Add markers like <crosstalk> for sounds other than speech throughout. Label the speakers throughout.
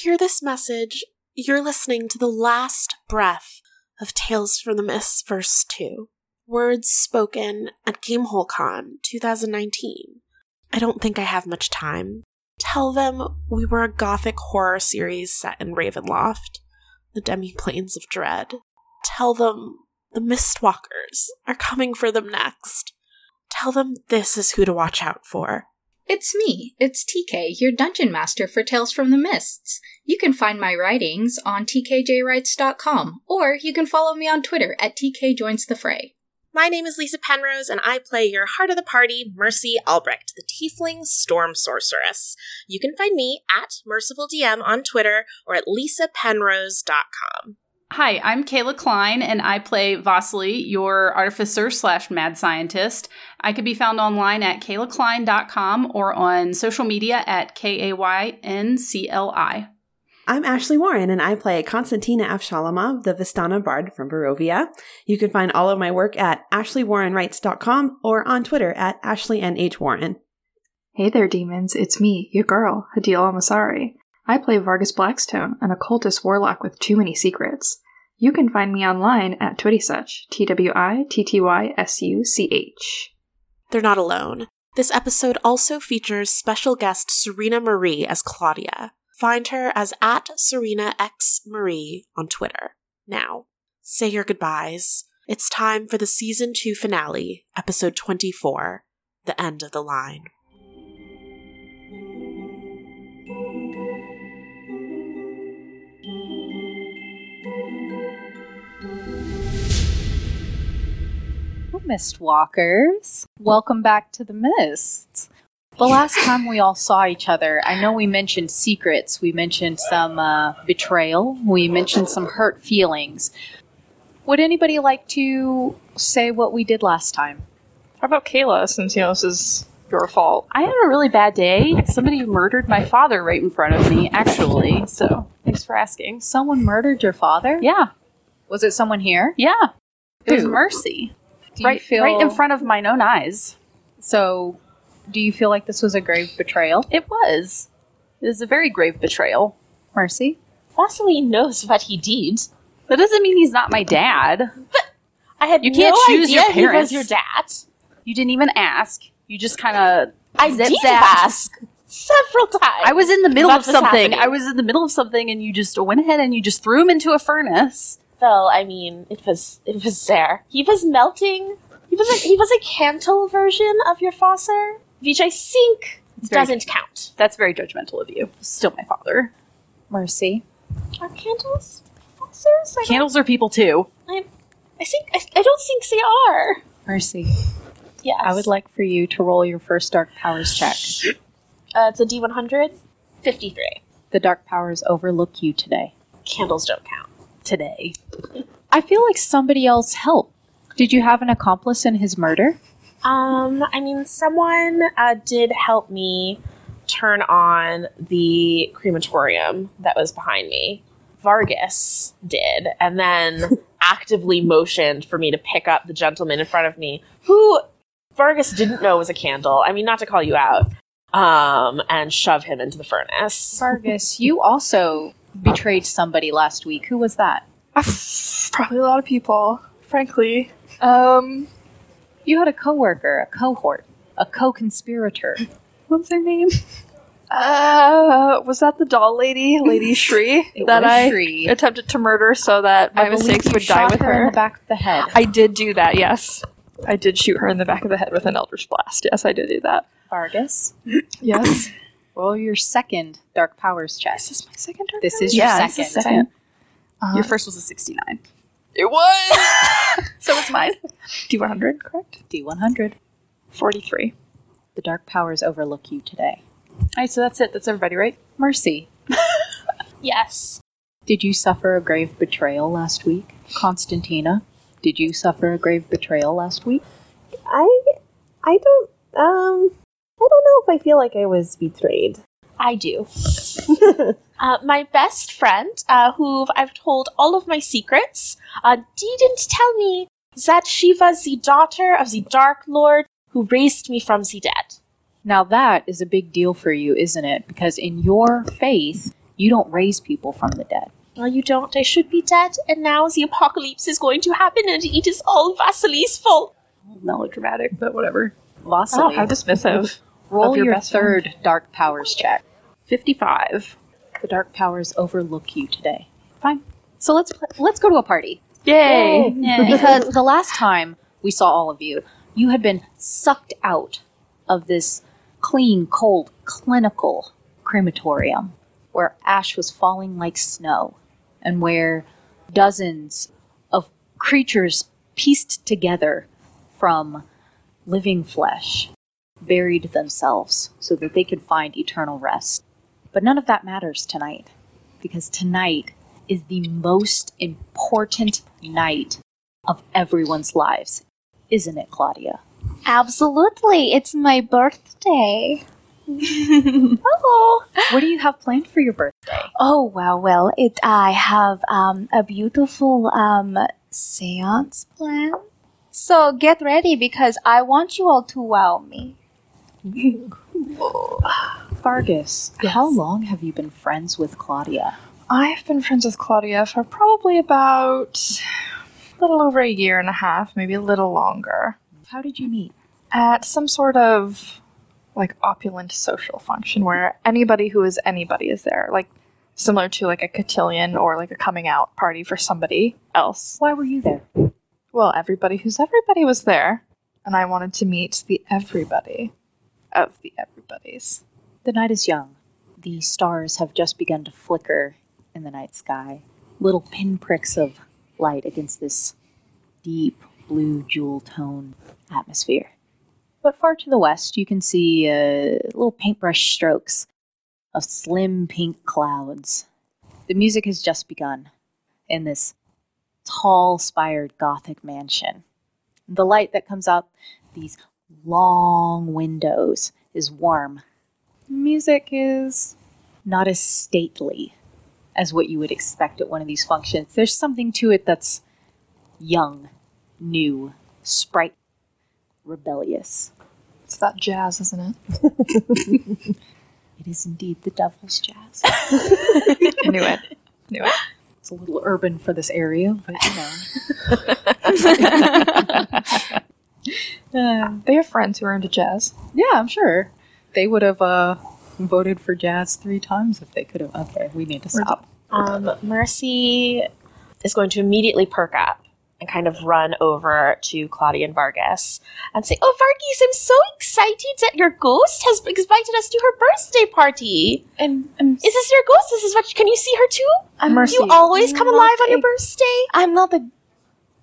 Speaker 1: hear this message, you're listening to the last breath of Tales from the Mist, verse 2. Words spoken at GameholeCon 2019. I don't think I have much time. Tell them we were a gothic horror series set in Ravenloft, the demi planes of dread. Tell them the Mistwalkers are coming for them next. Tell them this is who to watch out for.
Speaker 2: It's me, it's TK, your dungeon master for Tales from the Mists. You can find my writings on tkjwrites.com, or you can follow me on Twitter at tkjoinsthefray.
Speaker 3: My name is Lisa Penrose, and I play your heart of the party, Mercy Albrecht, the Tiefling Storm Sorceress. You can find me at MercifulDM on Twitter or at lisapenrose.com.
Speaker 4: Hi, I'm Kayla Klein, and I play Vasily, your artificer slash mad scientist. I could be found online at kaylakline.com or on social media at K A Y N C L I.
Speaker 5: I'm Ashley Warren, and I play Konstantina Avshalomov, the Vistana bard from Barovia. You can find all of my work at ashleywarrenwrites.com or on Twitter at ashleynhwarren.
Speaker 6: Hey there, demons. It's me, your girl, Hadil Amasari. I play Vargas Blackstone, an occultist warlock with too many secrets. You can find me online at Twittysuch, T W I T T Y S U C H.
Speaker 1: They're not alone. This episode also features special guest Serena Marie as Claudia. Find her as at Serena X Marie on Twitter. Now, say your goodbyes. It's time for the season two finale, episode 24, The End of the Line.
Speaker 7: Mist Walkers. Welcome back to the Mists. The last time we all saw each other, I know we mentioned secrets, we mentioned some uh, betrayal, we mentioned some hurt feelings. Would anybody like to say what we did last time?
Speaker 6: How about Kayla, since, you know, this is your fault?
Speaker 7: I had a really bad day. Somebody murdered my father right in front of me, actually, so thanks for asking.
Speaker 6: Someone murdered your father?
Speaker 7: Yeah,
Speaker 6: Was it someone here?
Speaker 7: yeah. It was
Speaker 6: Who?
Speaker 7: mercy.
Speaker 6: Do you
Speaker 7: Right,
Speaker 6: feel-
Speaker 7: right in front of mine own eyes.
Speaker 6: So, do you feel like this was a grave betrayal?
Speaker 7: It was. It was a very grave betrayal.
Speaker 6: Mercy?
Speaker 8: Vasily knows what he did.
Speaker 7: That doesn't mean he's not my dad.
Speaker 8: I had
Speaker 7: You can't
Speaker 8: no
Speaker 7: choose your
Speaker 8: idea he was
Speaker 7: parents.
Speaker 8: your dad.
Speaker 7: You didn't even ask. You just kind of.
Speaker 8: I
Speaker 7: Zip
Speaker 8: did
Speaker 7: zap.
Speaker 8: ask several times.
Speaker 7: I was in the middle
Speaker 8: What
Speaker 7: of
Speaker 8: was
Speaker 7: something.
Speaker 8: happening?
Speaker 7: I was in the middle of something, and you just went ahead and you just threw him into a furnace.
Speaker 8: well. I mean, it was it was there. He was melting. He was a, he was a Cantal version of your Fosser, which I think
Speaker 7: very-
Speaker 8: doesn't count.
Speaker 7: That's very judgmental of you. Still my father.
Speaker 6: Mercy?
Speaker 8: Are Cantals Fossers? I,
Speaker 7: Candles are people too.
Speaker 8: don't- I, I think I, I don't think they are.
Speaker 6: Mercy.
Speaker 8: Yes,
Speaker 6: I would like for you to roll your first Dark Powers check.
Speaker 8: Uh, it's a D one hundred. 53.
Speaker 6: The Dark Powers overlook you today.
Speaker 8: Candles don't count.
Speaker 7: Today.
Speaker 6: I feel like somebody else helped. Did you have an accomplice in his murder?
Speaker 3: Um, I mean, someone uh, did help me turn on the crematorium that was behind me. Vargas did, and then actively motioned for me to pick up the gentleman in front of me, who Vargas didn't know was a candle. I mean, not to call you out, um, and shove him into the furnace.
Speaker 6: Vargas, you also betrayed somebody last week. Who was that?
Speaker 9: Ah, Probably a lot of people, frankly. Um,
Speaker 6: You had a coworker, a cohort, a co-conspirator.
Speaker 7: What's her name?
Speaker 9: uh, was that the doll lady, <laughs> Lady Shri,
Speaker 6: It
Speaker 9: that
Speaker 6: was
Speaker 9: I
Speaker 6: Shri.
Speaker 9: attempted to murder so that my
Speaker 6: believe
Speaker 9: mistakes
Speaker 6: you
Speaker 9: would die
Speaker 6: shot
Speaker 9: with
Speaker 6: her
Speaker 9: her?
Speaker 6: in the back of the head.
Speaker 9: I did do that. Yes, I did shoot her in the back of the head with an Elder's Blast. Yes, I did do that.
Speaker 6: Vargas,
Speaker 9: Yes,
Speaker 6: roll your second dark powers check.
Speaker 9: this is my second. Dark
Speaker 6: This
Speaker 9: Powers?
Speaker 6: is
Speaker 7: Yeah,
Speaker 6: your
Speaker 7: it's the
Speaker 6: second.
Speaker 7: second.
Speaker 9: Uh,
Speaker 7: Your first was a 69.
Speaker 9: It was
Speaker 6: <laughs>
Speaker 7: So was mine.
Speaker 9: D one hundred, correct?
Speaker 6: D100.
Speaker 9: Forty three.
Speaker 6: The dark powers overlook you today.
Speaker 7: All right, so that's it. That's everybody, right?
Speaker 6: Mercy,
Speaker 8: Yes.
Speaker 6: did you suffer a grave betrayal last week? Constantina, did you suffer a grave betrayal last week?
Speaker 10: I I don't um I don't know if I feel like I was betrayed. <laughs>
Speaker 8: I do. uh, my best friend, uh, who I've told all of my secrets, uh, didn't tell me that she was the daughter of the Dark Lord who raised me from the dead.
Speaker 6: Now that is a big deal for you, isn't it? Because in your faith,
Speaker 7: You don't raise people from the dead.
Speaker 8: Well, you don't. I should be dead, and now the apocalypse is going to happen, and it is all Vasily's fault.
Speaker 9: Melodramatic, but whatever. Oh,
Speaker 7: Vasily,
Speaker 9: Wow, how dismissive.
Speaker 7: roll
Speaker 9: Of your
Speaker 7: your,
Speaker 9: best
Speaker 7: third dark powers check.
Speaker 9: 55.
Speaker 7: The dark powers overlook you today. Fine. So let's pl- let's go to a party
Speaker 9: Yay!
Speaker 7: <laughs> because the last time we saw all of you, you had been sucked out of this clean, cold, clinical crematorium where ash was falling like snow and where dozens of creatures pieced together from living flesh buried themselves so that they could find eternal rest. But none of that matters tonight because tonight is the most important night of everyone's lives, isn't it, Claudia?
Speaker 6: Absolutely. It's my
Speaker 7: <laughs>
Speaker 6: birthday.
Speaker 7: Oh, what do you have planned for your birthday?
Speaker 6: Oh, well, well, it, I have um, a beautiful um, seance plan. So get ready because I want you all to wow me.
Speaker 7: <laughs> Vargas, how long have you been friends with Claudia?
Speaker 9: I've been friends with Claudia for probably about a little over a year and a half, maybe a little longer,
Speaker 7: How did you meet?
Speaker 9: at some sort of like opulent social function where anybody who is anybody is there, like similar to like a cotillion or like a coming out party for somebody else.
Speaker 7: Why were you there?
Speaker 9: Well, everybody who's everybody was there, and I wanted to meet the everybody of the everybody's.
Speaker 7: The night is young. The stars have just begun to flicker in the night sky, little pinpricks of light against this deep blue jewel tone atmosphere. But far to the west, you can see uh, little paintbrush strokes of slim pink clouds. The music has just begun in this tall, spired Gothic mansion. The light that comes out these long windows is warm music is not as stately as what you would expect at one of these functions. There's something to it that's young, new, sprite, rebellious.
Speaker 9: It's that jazz, isn't it?
Speaker 7: It is indeed the devil's jazz.
Speaker 9: I knew it. Knew it.
Speaker 7: It's a little urban for this area, but you know.
Speaker 9: <laughs> They have friends who are into jazz.
Speaker 7: yeah, I'm sure they would have uh, voted for jazz three times if they could have. Okay, we need to stop.
Speaker 11: Um, Mercy is going to immediately perk up and kind of run over to Claudia and Vargas and say,
Speaker 8: Oh, Vargis, I'm so excited that your ghost has invited us to her birthday party.
Speaker 9: And, and
Speaker 8: Is this your ghost? This is what can you see her too?
Speaker 9: Mercy.
Speaker 8: You always come
Speaker 6: not
Speaker 8: alive on
Speaker 6: a-
Speaker 8: your birthday.
Speaker 6: I'm not a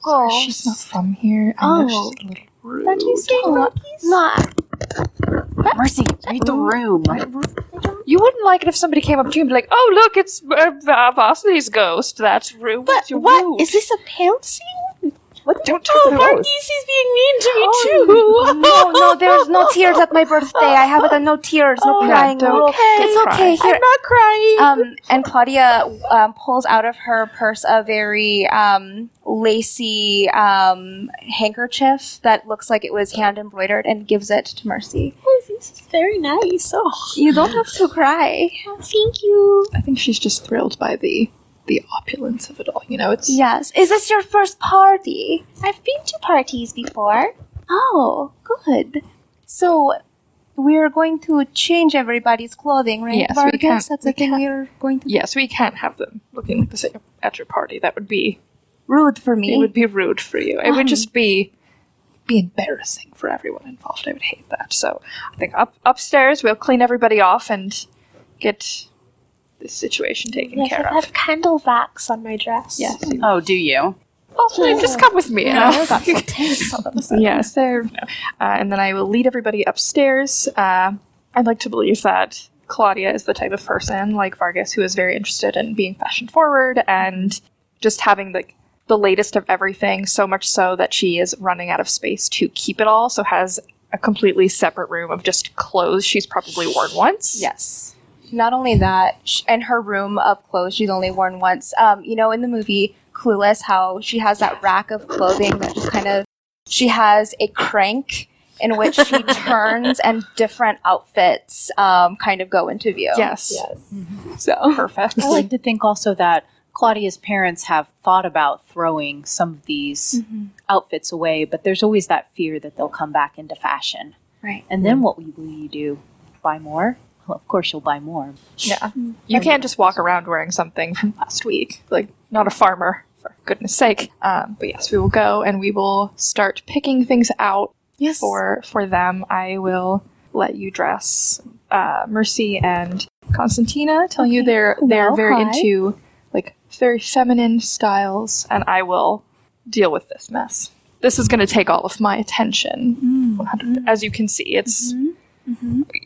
Speaker 6: girl.
Speaker 9: She's not from here.
Speaker 6: Oh.
Speaker 9: I know she's a little rude.
Speaker 8: What do you say, Vargis?
Speaker 6: Not.
Speaker 7: Mercy, <laughs> read the <laughs> room.
Speaker 9: You wouldn't like it if somebody came up to you and be like, "Oh, look, it's uh, uh, Vasily's ghost. That's rude.
Speaker 8: But
Speaker 9: You're
Speaker 8: what
Speaker 9: rude."
Speaker 8: is this a pelting?
Speaker 12: What?
Speaker 9: Don't
Speaker 8: Oh,
Speaker 9: talk about
Speaker 8: Vargis
Speaker 9: ghosts.
Speaker 8: is being mean to me too.
Speaker 6: Oh, No, no, there's no tears at
Speaker 8: <laughs>
Speaker 6: my birthday. I have it and no tears, no
Speaker 9: Oh, yeah,
Speaker 6: crying.
Speaker 9: don't
Speaker 6: no, it's
Speaker 9: cry.
Speaker 6: okay. Here,
Speaker 8: I'm not crying.
Speaker 6: um, and Claudia um, pulls out of her purse a very um, lacy um, handkerchief that looks like it was hand embroidered and gives it to Mercy.
Speaker 8: Oh, this is very nice. Oh,
Speaker 6: You don't have to cry.
Speaker 8: thank you.
Speaker 9: I think she's just thrilled by the the opulence of it all. You know, it's
Speaker 6: Yes. Is this your first party?
Speaker 8: I've been to parties before.
Speaker 6: Oh, good. So we're going to change everybody's clothing, right?
Speaker 9: Yes, we
Speaker 6: Vargas?
Speaker 9: can't-
Speaker 6: That's
Speaker 9: we
Speaker 6: the thing
Speaker 9: can't-
Speaker 6: we're going to.
Speaker 9: yes, we can't have them looking like this at your, at your party. That would be
Speaker 6: Rude for
Speaker 9: it
Speaker 6: me.
Speaker 9: would be rude for you.
Speaker 8: Um,
Speaker 9: It would just be be embarrassing for everyone involved. I would hate that. So I think up upstairs we'll clean everybody off and get this situation taken
Speaker 8: Yes,
Speaker 9: care
Speaker 8: I
Speaker 9: of.
Speaker 8: have candle wax on my dress.
Speaker 9: Yes.
Speaker 4: Oh, do you?
Speaker 9: Oh, just come with me. you know? yes, there. Uh, and then I will lead everybody upstairs. Uh, I'd like to believe that Claudia is the type of person, like Vargas, who is very interested in being fashion forward and just having the the latest of everything. So much so that she is running out of space to keep it all, so has a completely separate room of just clothes she's probably worn once.
Speaker 6: Yes. Not only that, sh- in her room of clothes, she's only worn once. Um, you know, in the movie Clueless, how she has that rack of clothing that just kind of. She has a crank
Speaker 8: in which
Speaker 9: <laughs>
Speaker 8: she turns and different outfits um, kind of go into view.
Speaker 9: Yes. Mm-hmm.
Speaker 8: Yes.
Speaker 9: So <laughs> perfect.
Speaker 7: I like to think also that Claudia's parents have thought about throwing some of these
Speaker 8: Mhm.
Speaker 7: outfits away, but there's always that fear that they'll come back into fashion.
Speaker 8: Right.
Speaker 7: And then what will you do? Buy more? Well, of course you'll buy more.
Speaker 9: Yeah. You can't just walk around wearing something from last week. Like, not a farmer, for goodness sake. Um, but yes, we will go and we will start picking things out yes. for, for them. I will let you dress uh, Mercy and Constantina, telling you they're, they're
Speaker 8: Well,
Speaker 9: very
Speaker 8: hi.
Speaker 9: into like very feminine styles, and I will deal with this mess. This is going to take all of my attention. 100 As you can see, it's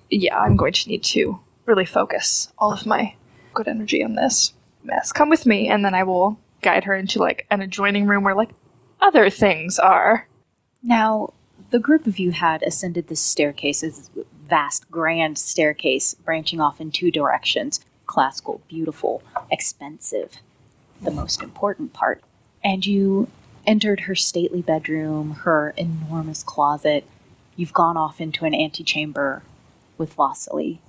Speaker 9: yeah, I'm going to need to really focus all of my good energy on this mess. Come with me, and then I will guide her into like an adjoining room where like other things are.
Speaker 7: Now, the group of you had ascended this staircase, this vast, grand staircase branching off in two directions classical, beautiful, expensive, the most important part. And you entered her stately bedroom, her enormous closet. You've gone off into an antechamber with Vasily.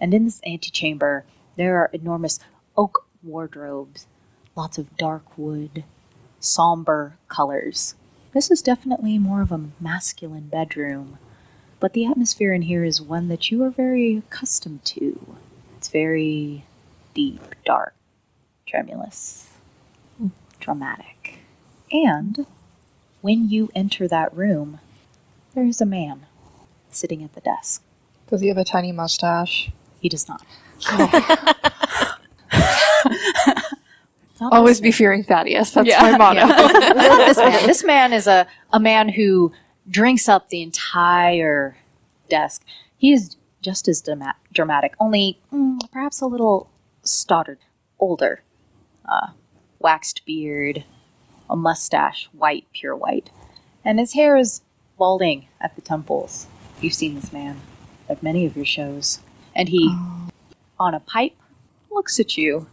Speaker 7: And in this antechamber, there are enormous oak wardrobes, lots of dark wood, somber colors. This is definitely more of a masculine bedroom, but the atmosphere in here is one that you are very accustomed to. It's very deep, dark, tremulous, dramatic. And when you enter that room, there is a man sitting at the desk.
Speaker 9: Does he have a tiny mustache?
Speaker 7: He does not.
Speaker 6: Oh,
Speaker 9: Always be fearing Thaddeus. That's
Speaker 7: Yeah.
Speaker 9: my motto.
Speaker 7: Yeah. I love <laughs> this man. This man is a, a man who drinks up the entire desk. He is just as dema- dramatic, only mm, perhaps a little stoddered, older, uh, waxed beard, a mustache, white, pure white, and his hair is balding at the temples. You've seen this man at many of your shows, and he, on a pipe, looks at you.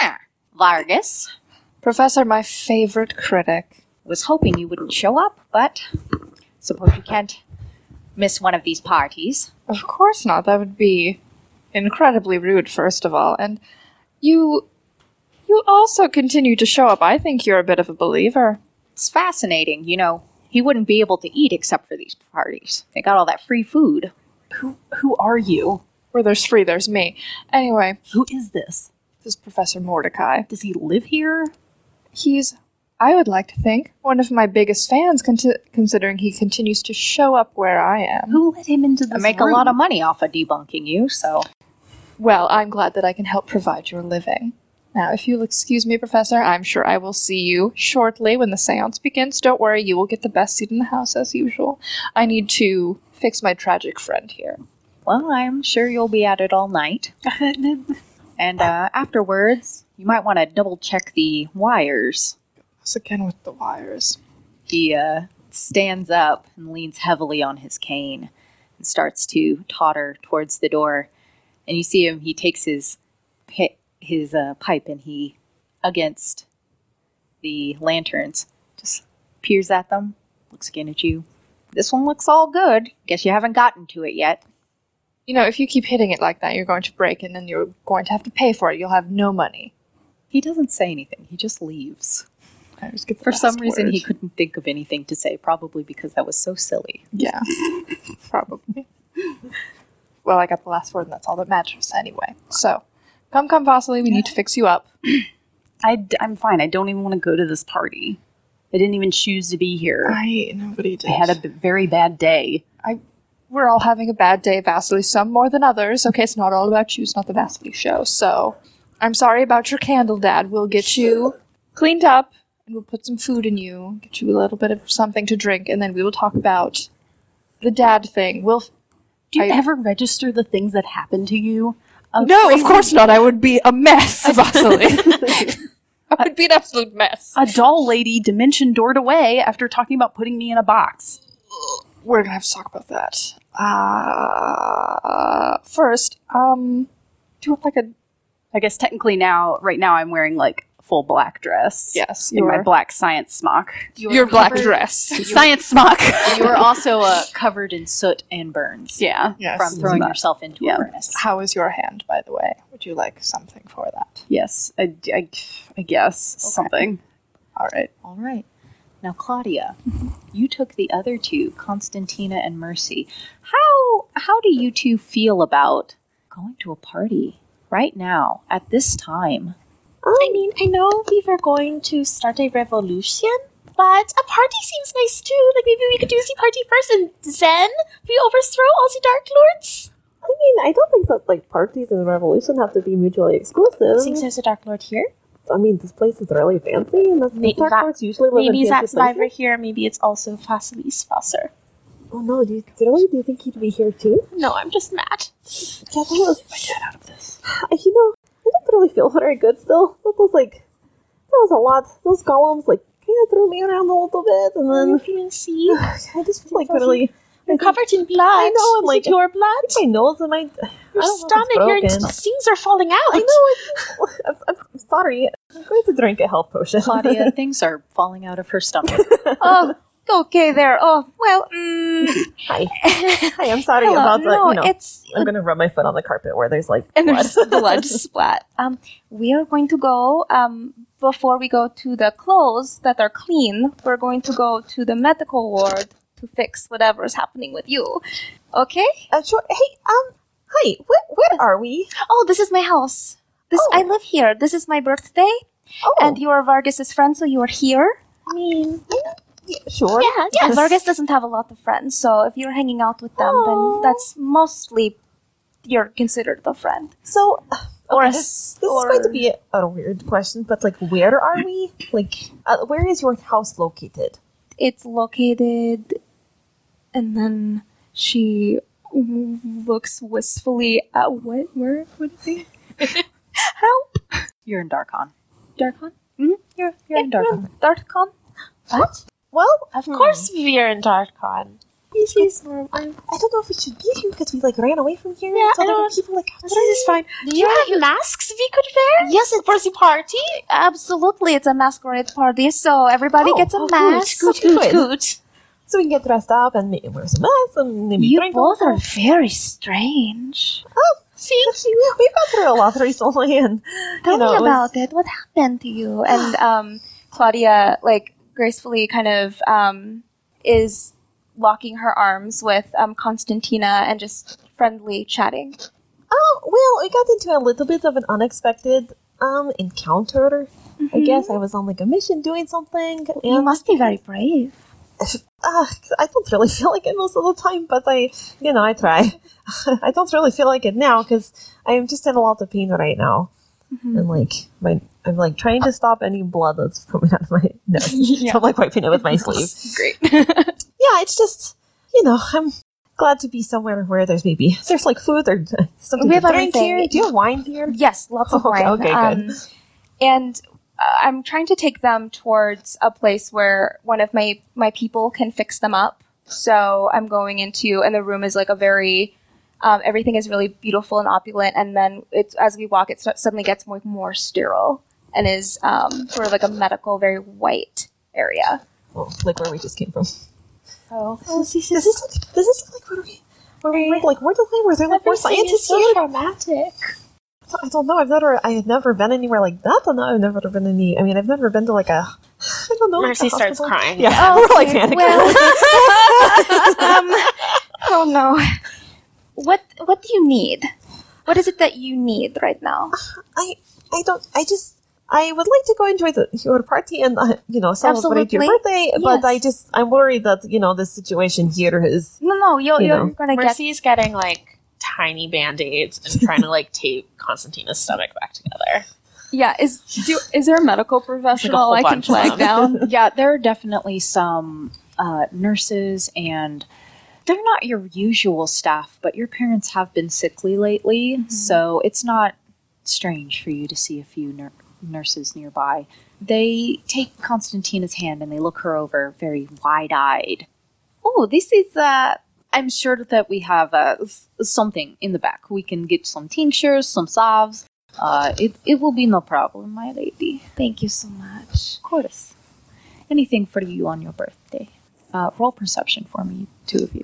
Speaker 7: "Where, Vargas.
Speaker 9: Professor, my favorite critic.
Speaker 7: Was hoping you wouldn't show up, but suppose you can't miss one of these parties.
Speaker 9: Of course not. That would be incredibly rude, first of all. And you you also continue to show up. I think you're a bit of a believer.
Speaker 7: It's fascinating, you know. He wouldn't be able to eat except for these parties. They got all that free food.
Speaker 9: Who who are you? Where there's free, there's me. Anyway.
Speaker 7: Who is this?
Speaker 9: This is Professor Mordecai.
Speaker 7: Does he live here?
Speaker 9: He's I would like to think one of my biggest fans, conti- considering he continues to show up where I am.
Speaker 7: Who let him into
Speaker 9: this
Speaker 7: I make
Speaker 9: room?
Speaker 7: a lot of money off of debunking you, so
Speaker 9: Well, I'm glad that I can help provide your living. Now, if you'll excuse me, Professor, I'm sure I will see you shortly when the seance begins. Don't worry, you will get the best seat in the house as usual. I need to fix my tragic friend here.
Speaker 7: well, I'm sure you'll be at it all <laughs> night. and uh, afterwards, you might want to double check the wires.
Speaker 9: Once again with the wires.
Speaker 7: He uh, stands up and leans heavily on his cane and starts to totter towards the door. And you see him, he takes his, pi- his uh, pipe and he, against the lanterns, just peers at them, looks again at you. This one looks all good. Guess you haven't gotten to it yet.
Speaker 9: You know, if you keep hitting it like that, you're going to break and then you're going to have to pay for it. You'll have no money.
Speaker 7: He doesn't say anything, he just leaves.
Speaker 9: I was good
Speaker 7: For some reason, he couldn't think of anything to say, probably because that was so silly.
Speaker 9: Yeah, probably. Well, I got the last word, and that's all that matters anyway. So, come, come, Vasily, we need to fix you up.
Speaker 4: I, am fine. I don't even want to go to this party. I didn't even choose to be here.
Speaker 9: I nobody did.
Speaker 4: I had a b- very bad day.
Speaker 9: I we're all having a bad day, Vasily, some more than others. Okay, it's not all about you, it's not the Vasily show. So I'm sorry about your candle, Dad. We'll get you cleaned up and we'll put some food in you, get you a little bit of something to drink, and then we will talk about the dad thing. We'll
Speaker 4: Do you
Speaker 9: I-
Speaker 4: ever register the things that happen to
Speaker 9: <laughs>
Speaker 4: you? I'm
Speaker 9: No, of
Speaker 4: crazy.
Speaker 9: course not. I would be a mess,
Speaker 4: <laughs>
Speaker 9: Vasily. I would be an absolute mess.
Speaker 4: A doll lady dimension doored away after talking about putting me in a box.
Speaker 9: We're gonna have to talk about that. Uh, first, um, do you want like a
Speaker 4: I guess technically now, right now, I'm wearing like full black dress.
Speaker 13: Yes,
Speaker 4: in
Speaker 13: you
Speaker 4: my
Speaker 13: are.
Speaker 4: black science smock.
Speaker 13: You are Your black covered- dress. you-
Speaker 4: science smock.
Speaker 7: you are also uh, covered in soot and burns.
Speaker 4: Yeah.
Speaker 13: Yes.
Speaker 7: From throwing
Speaker 13: But-
Speaker 7: yourself into a furnace.
Speaker 13: How is your hand, by the way? Would you like something for that?
Speaker 4: Yes, I, I, I guess something.
Speaker 13: All right.
Speaker 7: All right. Now, Claudia, you took the other two, Constantina and Mercy. How how do you two feel about going to a party right now at this time?
Speaker 14: I mean, I know we were going to start a revolution, but a party seems nice too. Like maybe we could do the party first, and then we overthrow all the Dark Lords.
Speaker 8: I mean, I don't think that like parties and revolution have to be mutually exclusive.
Speaker 14: Think there's a Dark Lord here?
Speaker 8: I mean, this place is really fancy, and that's
Speaker 14: Maybe
Speaker 8: the dark
Speaker 14: that-
Speaker 8: lords usually live
Speaker 14: maybe
Speaker 8: in fancy
Speaker 14: that's why
Speaker 8: places.
Speaker 14: we're here. Maybe it's also Fasilis Foster.
Speaker 8: Oh no! Do you really do you think he'd be here too?
Speaker 14: No, I'm just mad.
Speaker 8: Get my dad out of this. <sighs> You know, I don't really feel very good still. That was like, that was a lot. Those golems like kind of threw me around a little bit, and then
Speaker 14: you feeling see.
Speaker 8: <sighs> I just feel like really.
Speaker 14: You're covered in blood.
Speaker 8: I know, and
Speaker 14: Is
Speaker 8: like
Speaker 14: it your blood,
Speaker 8: my nose, and my
Speaker 14: your
Speaker 8: I don't know if
Speaker 14: stomach,
Speaker 8: it's
Speaker 14: your
Speaker 8: broken.
Speaker 14: things are falling out.
Speaker 8: I know. It's, <laughs> I'm, I'm- I'm sorry. I'm going to drink a health
Speaker 14: <laughs>
Speaker 8: potion.
Speaker 7: Claudia, things are falling out of her stomach.
Speaker 9: oh, okay, there. Oh, well, mm, <laughs>
Speaker 8: Hi. Hi. I'm sorry
Speaker 9: Hello.
Speaker 8: about that.
Speaker 9: No,
Speaker 8: you know,
Speaker 9: it's-
Speaker 8: I'm gonna rub my foot on the carpet where there's like
Speaker 9: and
Speaker 8: blood.
Speaker 9: there's
Speaker 14: <laughs>
Speaker 8: <laughs>
Speaker 9: blood splat. Um, we are going to go um, before we go to the clothes that are clean. We're going to go to the medical ward to fix whatever is happening with you. Okay?
Speaker 8: Uh, sure. Hey, um, hi. Where, where are we?
Speaker 9: Oh, this is my house. This
Speaker 14: Oh.
Speaker 9: I live here. This is my birthday.
Speaker 8: Oh.
Speaker 9: And you are Vargas's friend, so you are here.
Speaker 14: I mean,
Speaker 8: sure.
Speaker 9: Yeah, yeah. Vargas doesn't have a lot of friends, so if you're hanging out with them,
Speaker 14: Oh.
Speaker 9: then that's mostly you're considered a friend.
Speaker 8: So, uh,
Speaker 9: or a
Speaker 8: this,
Speaker 9: s-
Speaker 8: this
Speaker 9: or
Speaker 8: is going to be a, a weird question, but like, where are we? Like, uh, where is your house located?
Speaker 9: it's located, and then she w- looks wistfully at what? Where would it
Speaker 14: <laughs>
Speaker 9: be? Help!
Speaker 7: You're in Darkon.
Speaker 9: Darkon. hmm You're you're in Darkon. Darkon.
Speaker 14: What?
Speaker 8: Well,
Speaker 14: of course we are in Darkon. This is normal.
Speaker 8: Hmm. I don't know if we should be here because we like ran away from here.
Speaker 14: Yeah,
Speaker 8: and so
Speaker 14: I
Speaker 8: there were
Speaker 14: don't-
Speaker 8: people like,
Speaker 14: This is fine. Do you have masks we could wear?
Speaker 9: Yes,
Speaker 14: for the party.
Speaker 9: Absolutely, it's a masquerade party, so
Speaker 14: Oh,
Speaker 9: everybody gets a mask.
Speaker 8: So we can get dressed up and maybe wear some masks and maybe
Speaker 9: You
Speaker 8: drink.
Speaker 9: both
Speaker 8: also.
Speaker 9: are very strange.
Speaker 8: Oh, see, <laughs> we've gone through a lot recently, and
Speaker 9: Tell
Speaker 8: you know,
Speaker 9: me
Speaker 8: it was-
Speaker 9: about it. What happened to you?
Speaker 14: <sighs>
Speaker 9: And um, Claudia, like gracefully, kind of um, is locking her arms with um, Constantina and just friendly chatting.
Speaker 8: Oh, well, we got into a little bit of an unexpected um encounter. I guess I was on like a mission doing something.
Speaker 9: Mm-hmm. You
Speaker 8: and-
Speaker 9: must be very brave.
Speaker 8: Ugh, I don't really <laughs> feel like it most of the time, but I, you know, I try. <laughs> I don't really feel like it now because I'm just in a lot of pain right now,
Speaker 9: Mm-hmm.
Speaker 8: and like my, I'm like trying to stop any blood that's coming out of my <laughs>
Speaker 9: <laughs>
Speaker 8: nose. So I'm like wiping it with my sleeve.
Speaker 9: Great. <laughs>
Speaker 8: Yeah, it's just, you know, I'm glad to be somewhere where there's maybe there's like food or <laughs> something
Speaker 9: We
Speaker 8: to
Speaker 9: have
Speaker 8: drink
Speaker 9: everything.
Speaker 8: here. Do you have wine here?
Speaker 9: Yes, lots of
Speaker 8: <laughs> Okay,
Speaker 9: wine.
Speaker 8: okay, good.
Speaker 9: Um, and uh, I'm trying to take them towards a place where one of my my people can fix them up. So I'm going into, and the room is like a very, um, everything is really beautiful and opulent. And then it's as we walk, it st- suddenly gets more more sterile and is um, sort of like a medical, very white area.
Speaker 8: Well, like where we just came from.
Speaker 9: Oh,
Speaker 8: this is this is like, this is like where we where we were like where the way were there like more
Speaker 14: Everything is
Speaker 8: scientists
Speaker 14: so
Speaker 8: here?
Speaker 14: traumatic.
Speaker 8: I don't know. I've never I had never been anywhere like that. And I've never been any. I mean, I've never been to like a. <sighs> I don't know. like
Speaker 14: Mercy
Speaker 8: a
Speaker 14: starts
Speaker 8: hospital.
Speaker 14: crying.
Speaker 8: Yeah,
Speaker 9: Oh,
Speaker 8: we're like
Speaker 9: okay.
Speaker 8: panicking.
Speaker 9: <laughs> um, oh no. What what do you need? What is it that you need right now?
Speaker 8: I I don't. I just. I would like to go enjoy the, your party and uh, you know celebrate
Speaker 9: Absolutely.
Speaker 8: your birthday,
Speaker 9: Yes.
Speaker 8: but I just I'm worried that you know the situation here is
Speaker 9: No, no, you're,
Speaker 8: You
Speaker 9: you're
Speaker 8: know.
Speaker 9: gonna get.
Speaker 15: Mercy's getting like tiny band aids and trying to like tape Constantina's stomach back together.
Speaker 7: Yeah, is do, is there a medical professional
Speaker 15: whole I can bunch of flag them. down?
Speaker 7: <laughs> yeah, there are definitely some uh, nurses and they're not your usual staff, but your parents have been sickly lately, so it's not strange for you to see a few nur- nurses nearby. They take Constantina's hand and they look her over very wide-eyed. Oh, this is uh I'm sure that we have uh, s- something in the back. We can get some tinctures, some salves,
Speaker 16: Uh, it, it will be no problem, my lady. Thank you so much. Of course. Anything for you on your birthday. Uh, roll perception for me, two of you.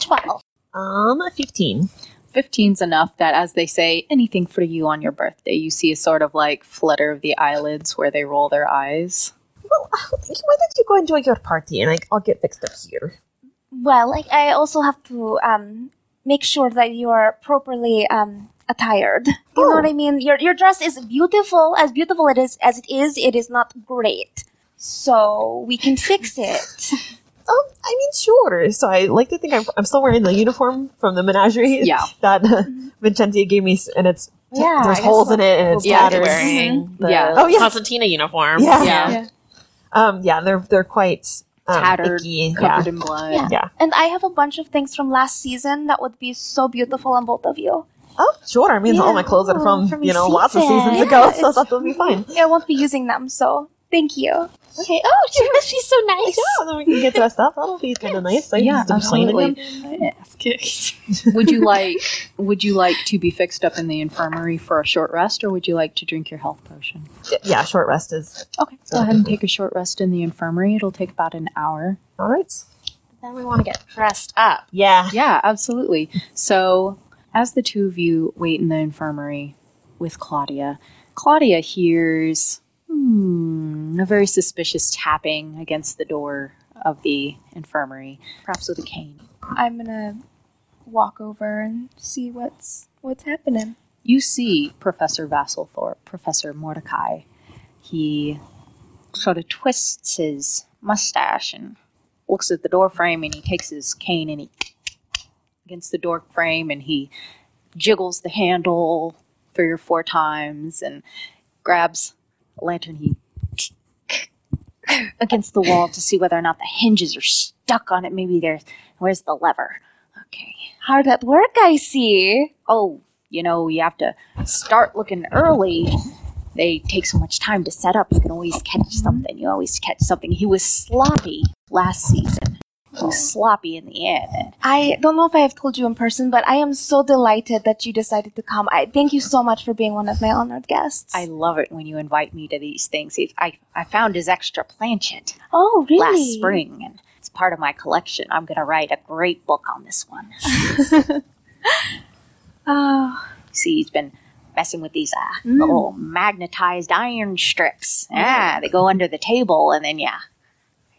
Speaker 17: 12.
Speaker 8: Um, 15.
Speaker 16: 15's enough that, as they say, anything for you on your birthday, you see a sort of like flutter of the eyelids where they roll their eyes.
Speaker 8: Why don't uh, you go enjoy your party and I, I'll get fixed up here?
Speaker 9: Well, like, I also have to um, make sure that you are properly um, attired. You know what I mean? Your your dress is beautiful, as beautiful it is as it is. It is not great, so we can fix <laughs> it.
Speaker 8: Um, I mean, sure. So I like to think I'm, I'm still wearing the uniform from the menagerie
Speaker 9: Yeah.
Speaker 8: <laughs> that uh, Vincentia gave me, s- and it's
Speaker 9: Yeah,
Speaker 8: there's
Speaker 9: I guess
Speaker 8: holes in
Speaker 9: we'll-
Speaker 8: it and it's
Speaker 3: we'll both
Speaker 8: tattered.
Speaker 3: be wearing
Speaker 8: The-
Speaker 3: the
Speaker 8: Oh yeah.
Speaker 3: Constantina uniform.
Speaker 8: Yeah.
Speaker 3: Yeah.
Speaker 8: Um. Yeah. They're they're quite um,
Speaker 9: Tattered,
Speaker 8: icky.
Speaker 9: covered
Speaker 8: yeah.
Speaker 9: in
Speaker 8: blood.
Speaker 9: Yeah.
Speaker 8: yeah.
Speaker 9: And I have a bunch of things from last season that would be so beautiful on both of you.
Speaker 8: Oh, sure. I mean, all my clothes are from, you know, lots of seasons ago, so that will be fine.
Speaker 9: I won't be using them, so thank you.
Speaker 8: Okay.
Speaker 9: Oh, <laughs> she's so <laughs> nice.
Speaker 8: Yeah, then we can get dressed up. That'll be kind of nice. I
Speaker 7: Yeah,
Speaker 8: just am playing
Speaker 7: absolutely.
Speaker 16: <laughs>
Speaker 8: again.
Speaker 7: would you like would you like to be fixed up in the infirmary for a short rest or would you like to drink your health potion?
Speaker 8: Yeah, short rest is.
Speaker 7: Okay. Go ahead and take a short rest in the infirmary. It'll take about an hour.
Speaker 8: All right.
Speaker 17: Then we want to get dressed up.
Speaker 8: Yeah.
Speaker 7: Yeah, absolutely. So, as the two of you wait in the infirmary with Claudia, Claudia hears hmm, a very suspicious tapping against the door of the infirmary, perhaps with a cane.
Speaker 9: I'm gonna walk over and see what's what's happening.
Speaker 7: you see Professor Vasselthorpe, Professor Mordecai. He sort of twists his mustache and looks at the door frame and he takes his cane and he against the door frame and he jiggles the handle three or four times and grabs a lantern he <sniffs> against the wall to see whether or not the hinges are stuck on it. Maybe there's where's the lever?
Speaker 9: Hard at work, I see.
Speaker 7: oh, you know, you have to start looking early. They take so much time to set up. You can always catch something. You always catch something. He was sloppy last season. He was sloppy in the end.
Speaker 9: I don't know if I have told you in person, but I am so delighted that you decided to come. I thank you so much for being one of my honored guests.
Speaker 7: I love it when you invite me to these things. He- I, I found his extra planchet
Speaker 9: oh, really?
Speaker 7: last spring, and it's part of my collection. I'm going to write a great book on this one.
Speaker 9: <laughs>
Speaker 7: <laughs>
Speaker 9: Oh,
Speaker 7: See, he's been messing with these uh,
Speaker 9: Mm.
Speaker 7: little magnetized iron strips. Yeah, they go under the table, and then yeah,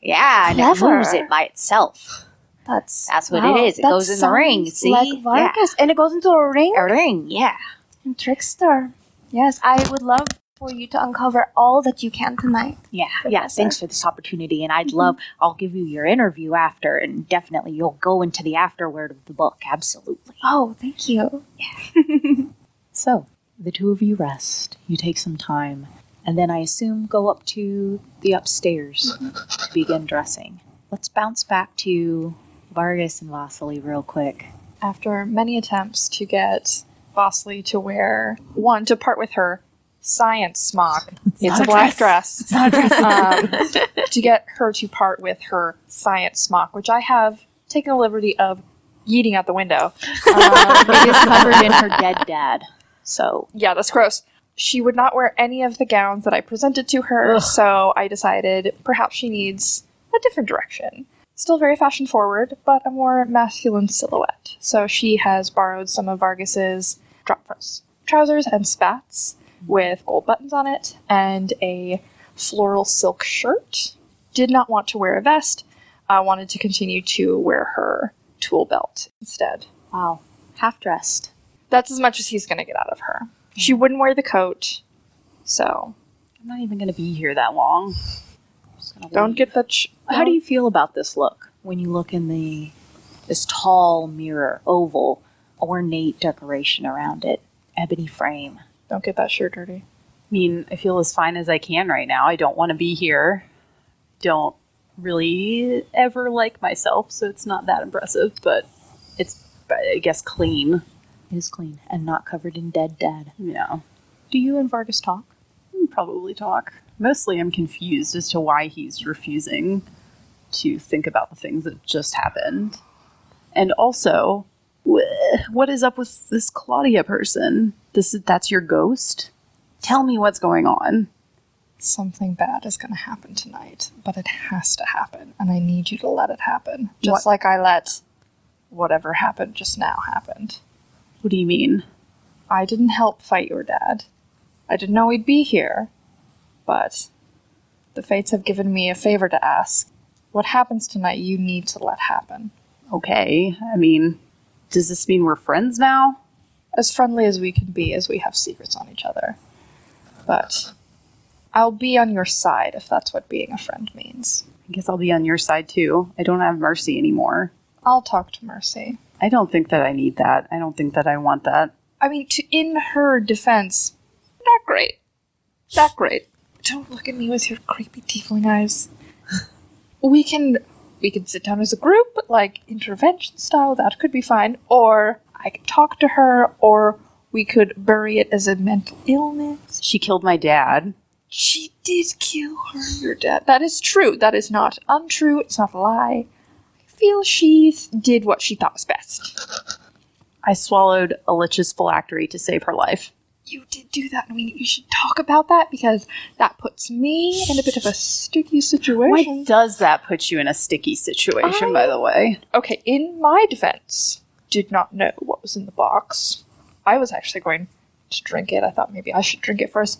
Speaker 7: yeah, and it moves
Speaker 9: Clever.
Speaker 7: it by itself.
Speaker 9: That's
Speaker 7: that's what
Speaker 9: wow,
Speaker 7: it is. It
Speaker 9: that
Speaker 7: goes in the ring.
Speaker 9: sounds
Speaker 7: See,
Speaker 9: like
Speaker 7: yeah.
Speaker 9: Vargas, and it goes into a ring.
Speaker 7: A ring, yeah.
Speaker 9: And trickster. Yes, I would love for you to uncover all that you can tonight.
Speaker 7: Yeah, yeah. Thanks for this opportunity, and I'd
Speaker 9: Mm-hmm.
Speaker 7: love. I'll give you your interview after, and definitely you'll go into the afterword of the book. Absolutely.
Speaker 9: Oh, thank you.
Speaker 7: So the two of you rest. You take some time, and then I assume go up to the upstairs to begin dressing. Let's bounce back to Vargas and Vasily real <laughs> quick.
Speaker 6: After many attempts to get Bosley to wear one to part with her science smock, it's,
Speaker 7: not
Speaker 6: a,
Speaker 7: a
Speaker 6: black
Speaker 7: dress.
Speaker 6: dress.
Speaker 7: It's not a
Speaker 6: <laughs>
Speaker 7: dress.
Speaker 6: Um, to get her to part with her science smock, which I have taken the liberty of yeeting out the window.
Speaker 7: it is covered in her <laughs> dead dad. So
Speaker 6: yeah, that's gross. She would not wear any of the gowns that I presented to her,
Speaker 7: Ugh.
Speaker 6: so I decided perhaps she needs a different direction. Still very fashion forward, but a more masculine silhouette. So she has borrowed some of Vargas's drop fronts trousers and spats with gold buttons on it and a floral silk shirt. Did not want to wear a vest. I wanted to continue to wear her tool belt instead.
Speaker 7: Wow, half dressed.
Speaker 6: That's as much as he's going to get out of her. She wouldn't wear the coat, so
Speaker 7: I'm not even going to be here that long. I'm just gonna
Speaker 6: don't
Speaker 7: leave.
Speaker 6: get that. Sh-
Speaker 7: How do you feel about this look when you look in the this tall mirror oval, ornate decoration around it, ebony frame?
Speaker 6: Don't get that shirt dirty.
Speaker 4: I mean, I feel as fine as I can right now. I don't want to be here. Don't really ever like myself, so it's not that impressive, but it's, I guess, clean.
Speaker 7: It is clean and not covered in dead dad.
Speaker 4: Yeah.
Speaker 7: Do you and Vargas talk?
Speaker 4: We Probably talk. Mostly I'm confused as to why he's refusing to think about the things that just happened. And also, wh- what is up with this Claudia person? This is that's your ghost. Tell me what's going on.
Speaker 6: Something bad is going to happen tonight, but it has to happen, and I need you to let it happen. Just
Speaker 4: What-
Speaker 6: like I let whatever happened just now happened.
Speaker 4: What do you mean?
Speaker 6: I didn't help fight your dad. I didn't know he'd be here, but the fates have given me a favor to ask. What happens tonight, you need to let happen.
Speaker 4: Okay, I mean, does this mean we're friends now?
Speaker 6: As friendly as we can be, as we have secrets on each other. But I'll be on your side if that's what being a friend means.
Speaker 4: I guess I'll be on your side too. I don't have mercy anymore.
Speaker 6: I'll talk to Mercy.
Speaker 4: I don't think that I need that. I don't think that I want that.
Speaker 6: I mean, to in her defense, not great. Not great. Don't look at me with your creepy tiefling eyes. We can we can sit down as a group, like intervention style. That could be fine. Or I could talk to her, or we could bury it as a mental illness.
Speaker 4: She killed my dad.
Speaker 6: She did kill her. Your dad. That is true. That is not untrue. It's not a lie. I feel she th- did what she thought was best.
Speaker 4: I swallowed a lich's phylactery to save her life.
Speaker 6: you did do that, and we you should talk about that because that puts me in a bit of a sticky situation.
Speaker 4: Why does that put you in a sticky situation, by the way?
Speaker 6: Okay, in my defense, did not know what was in the box. I was actually going to drink it. I thought maybe I should drink it first.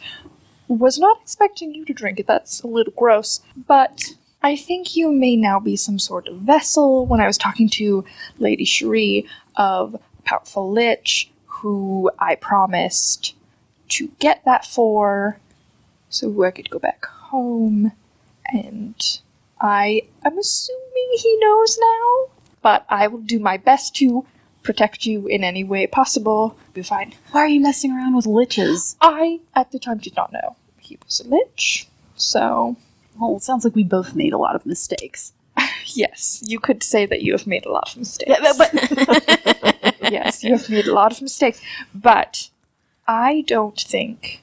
Speaker 6: Was not expecting you to drink it. That's a little gross, but I think you may now be some sort of vessel. When I was talking to Lady Cherie of Powerful Lich, who I promised to get that for, so I could go back home. And I am assuming he knows now, but I will do my best to protect you in any way possible. Be fine.
Speaker 4: Why are you messing around with liches?
Speaker 6: I, at the time, did not know he was a lich, so
Speaker 4: Well, it sounds like we both made a lot of mistakes.
Speaker 6: yes, you could say that you have made a lot of mistakes. <laughs> yes, you have made a lot of mistakes, but I don't think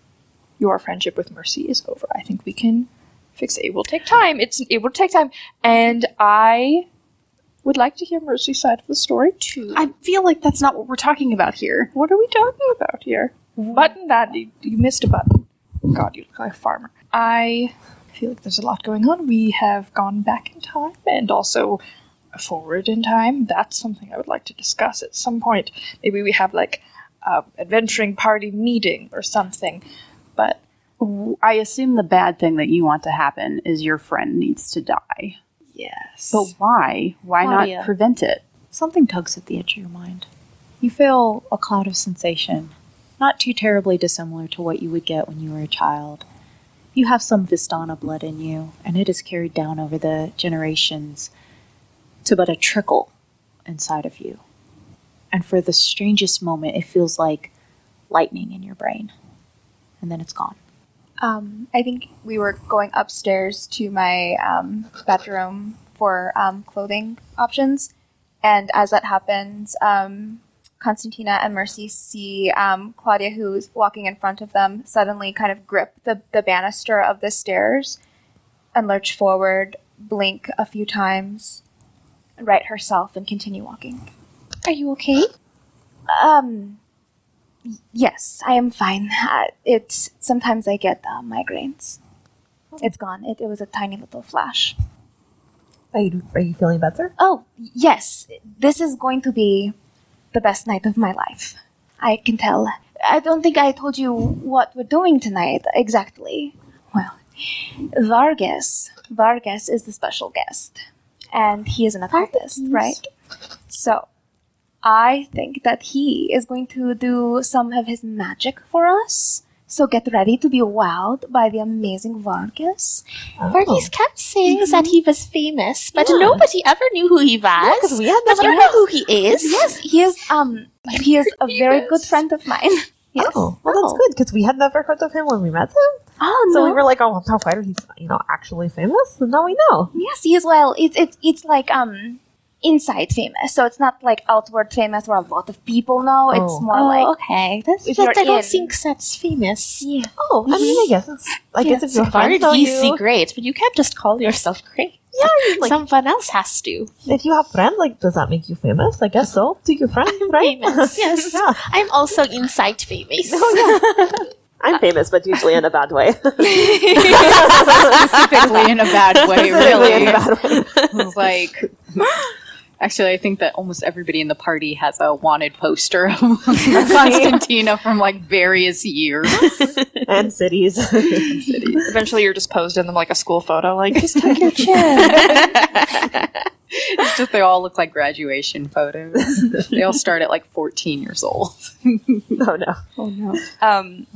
Speaker 6: your friendship with Mercy is over. I think we can fix it. It will take time. It's it will take time, and I would like to hear Mercy's side of the story too.
Speaker 4: I feel like that's not what we're talking about here.
Speaker 6: what are we talking about here? Button that you, you missed a button. God, you look like a farmer. I feel like there's a lot going on. We have gone back in time and also forward in time. That's something I would like to discuss at some point. Maybe we have like a adventuring party meeting or something. But
Speaker 4: W- I assume the bad thing that you want to happen is your friend needs to die.
Speaker 6: yes,
Speaker 4: But why? Why
Speaker 7: Claudia.
Speaker 4: not prevent it?
Speaker 7: Something tugs at the edge of your mind. You feel a cloud of sensation, not too terribly dissimilar to what you would get when you were a child. You have some Vistana blood in you, and it is carried down over the generations to but a trickle inside of you. And for the strangest moment, it feels like lightning in your brain, and then it's gone.
Speaker 9: Um, I think we were going upstairs to my um, bedroom for um, clothing options, and as that happens, um, Constantina and Mercy see um, Claudia, who's walking in front of them, suddenly kind of grip the, the banister of the stairs and lurch forward, blink a few times, right herself, and continue walking. Are you okay? Um, Yes, I am fine. Uh, it's sometimes I get uh, migraines. It's gone. It, it was a tiny little flash.
Speaker 8: Are you, are you feeling better?
Speaker 9: Oh, yes. This is going to be the best night of my life. I can tell. I don't think I told you what we're doing tonight exactly. Well, Vargas. Vargas is the special guest. And he is an occultist, right? So, I think that he is going to do some of his magic for us. So get ready to be wowed by the amazing Vargas.
Speaker 17: Vargas kept saying that he was famous, but nobody ever knew who he was.
Speaker 8: because we had
Speaker 17: but
Speaker 8: that
Speaker 17: you know who he is.
Speaker 9: Yes, he is. Um, he is a very good friend of mine. <laughs> Yes.
Speaker 8: Oh, well, that's good because we had never heard of him when we met him.
Speaker 9: Oh
Speaker 8: So
Speaker 9: no.
Speaker 8: we were like, oh, how fighter, he's you know actually famous, and now we know.
Speaker 9: yes, he is. Well, it's it's it's like um inside famous. So it's not like outward famous where a lot of people know.
Speaker 8: Oh.
Speaker 9: It's more
Speaker 17: Oh,
Speaker 9: like
Speaker 17: okay. That's,
Speaker 9: if
Speaker 17: that,
Speaker 9: you're
Speaker 17: I don't
Speaker 9: in-
Speaker 17: think that's famous.
Speaker 9: yeah. <laughs>
Speaker 8: Oh, I mean, I guess it's I guess if your
Speaker 17: Vargas
Speaker 8: friends tell
Speaker 17: is
Speaker 8: you,
Speaker 17: great, but you can't just call yourself great.
Speaker 1: Yeah, someone else has to.
Speaker 8: If you have friends, like, does that make you famous? I guess so. To your friends, right? <laughs>
Speaker 1: Famous, yes. I'm also inside famous.
Speaker 8: I'm famous, but usually in a bad way. <laughs>
Speaker 7: specifically in a
Speaker 4: <laughs>
Speaker 7: bad way,
Speaker 8: Specifically
Speaker 7: really.
Speaker 8: in a
Speaker 7: It was like, <gasps> actually, I think that almost everybody in the party has a wanted poster of <laughs> Constantina from like various years.
Speaker 8: and cities. <laughs>
Speaker 6: Eventually, you're just posed in them like a school photo. Like, just tuck your chin.
Speaker 7: It's just they all look like graduation photos. they all start at like 14 years old.
Speaker 8: oh no.
Speaker 7: Oh no.
Speaker 9: <laughs> Um,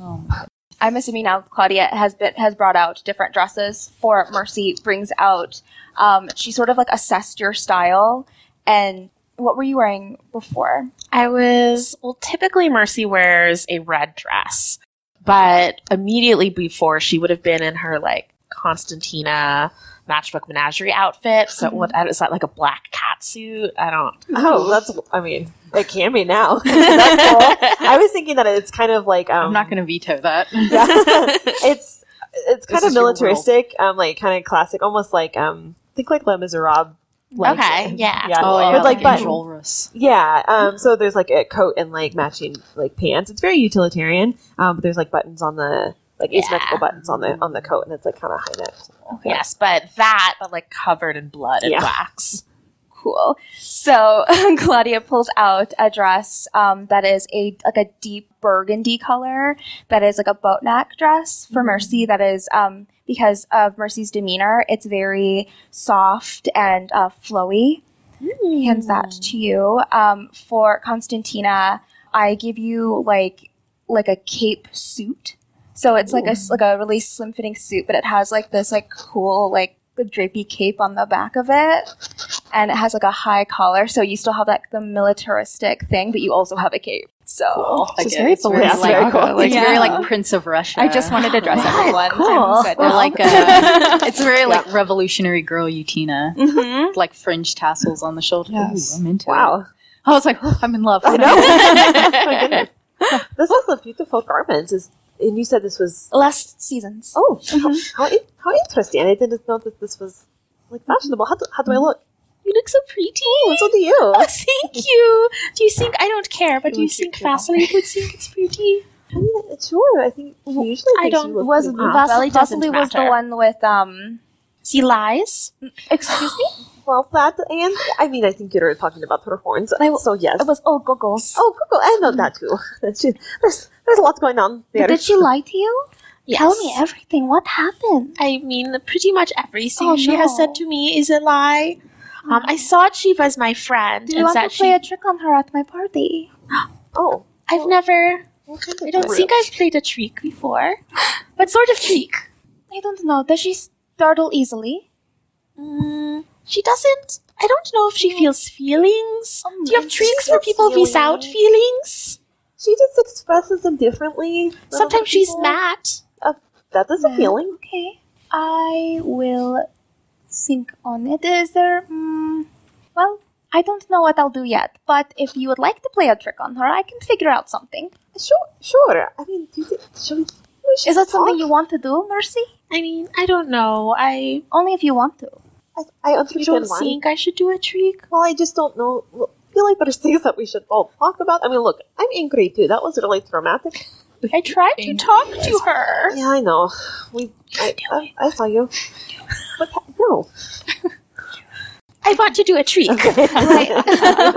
Speaker 9: I'm assuming now Claudia has been has brought out different dresses for Mercy. Brings out. Um, she sort of like assessed your style and what were you wearing before?
Speaker 18: I was, well, typically Mercy wears a red dress, but immediately before she would have been in her like Constantina matchbook menagerie outfit. So, what is that like a black cat suit? I don't.
Speaker 8: Mm-hmm. Oh, that's. I mean, it can
Speaker 18: <laughs>
Speaker 8: be now. That's cool. I was thinking that it's kind of like um,
Speaker 7: I'm not going to veto that.
Speaker 18: <laughs>
Speaker 8: yeah. it's it's kind of
Speaker 7: is your world.
Speaker 8: militaristic, um, like kind of classic, almost like um, think like Les Miserables. Like,
Speaker 1: Okay, yeah.
Speaker 8: yeah,
Speaker 7: Oh, yeah,
Speaker 8: with like
Speaker 7: like
Speaker 8: buttons.
Speaker 7: chivalrous.
Speaker 8: Yeah, um, so there's like a coat and like matching like pants. It's very utilitarian, um, but there's like buttons on the like asymmetrical buttons on the on the coat, and it's like kind of high neck.
Speaker 18: Yes, but that, but like covered in blood and
Speaker 8: Yeah.
Speaker 18: wax.
Speaker 9: cool. So <laughs> Claudia pulls out a dress um, that is a like a deep burgundy color that is like a boat neck dress for Mercy. That is um, because of Mercy's demeanor. It's very soft and uh, flowy. Hands that to you. Um, for Constantina, I give you like like a cape suit. So it's like a s- like a really slim fitting suit, but it has like this like cool like drapey cape on the back of it and it has like a high collar, so you still have like the militaristic thing, but you also have a cape. So
Speaker 7: She's very
Speaker 8: Yeah,
Speaker 7: Balenciaga.
Speaker 8: it's very cool.
Speaker 7: Like,
Speaker 9: Yeah.
Speaker 7: very like Prince of Russia.
Speaker 9: I just wanted to dress everyone.
Speaker 7: Cool.
Speaker 9: I'm good.
Speaker 7: They're like
Speaker 9: <laughs>
Speaker 7: a, it's very like revolutionary girl Utina,
Speaker 9: Mhm.
Speaker 7: like fringe tassels on the shoulder.
Speaker 6: Yes.
Speaker 7: Ooh, I'm into it.
Speaker 8: <laughs> Wow,
Speaker 7: I was like, oh, I'm in love.
Speaker 8: I know. <laughs> oh
Speaker 1: <laughs>
Speaker 8: my goodness, this is a beautiful garments. Is and you said this was
Speaker 9: Last seasons.
Speaker 8: oh
Speaker 1: Mm-hmm.
Speaker 8: how, how, in- how interesting. I didn't know that this was like fashionable. How do, how
Speaker 1: Mm-hmm.
Speaker 8: do I look?
Speaker 1: You look so pretty.
Speaker 8: Oh, so do you?
Speaker 1: Oh, thank you. Do you think I don't care, but do you think Vasily would think it's
Speaker 9: <laughs>
Speaker 1: pretty?
Speaker 8: I mean, sure. I think he usually
Speaker 1: I
Speaker 8: thinks
Speaker 1: don't-
Speaker 8: you look
Speaker 9: Was
Speaker 8: pretty
Speaker 9: Vas-
Speaker 8: good.
Speaker 1: Belly doesn't
Speaker 9: Vasily was the
Speaker 1: matter.
Speaker 9: one with um? Mm,
Speaker 1: See lies?
Speaker 9: Excuse
Speaker 1: <gasps>
Speaker 9: me.
Speaker 8: well that and I mean I think you're talking about her horns.
Speaker 9: I will-
Speaker 8: so yes.
Speaker 9: It was old goggles.
Speaker 8: Oh, Google, I know that too. <laughs> She- there's there's a lot going on there.
Speaker 9: But did she lie to you? Tell me everything. What happened?
Speaker 1: I mean, pretty much everything
Speaker 9: Oh,
Speaker 1: she has said to me is a lie. Um,
Speaker 8: Mm.
Speaker 1: I thought she was my friend,
Speaker 9: Did you
Speaker 1: and
Speaker 9: want to
Speaker 1: that
Speaker 9: play
Speaker 1: she.
Speaker 9: a trick on her at my
Speaker 1: <gasps>
Speaker 9: party?
Speaker 8: oh,
Speaker 1: I've never. I don't
Speaker 8: trick?
Speaker 1: think I've played a trick
Speaker 9: <laughs>
Speaker 1: before. what sort of trick?
Speaker 9: I don't know. Does she startle easily?
Speaker 1: Mm, she doesn't. I don't know if she feels feelings.
Speaker 9: Oh,
Speaker 1: Do you have
Speaker 9: she
Speaker 1: tricks where
Speaker 8: feels
Speaker 1: people without
Speaker 8: feelings.
Speaker 1: feelings?
Speaker 8: she just expresses them differently. than other
Speaker 1: Sometimes she's
Speaker 8: people.
Speaker 1: mad.
Speaker 8: Uh, that is a feeling.
Speaker 9: Okay. I will think on it. Is there. Mm, well, I don't know what I'll do yet, but if you would like to play a trick on her, I can figure out something.
Speaker 8: Sure, sure. I mean, do you think, should we? we should
Speaker 9: Is that something
Speaker 8: talk?
Speaker 9: you want to do, Mercy?
Speaker 1: I mean, I don't know. I
Speaker 9: Only if you want to.
Speaker 8: I, I understand
Speaker 1: don't
Speaker 8: why.
Speaker 1: think I should do a trick.
Speaker 8: Well, I just don't know. Well, I feel like there's things that we should all talk about. I mean, look, I'm angry too. That was really traumatic.
Speaker 1: I tried to talk to her.
Speaker 8: Yeah, I know. We, I, I, I saw you. But no,
Speaker 1: I want to do a trick.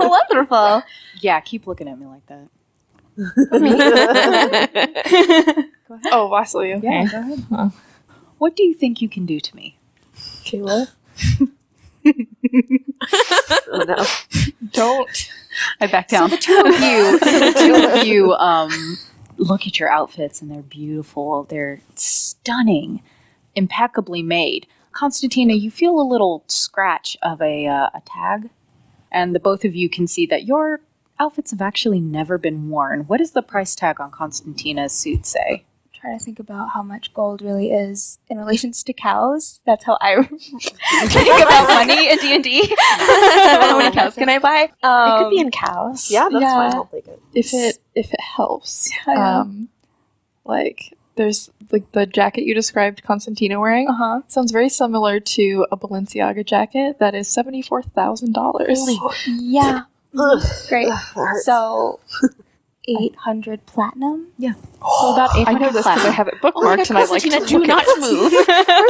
Speaker 9: <laughs> Wonderful.
Speaker 7: Yeah, keep looking at me
Speaker 6: <laughs>
Speaker 7: like that.
Speaker 6: Oh, Vasily. Okay.
Speaker 7: Yeah, go ahead. What do you think you can do to me?
Speaker 8: oh, no.
Speaker 6: Don't.
Speaker 7: I back down. So the two of <laughs> you, so the two of you, um, look at your outfits, and they're beautiful. They're stunning, impeccably made. Constantina, you feel a little scratch of a uh, a tag, and the both of you can see that your outfits have actually never been worn. What does the price tag on Constantina's suit say?
Speaker 9: trying to think about how much gold really is in relations to cows. That's how I <laughs> think about money in D and
Speaker 19: <laughs>
Speaker 9: D. How many cows can I buy?
Speaker 1: it
Speaker 9: Um,
Speaker 1: could be in cows.
Speaker 8: Yeah, that's
Speaker 9: Yeah.
Speaker 8: fine. I'll take it.
Speaker 6: If it if it helps,
Speaker 9: Yeah.
Speaker 6: um, like There's like the jacket you described Constantina wearing.
Speaker 9: Uh-huh.
Speaker 6: Sounds very similar to a Balenciaga jacket that is seventy four thousand dollars.
Speaker 7: <laughs>
Speaker 9: Yeah.
Speaker 8: <laughs> Ugh.
Speaker 9: Great.
Speaker 8: hurts.
Speaker 19: <laughs>
Speaker 9: So, 800 platinum?
Speaker 6: Yeah.
Speaker 9: So about
Speaker 6: I know
Speaker 9: 800
Speaker 6: this because I
Speaker 9: platinum.
Speaker 6: have it bookmarked and I like to
Speaker 19: Constantina, do
Speaker 6: look at
Speaker 19: not
Speaker 6: it.
Speaker 19: move.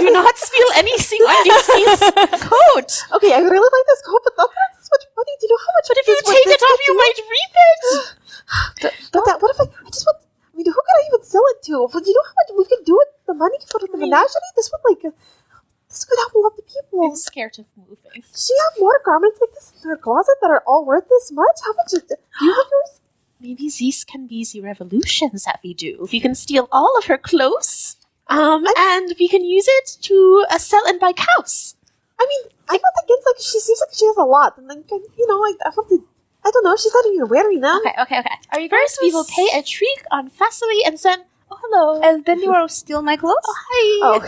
Speaker 19: do not spill anything on this coat.
Speaker 8: Okay, I really like this coat, but not that it's so much money. Do you know how much? But
Speaker 19: If you take it off, you might reap it.
Speaker 8: <gasps> But that, what if I? I just want. I mean, who could I even sell it to? But you know how much we could do with the money for the menagerie. This would like. uh, This could help a lot of people.
Speaker 19: I'm scared of moving.
Speaker 8: Does she have more garments like this in her closet that are all worth this much? How much? Is, do you have
Speaker 19: <gasps>
Speaker 8: yours?
Speaker 19: Maybe these can be the revolutions that we do. We can steal all of her clothes, um, and we can use it to uh, sell and buy cows.
Speaker 8: I mean, I'm not against like she seems like she has a lot, and then you know, like I want to. I don't know. She's not even wearing them.
Speaker 19: Okay, okay, okay. Are you First, we will pay a trick on Facily and then. Oh, hello.
Speaker 9: And then you will steal my clothes?
Speaker 19: Hi.
Speaker 8: Oh,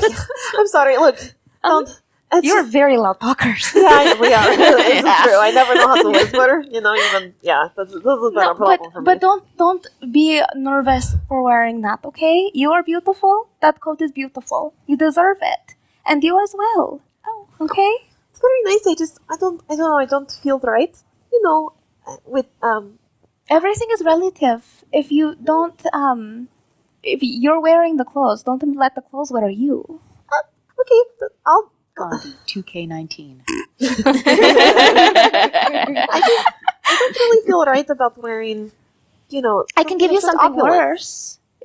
Speaker 8: I'm sorry. Look,
Speaker 19: Um,
Speaker 8: don't. it's
Speaker 9: You're
Speaker 8: just-
Speaker 9: very loud talkers.
Speaker 8: yeah, I- we <laughs> are. This is true. I never know how to whisper. You know, even yeah, this, this has been a
Speaker 9: but,
Speaker 8: problem for me.
Speaker 9: but don't don't be nervous for wearing that, okay? You are beautiful. That coat is beautiful. You deserve it. And you as well. Oh. Okay?
Speaker 8: it's very nice. I just, I don't, I don't know. I don't feel right. You know, uh, with um,
Speaker 9: Everything is relative. If you don't um if you're wearing the clothes, don't let the clothes wear you.
Speaker 8: okay, I'll.
Speaker 7: Gandhi,
Speaker 8: <laughs>
Speaker 7: 2K19.
Speaker 8: I just, I don't really feel right about wearing. You know,
Speaker 9: I can give you
Speaker 8: such
Speaker 9: something
Speaker 8: opulence.
Speaker 9: worse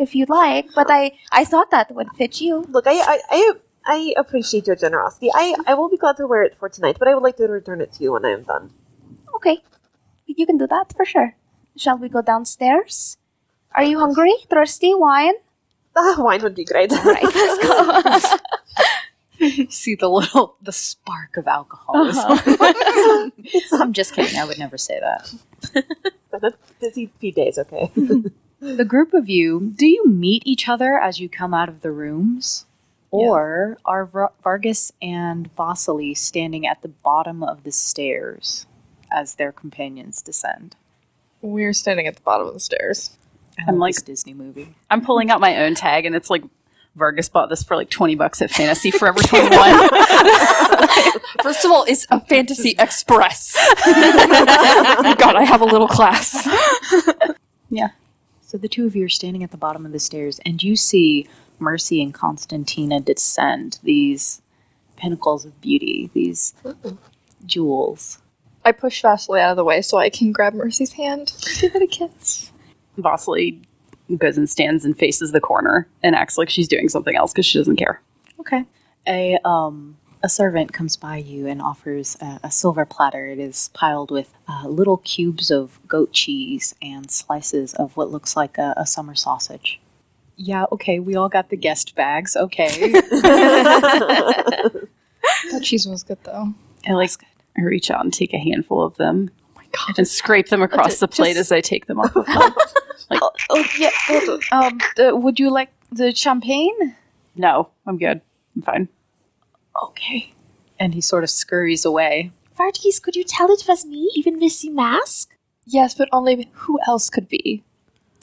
Speaker 9: if you'd like, but I I thought that would fit you.
Speaker 8: Look, I, I, I, I appreciate your generosity. I, I will be glad to wear it for tonight, but I would like to return it to you when I am done. <laughs>
Speaker 9: Okay. You can do that for sure. Shall we go downstairs? Are you hungry? Thirsty? Wine?
Speaker 8: Ah, wine would be great.
Speaker 7: See the little <laughs> the spark of alcoholism. <laughs> I'm just kidding. I would never say that.
Speaker 8: Busy few days, okay.
Speaker 7: <laughs> The group of you, do you meet each other as you come out of the rooms? Or are Var- Vargas and Vasily standing at the bottom of the stairs as their companions descend?
Speaker 6: We're standing at the bottom of the stairs.
Speaker 7: I am like this Disney movie. I'm pulling out my own tag, and it's like Vargas bought this for like 20 bucks at Fantasy Forever 21.
Speaker 4: First of all, it's a Fantasy Express. God, I have a little class.
Speaker 7: So the two of you are standing at the bottom of the stairs, and you see Mercy and Constantina descend these pinnacles of beauty, these jewels.
Speaker 6: I push Vasily out of the way so I can grab Mercy's hand. Give it a kiss.
Speaker 7: Vasily goes and stands and faces the corner and acts like she's doing something else because she doesn't care. Okay. A um a servant comes by you and offers a, a silver platter. It is piled with uh, little cubes of goat cheese and slices of what looks like a, a summer sausage. Yeah. Okay. We all got the guest bags. Okay.
Speaker 6: That cheese was good though.
Speaker 7: I like I reach out and take a handful of them. Oh my god! And scrape them across the plate as I take them off of <laughs> them.
Speaker 4: Oh, yeah. Um, the, would you like the champagne?
Speaker 7: no, I'm good. I'm fine.
Speaker 4: Okay.
Speaker 7: And he sort of scurries away.
Speaker 19: Vargas, could you tell it was me, even with the mask?
Speaker 6: Yes, but only who else could be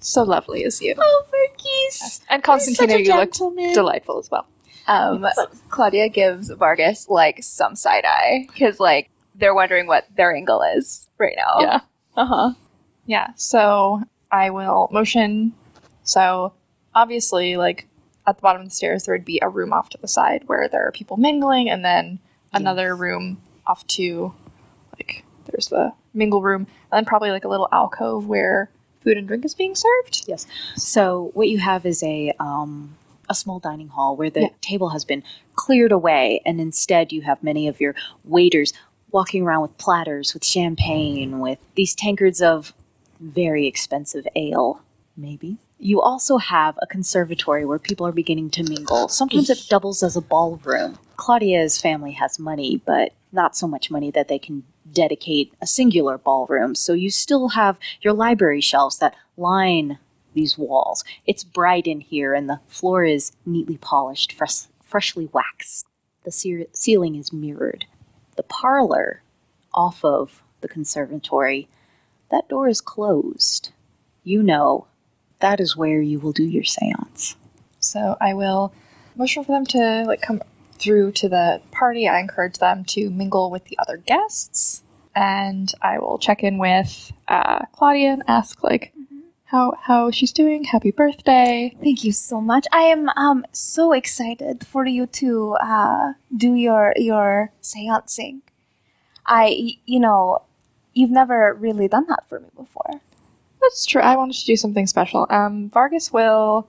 Speaker 6: so lovely as you?
Speaker 19: Oh, Vargas.
Speaker 6: And
Speaker 19: Constantina, such a
Speaker 6: Constantina, you
Speaker 19: you
Speaker 6: looked
Speaker 19: looked gentleman.
Speaker 6: delightful as well.
Speaker 9: Um, Claudia gives Vargas like some side eye because like they're wondering what their angle is right now.
Speaker 6: Yeah.
Speaker 9: Uh huh.
Speaker 6: Yeah, so I will motion. So obviously, like at the bottom of the stairs, there would be a room off to the side where there are people mingling, and then another room off to like there's the mingle room, and then probably like a little alcove where food and drink is being served.
Speaker 7: Yes. So what you have is a um, a small dining hall where the table has been cleared away, and instead you have many of your waiters walking around with platters, with champagne, with these tankards of very expensive ale. Maybe you also have a conservatory where people are beginning to mingle. Sometimes it doubles as a ballroom. Claudia's family has money, but not so much money that they can dedicate a singular ballroom. So you still have your library shelves that line these walls. It's bright in here, and the floor is neatly polished, fresh, freshly waxed. The ceil- ceiling is mirrored. The parlor off of the conservatory, that door is closed. You know that is where you will do your seance.
Speaker 6: So I will motion for them to like come through to the party. I encourage them to mingle with the other guests, and I will check in with uh, Claudia and ask like how how she's doing. Happy birthday!
Speaker 9: Thank you so much. I am um so excited for you to uh, do your your seancing. I you know you've never really done that for me before.
Speaker 6: That's true. I wanted to do something special. Um, Vargas will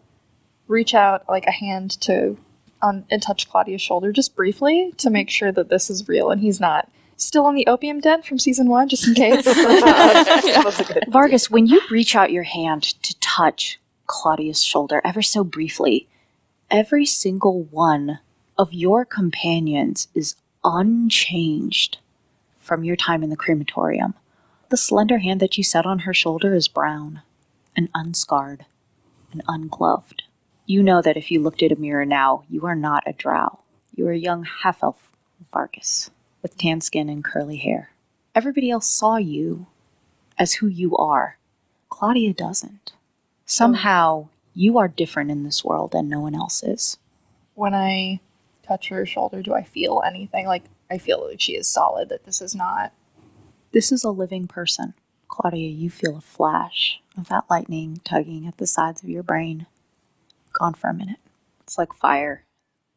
Speaker 6: reach out like a hand to on and touch Claudia's shoulder just briefly to make sure that this is real and he's not still in the opium den from season one, just in case. <laughs>
Speaker 7: Vargas, when you reach out your hand to touch Claudia's shoulder ever so briefly, every single one of your companions is unchanged from your time in the crematorium. The slender hand that you set on her shoulder is brown and unscarred and ungloved. You know that if you looked at a mirror now, you are not a drow. You are a young half elf Vargas with tan skin and curly hair. Everybody else saw you as who you are. Claudia doesn't. Somehow, you are different in this world and no one else is.
Speaker 6: when I touch her shoulder, do I feel anything? Like I feel like she is solid. That this is not.
Speaker 7: This is a living person. Claudia, you feel a flash of that lightning tugging at the sides of your brain. Gone for a minute. It's like fire.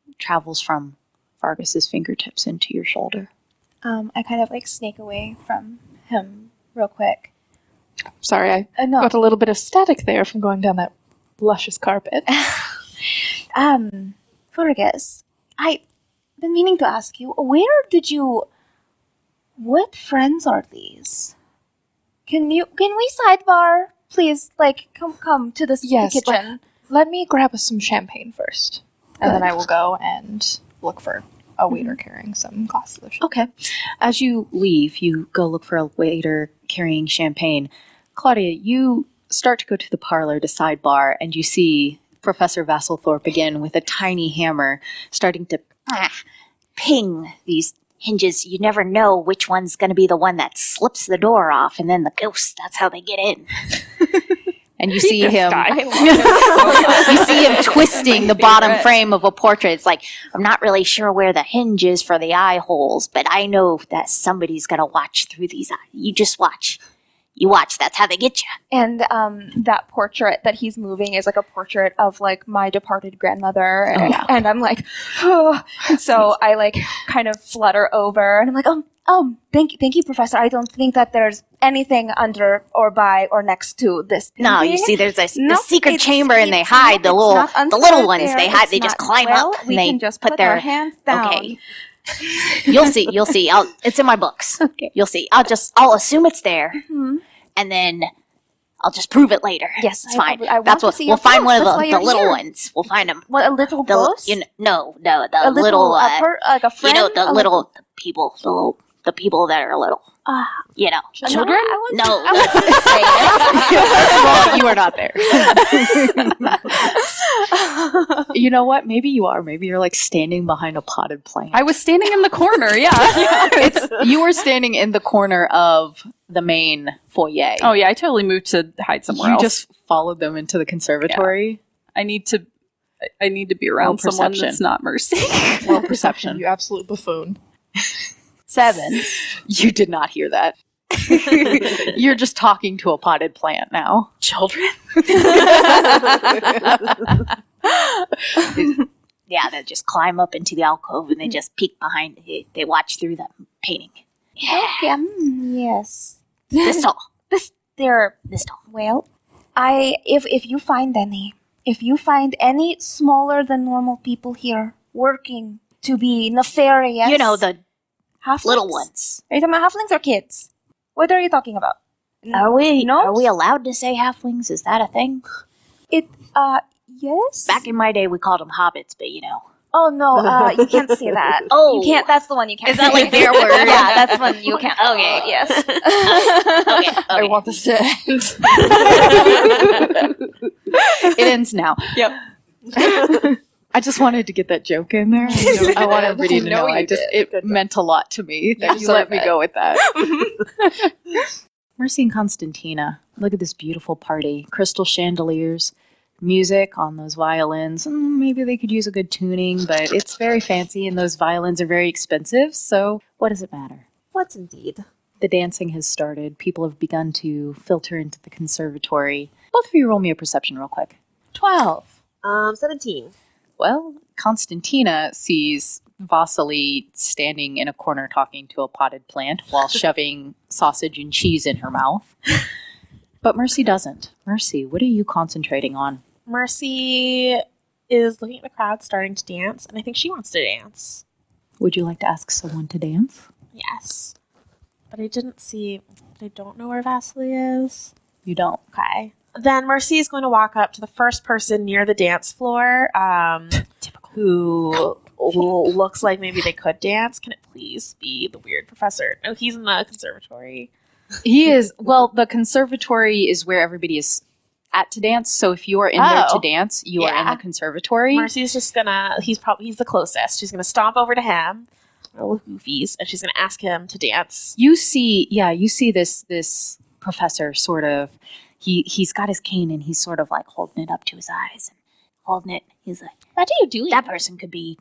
Speaker 7: It travels from Vargas's fingertips into your shoulder.
Speaker 9: Um, I kind of like snake away from him real quick.
Speaker 6: Sorry, I
Speaker 9: Uh, no.
Speaker 6: got a little bit of static there from going down that luscious <laughs> carpet.
Speaker 9: Um, Fergus, I've been meaning to ask you, where did you. What friends are these? Can you. Can we sidebar? Please, like, come come to this the
Speaker 6: yes, le-
Speaker 9: kitchen.
Speaker 6: let me grab us some champagne first, and then I will go and look for a waiter carrying some glasses of champagne.
Speaker 7: Okay. As you leave, you go look for a waiter carrying champagne. Claudia, you start to go to the parlor to sidebar, and you see Professor Vasselthorpe again with a tiny hammer starting to ah, ping these hinges. You never know which one's going to be the one that slips the door off, and then the ghost, that's how they get in. and you see him <laughs>
Speaker 9: Oh,
Speaker 7: you see him twisting the bottom frame of a portrait. It's like, I'm not really sure where the hinge is for the eye holes, but I know that somebody's going to watch through these eyes. You just watch. You watch. That's how they
Speaker 8: <laughs>
Speaker 7: get you.
Speaker 9: And um, that portrait that he's moving is like a portrait of like my departed grandmother, and, and I'm like, oh. And so I like kind of flutter over, and I'm like, um, um, thank you, thank you, Professor. I don't think that there's anything under or by or next to this.
Speaker 7: No, you
Speaker 9: painting.
Speaker 7: see, there's this,
Speaker 9: No,
Speaker 7: this secret
Speaker 9: it's-
Speaker 7: chamber, and they
Speaker 9: it's
Speaker 7: hide the
Speaker 9: not- it's
Speaker 7: little,
Speaker 9: not
Speaker 7: the little
Speaker 9: under
Speaker 7: ones.
Speaker 9: there.
Speaker 7: They hide.
Speaker 9: It's
Speaker 7: They just
Speaker 9: not-
Speaker 7: climb
Speaker 9: well,
Speaker 7: up.
Speaker 9: We
Speaker 7: and they
Speaker 9: can just
Speaker 7: put,
Speaker 9: put
Speaker 7: their
Speaker 9: our hands down.
Speaker 7: Okay. You'll see. You'll see. I'll, it's in my
Speaker 9: <laughs>
Speaker 7: books. Okay. You'll see. I'll just. I'll assume it's there, and then I'll just prove it later.
Speaker 9: Mm-hmm. Yes,
Speaker 7: it's
Speaker 9: I-
Speaker 7: fine.
Speaker 9: I- I want
Speaker 7: That's
Speaker 9: to
Speaker 7: what
Speaker 9: see
Speaker 7: we'll
Speaker 9: your
Speaker 7: find. One of
Speaker 9: books. That's
Speaker 7: the, the
Speaker 9: why you're
Speaker 7: little
Speaker 9: here.
Speaker 7: ones. We'll find them.
Speaker 9: What a little
Speaker 7: The
Speaker 9: boss?
Speaker 7: you kn- no no the
Speaker 9: a
Speaker 7: little,
Speaker 9: little,
Speaker 7: uh,
Speaker 9: a per, like a
Speaker 7: you
Speaker 9: friend.
Speaker 7: know the
Speaker 9: a
Speaker 7: little people the little, the people that are little.
Speaker 9: Ah.
Speaker 7: you know
Speaker 9: children. <laughs> I want
Speaker 7: No.
Speaker 9: I want to
Speaker 7: <laughs> well,
Speaker 9: say <laughs>
Speaker 7: you are not there. <laughs>
Speaker 4: You know what? Maybe you are. Maybe you're like standing behind a potted plant. I was standing in the corner. Yeah,
Speaker 6: <laughs>
Speaker 4: it's
Speaker 7: You were standing in the corner of the main foyer.
Speaker 4: Oh yeah, I totally moved to hide somewhere
Speaker 7: You
Speaker 4: else.
Speaker 7: just
Speaker 4: followed them into the conservatory. I need to. I- I need to be around
Speaker 7: Roll
Speaker 4: someone
Speaker 7: perception.
Speaker 4: that's not Mercy.
Speaker 6: <laughs>
Speaker 4: <laughs>
Speaker 6: Well, perception, you absolute buffoon.
Speaker 4: Seven.
Speaker 7: You did not hear <laughs> that.
Speaker 4: You're just talking to a potted plant now. <laughs> Children.
Speaker 7: Yeah, they just climb up into the alcove
Speaker 4: Mm-hmm.
Speaker 7: and they just peek behind. They, they watch through the painting.
Speaker 9: okay. mm, yes.
Speaker 7: <laughs> This tall.
Speaker 9: This there.
Speaker 7: This tall.
Speaker 9: Well, I if if you find any, if you find any smaller than normal people here working to be nefarious,
Speaker 7: You know the
Speaker 9: halflings.
Speaker 7: little ones.
Speaker 9: Are you talking about halflings or kids? What are you talking about?
Speaker 7: Are we?
Speaker 9: No.
Speaker 7: Are we allowed to say halflings? Is that a thing?
Speaker 9: It uh yes.
Speaker 7: Back in my day, we called them hobbits, but you
Speaker 8: <laughs>
Speaker 7: know.
Speaker 9: Oh no, uh, you can't say
Speaker 20: <laughs>
Speaker 9: that.
Speaker 7: Oh.
Speaker 9: you can't. That's the one you can't.
Speaker 7: Is that
Speaker 9: say.
Speaker 7: like their word?
Speaker 9: yeah, that's one you <laughs> can't.
Speaker 7: Okay.
Speaker 9: Oh, yes.
Speaker 7: Okay.
Speaker 6: I
Speaker 7: okay.
Speaker 6: want this to end.
Speaker 4: <laughs> It ends now.
Speaker 6: Yep.
Speaker 4: <laughs> I just wanted to get that joke in there.
Speaker 6: <laughs>
Speaker 4: I want everybody to know.
Speaker 6: know
Speaker 4: I
Speaker 6: you
Speaker 4: just it meant a lot to me that you
Speaker 6: deserve
Speaker 4: let me
Speaker 6: it.
Speaker 4: go with that.
Speaker 6: <laughs>
Speaker 7: Mercy and Constantina, look at this beautiful party. Crystal chandeliers,
Speaker 21: music on those violins. Mm, Maybe they could use a good tuning, but it's very fancy and those violins are very expensive. So, what does it matter?
Speaker 22: What's indeed?
Speaker 21: The dancing has started. People have begun to filter into the conservatory. Both of you roll me a perception real quick. 12.
Speaker 22: Um, 17.
Speaker 21: Well,
Speaker 7: Constantina sees Vasily standing in a corner talking to a potted plant <laughs> while shoving sausage and cheese in her mouth.
Speaker 21: but Mercy doesn't. Mercy, what are you concentrating on?
Speaker 8: Mercy is looking at the crowd starting to dance, and I think she wants to dance.
Speaker 21: Would you like to ask someone to dance?
Speaker 8: Yes. But I didn't see, I don't know where Vasily is.
Speaker 21: You don't.
Speaker 8: Okay. Then Mercy is going to walk up to the first person near the dance floor um, who l- looks like maybe they could dance. Can it please be the weird professor? No, he's in the conservatory.
Speaker 7: He is well. The conservatory is where everybody is at to dance. So if you are in there
Speaker 8: Oh.
Speaker 7: to dance, you are in
Speaker 8: Yeah.
Speaker 7: the conservatory.
Speaker 8: Mercy's just gonna, he's probably, he's the closest. She's gonna stomp over to him, roll the goofies, and she's gonna ask him to dance.
Speaker 21: you see yeah you see this this professor sort of he he's got his cane and he's sort of like holding it up to his eyes and holding it he's like
Speaker 9: What are you doing?
Speaker 21: that person could be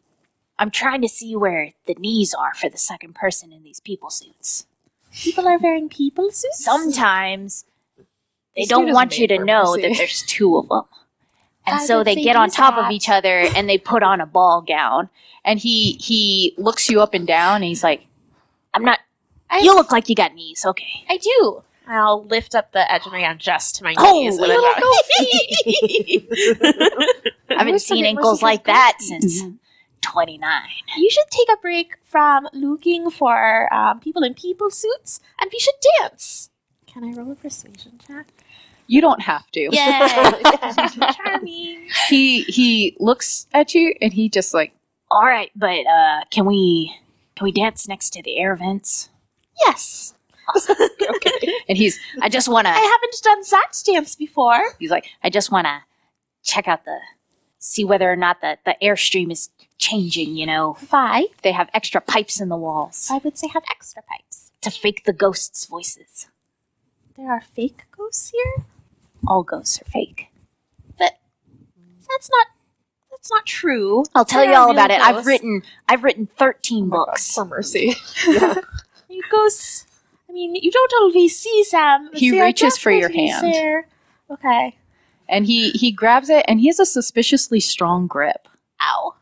Speaker 21: i'm trying to see where the knees are for the second person in these people suits
Speaker 9: People are wearing people suits.
Speaker 21: sometimes they
Speaker 9: This dude
Speaker 21: don't
Speaker 9: is
Speaker 21: want you
Speaker 9: made
Speaker 21: to
Speaker 9: for
Speaker 21: know
Speaker 9: mercy.
Speaker 21: that there's two of them and
Speaker 9: I
Speaker 21: so
Speaker 9: didn't
Speaker 21: they
Speaker 9: see
Speaker 21: get on
Speaker 9: these
Speaker 21: top of
Speaker 9: hats.
Speaker 21: each other and they put on a ball gown and he he looks you up and down and he's like i'm not you look like you got knees okay
Speaker 9: I do.
Speaker 8: I'll lift up the edge of my gown just to my
Speaker 21: Holy
Speaker 8: knees. and then-
Speaker 9: <laughs>
Speaker 21: I haven't seen ankles like that since 29.
Speaker 9: Mm-hmm. You should take a break from looking for um, people in people suits, and we should dance.
Speaker 8: Can I roll a persuasion check?
Speaker 7: You don't have to.
Speaker 9: Yeah, <laughs> charming.
Speaker 7: He he looks at you and he just like
Speaker 21: All right, but uh, can we can we dance next to the air vents? <laughs>
Speaker 9: Yes,
Speaker 21: And he's I just want
Speaker 9: I
Speaker 21: to
Speaker 9: haven't done that dance before.
Speaker 21: he's like I just want to check out the see whether or not the the airstream is changing, you know.
Speaker 9: Why?
Speaker 21: If they have extra pipes in the walls
Speaker 9: I would say have extra pipes.
Speaker 21: to fake the ghosts' voices.
Speaker 9: There are fake ghosts here.
Speaker 21: All ghosts are fake.
Speaker 9: That's not. That's not true.
Speaker 21: I'll tell
Speaker 9: There
Speaker 21: you
Speaker 9: are
Speaker 21: all
Speaker 9: real
Speaker 21: about it. I've
Speaker 9: ghosts.
Speaker 21: written I've written 13 books.
Speaker 20: Oh For
Speaker 9: <laughs>
Speaker 20: mercy.
Speaker 9: You ghosts. I mean, you don't always see them.
Speaker 7: He
Speaker 9: They are
Speaker 7: reaches for your
Speaker 9: definitely
Speaker 7: hand.
Speaker 9: there. Okay.
Speaker 7: and he he grabs it and he has a suspiciously strong grip.
Speaker 9: Ow.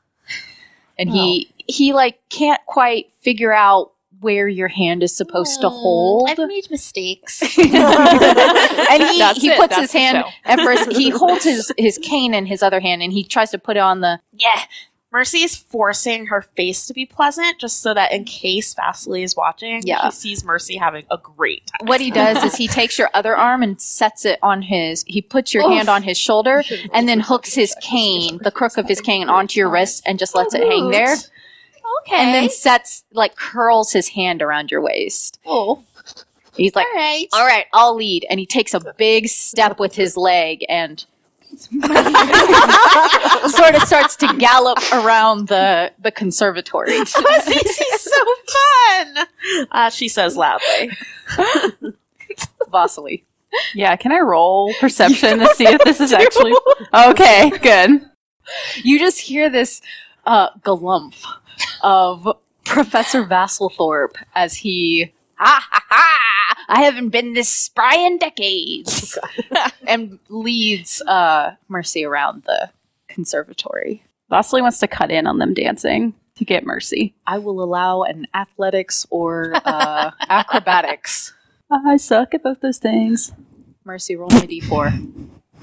Speaker 7: and he he like can't quite figure out where your hand is supposed
Speaker 6: Hmm.
Speaker 7: to hold.
Speaker 9: I've made mistakes. <laughs>
Speaker 7: and he,
Speaker 6: That's
Speaker 7: he
Speaker 6: it.
Speaker 7: puts
Speaker 6: That's
Speaker 7: his
Speaker 6: the
Speaker 7: hand
Speaker 6: show.
Speaker 7: at first
Speaker 6: <laughs>
Speaker 7: he holds his, his cane in his other hand and he tries to put it on the
Speaker 21: Yeah.
Speaker 8: Mercy is forcing her face to be pleasant just so that in case Vasily is watching,
Speaker 7: Yeah.
Speaker 8: she sees Mercy having a great time.
Speaker 7: what he does is he takes your other arm and sets it on his he puts your
Speaker 9: Oh.
Speaker 7: hand on his shoulder and then hooks his cane the crook of his cane onto your wrist and just lets it hang there
Speaker 9: Okay.
Speaker 7: and then sets like curls his hand around your waist
Speaker 9: oh,
Speaker 7: he's like
Speaker 9: all right.
Speaker 7: all right i'll lead and he takes a big step with his leg and <laughs> sort of starts to gallop around the the
Speaker 9: <laughs>
Speaker 7: conservatory
Speaker 8: this is so fun! Uh, she
Speaker 7: <laughs>
Speaker 8: says loudly.
Speaker 7: vasily
Speaker 6: Yeah, can I roll perception to see if this is actually okay? Good.
Speaker 7: you just hear this uh glump of professor vasselthorpe as he
Speaker 21: Ha ha ha! I haven't been this spry in decades.
Speaker 7: <laughs> and leads uh mercy around the conservatory
Speaker 6: Vasily wants to cut in on them dancing to get mercy.
Speaker 7: i will allow an athletics or uh acrobatics
Speaker 6: I suck at both those things.
Speaker 7: mercy roll me a d4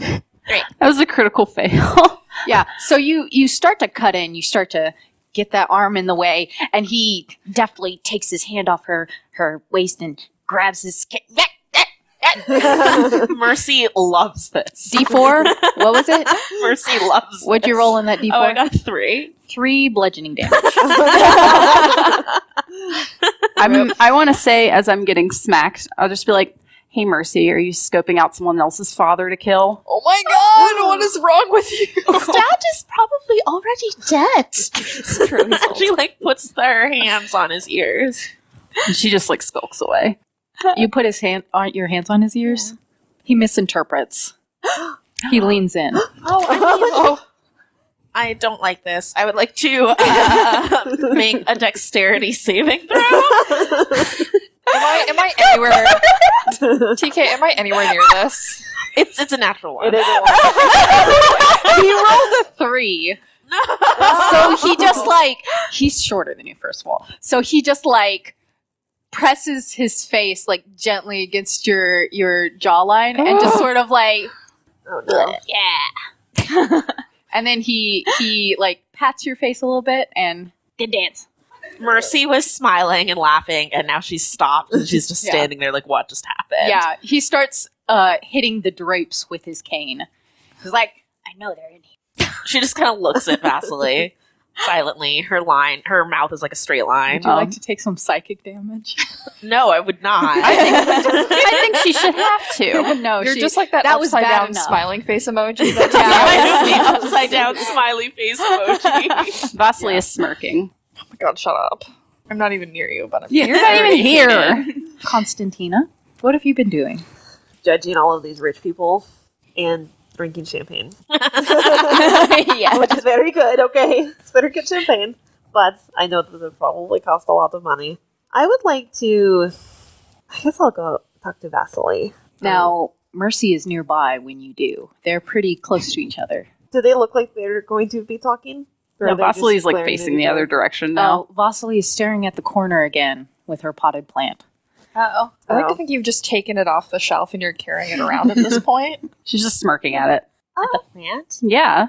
Speaker 6: That was a critical fail.
Speaker 7: yeah so you you start to cut in you start to get that arm in the way
Speaker 21: and he deftly takes his hand off her her waist and grabs his ca-
Speaker 8: Mercy loves this.
Speaker 7: d4 what was
Speaker 20: <laughs>
Speaker 7: it
Speaker 8: Mercy loves
Speaker 7: what'd you roll in that d4
Speaker 8: Oh, I got three.
Speaker 7: three
Speaker 20: <laughs>
Speaker 7: bludgeoning damage
Speaker 6: I'm, I want to say, as I'm getting smacked, I'll just be like, hey, Mercy, are you scoping out someone else's father to kill?
Speaker 20: Oh my god, what is wrong with you?
Speaker 9: Dad is probably already
Speaker 3: <laughs>
Speaker 8: <laughs>
Speaker 9: dead.
Speaker 8: she like puts her hands on his ears.
Speaker 6: And she just like skulks away.
Speaker 23: <gasps>
Speaker 7: you put his hand on your hands on his ears he misinterprets He leans in.
Speaker 3: Oh, I, mean, I don't like this. I would like to
Speaker 7: <laughs>
Speaker 3: uh, make a dexterity saving throw.
Speaker 23: Am I, am I anywhere? TK, am I anywhere near this?
Speaker 3: It's it's a natural one.
Speaker 7: he rolled a three. So he just like he's shorter than you, first of all. So he just like presses his face like gently against your your jawline
Speaker 23: <gasps>
Speaker 7: and just sort of like
Speaker 3: Oh,
Speaker 7: yeah. and then he he like pats your face a little bit and good dance.
Speaker 3: Mercy was smiling and laughing, and now she's stopped and she's just
Speaker 7: Yeah.
Speaker 3: standing there like, "What just happened?"
Speaker 7: Yeah, he starts uh hitting the drapes with his cane. He's like, I know they're in here.
Speaker 3: She just kind of looks at Vasily
Speaker 8: <laughs>
Speaker 3: silently. Her line, her mouth is like a straight line.
Speaker 7: Would you like to take some psychic damage?
Speaker 3: no, I would not. <laughs>
Speaker 7: <laughs> I think she should have to. <laughs> No,
Speaker 23: You're
Speaker 7: she,
Speaker 23: just like that,
Speaker 7: <laughs> That was
Speaker 23: upside
Speaker 7: bad
Speaker 23: down
Speaker 7: enough.
Speaker 23: smiling face emoji.
Speaker 8: <laughs>
Speaker 3: upside down smiley face emoji.
Speaker 4: Vasily is smirking.
Speaker 6: Oh my god, shut up. I'm not even near you, but I'm
Speaker 7: You're not even here, <laughs> Constantina. What have you been doing?
Speaker 8: Judging all of these rich people and
Speaker 3: <laughs>
Speaker 8: drinking champagne. <laughs>
Speaker 7: yeah.
Speaker 8: Which is very good, okay? It's better get champagne. But I know that it probably cost a lot of money. I would like to. I guess I'll go talk to Vasily.
Speaker 7: Now, Mercy is nearby when you do. They're pretty close to each other.
Speaker 8: Do they look like they're going to be talking? Or
Speaker 4: No,
Speaker 8: are they just
Speaker 4: Vasily's like
Speaker 8: glaring at
Speaker 4: facing
Speaker 8: each
Speaker 4: the other direction now.
Speaker 7: Oh, Vasily is staring at the corner again with her potted plant.
Speaker 6: Oh.
Speaker 8: other?
Speaker 6: I like to
Speaker 8: Oh.
Speaker 6: think you've just taken it off the shelf and you're carrying it around at
Speaker 7: <laughs>
Speaker 6: this point.
Speaker 4: She's just smirking at it.
Speaker 3: the plant.
Speaker 4: Yeah.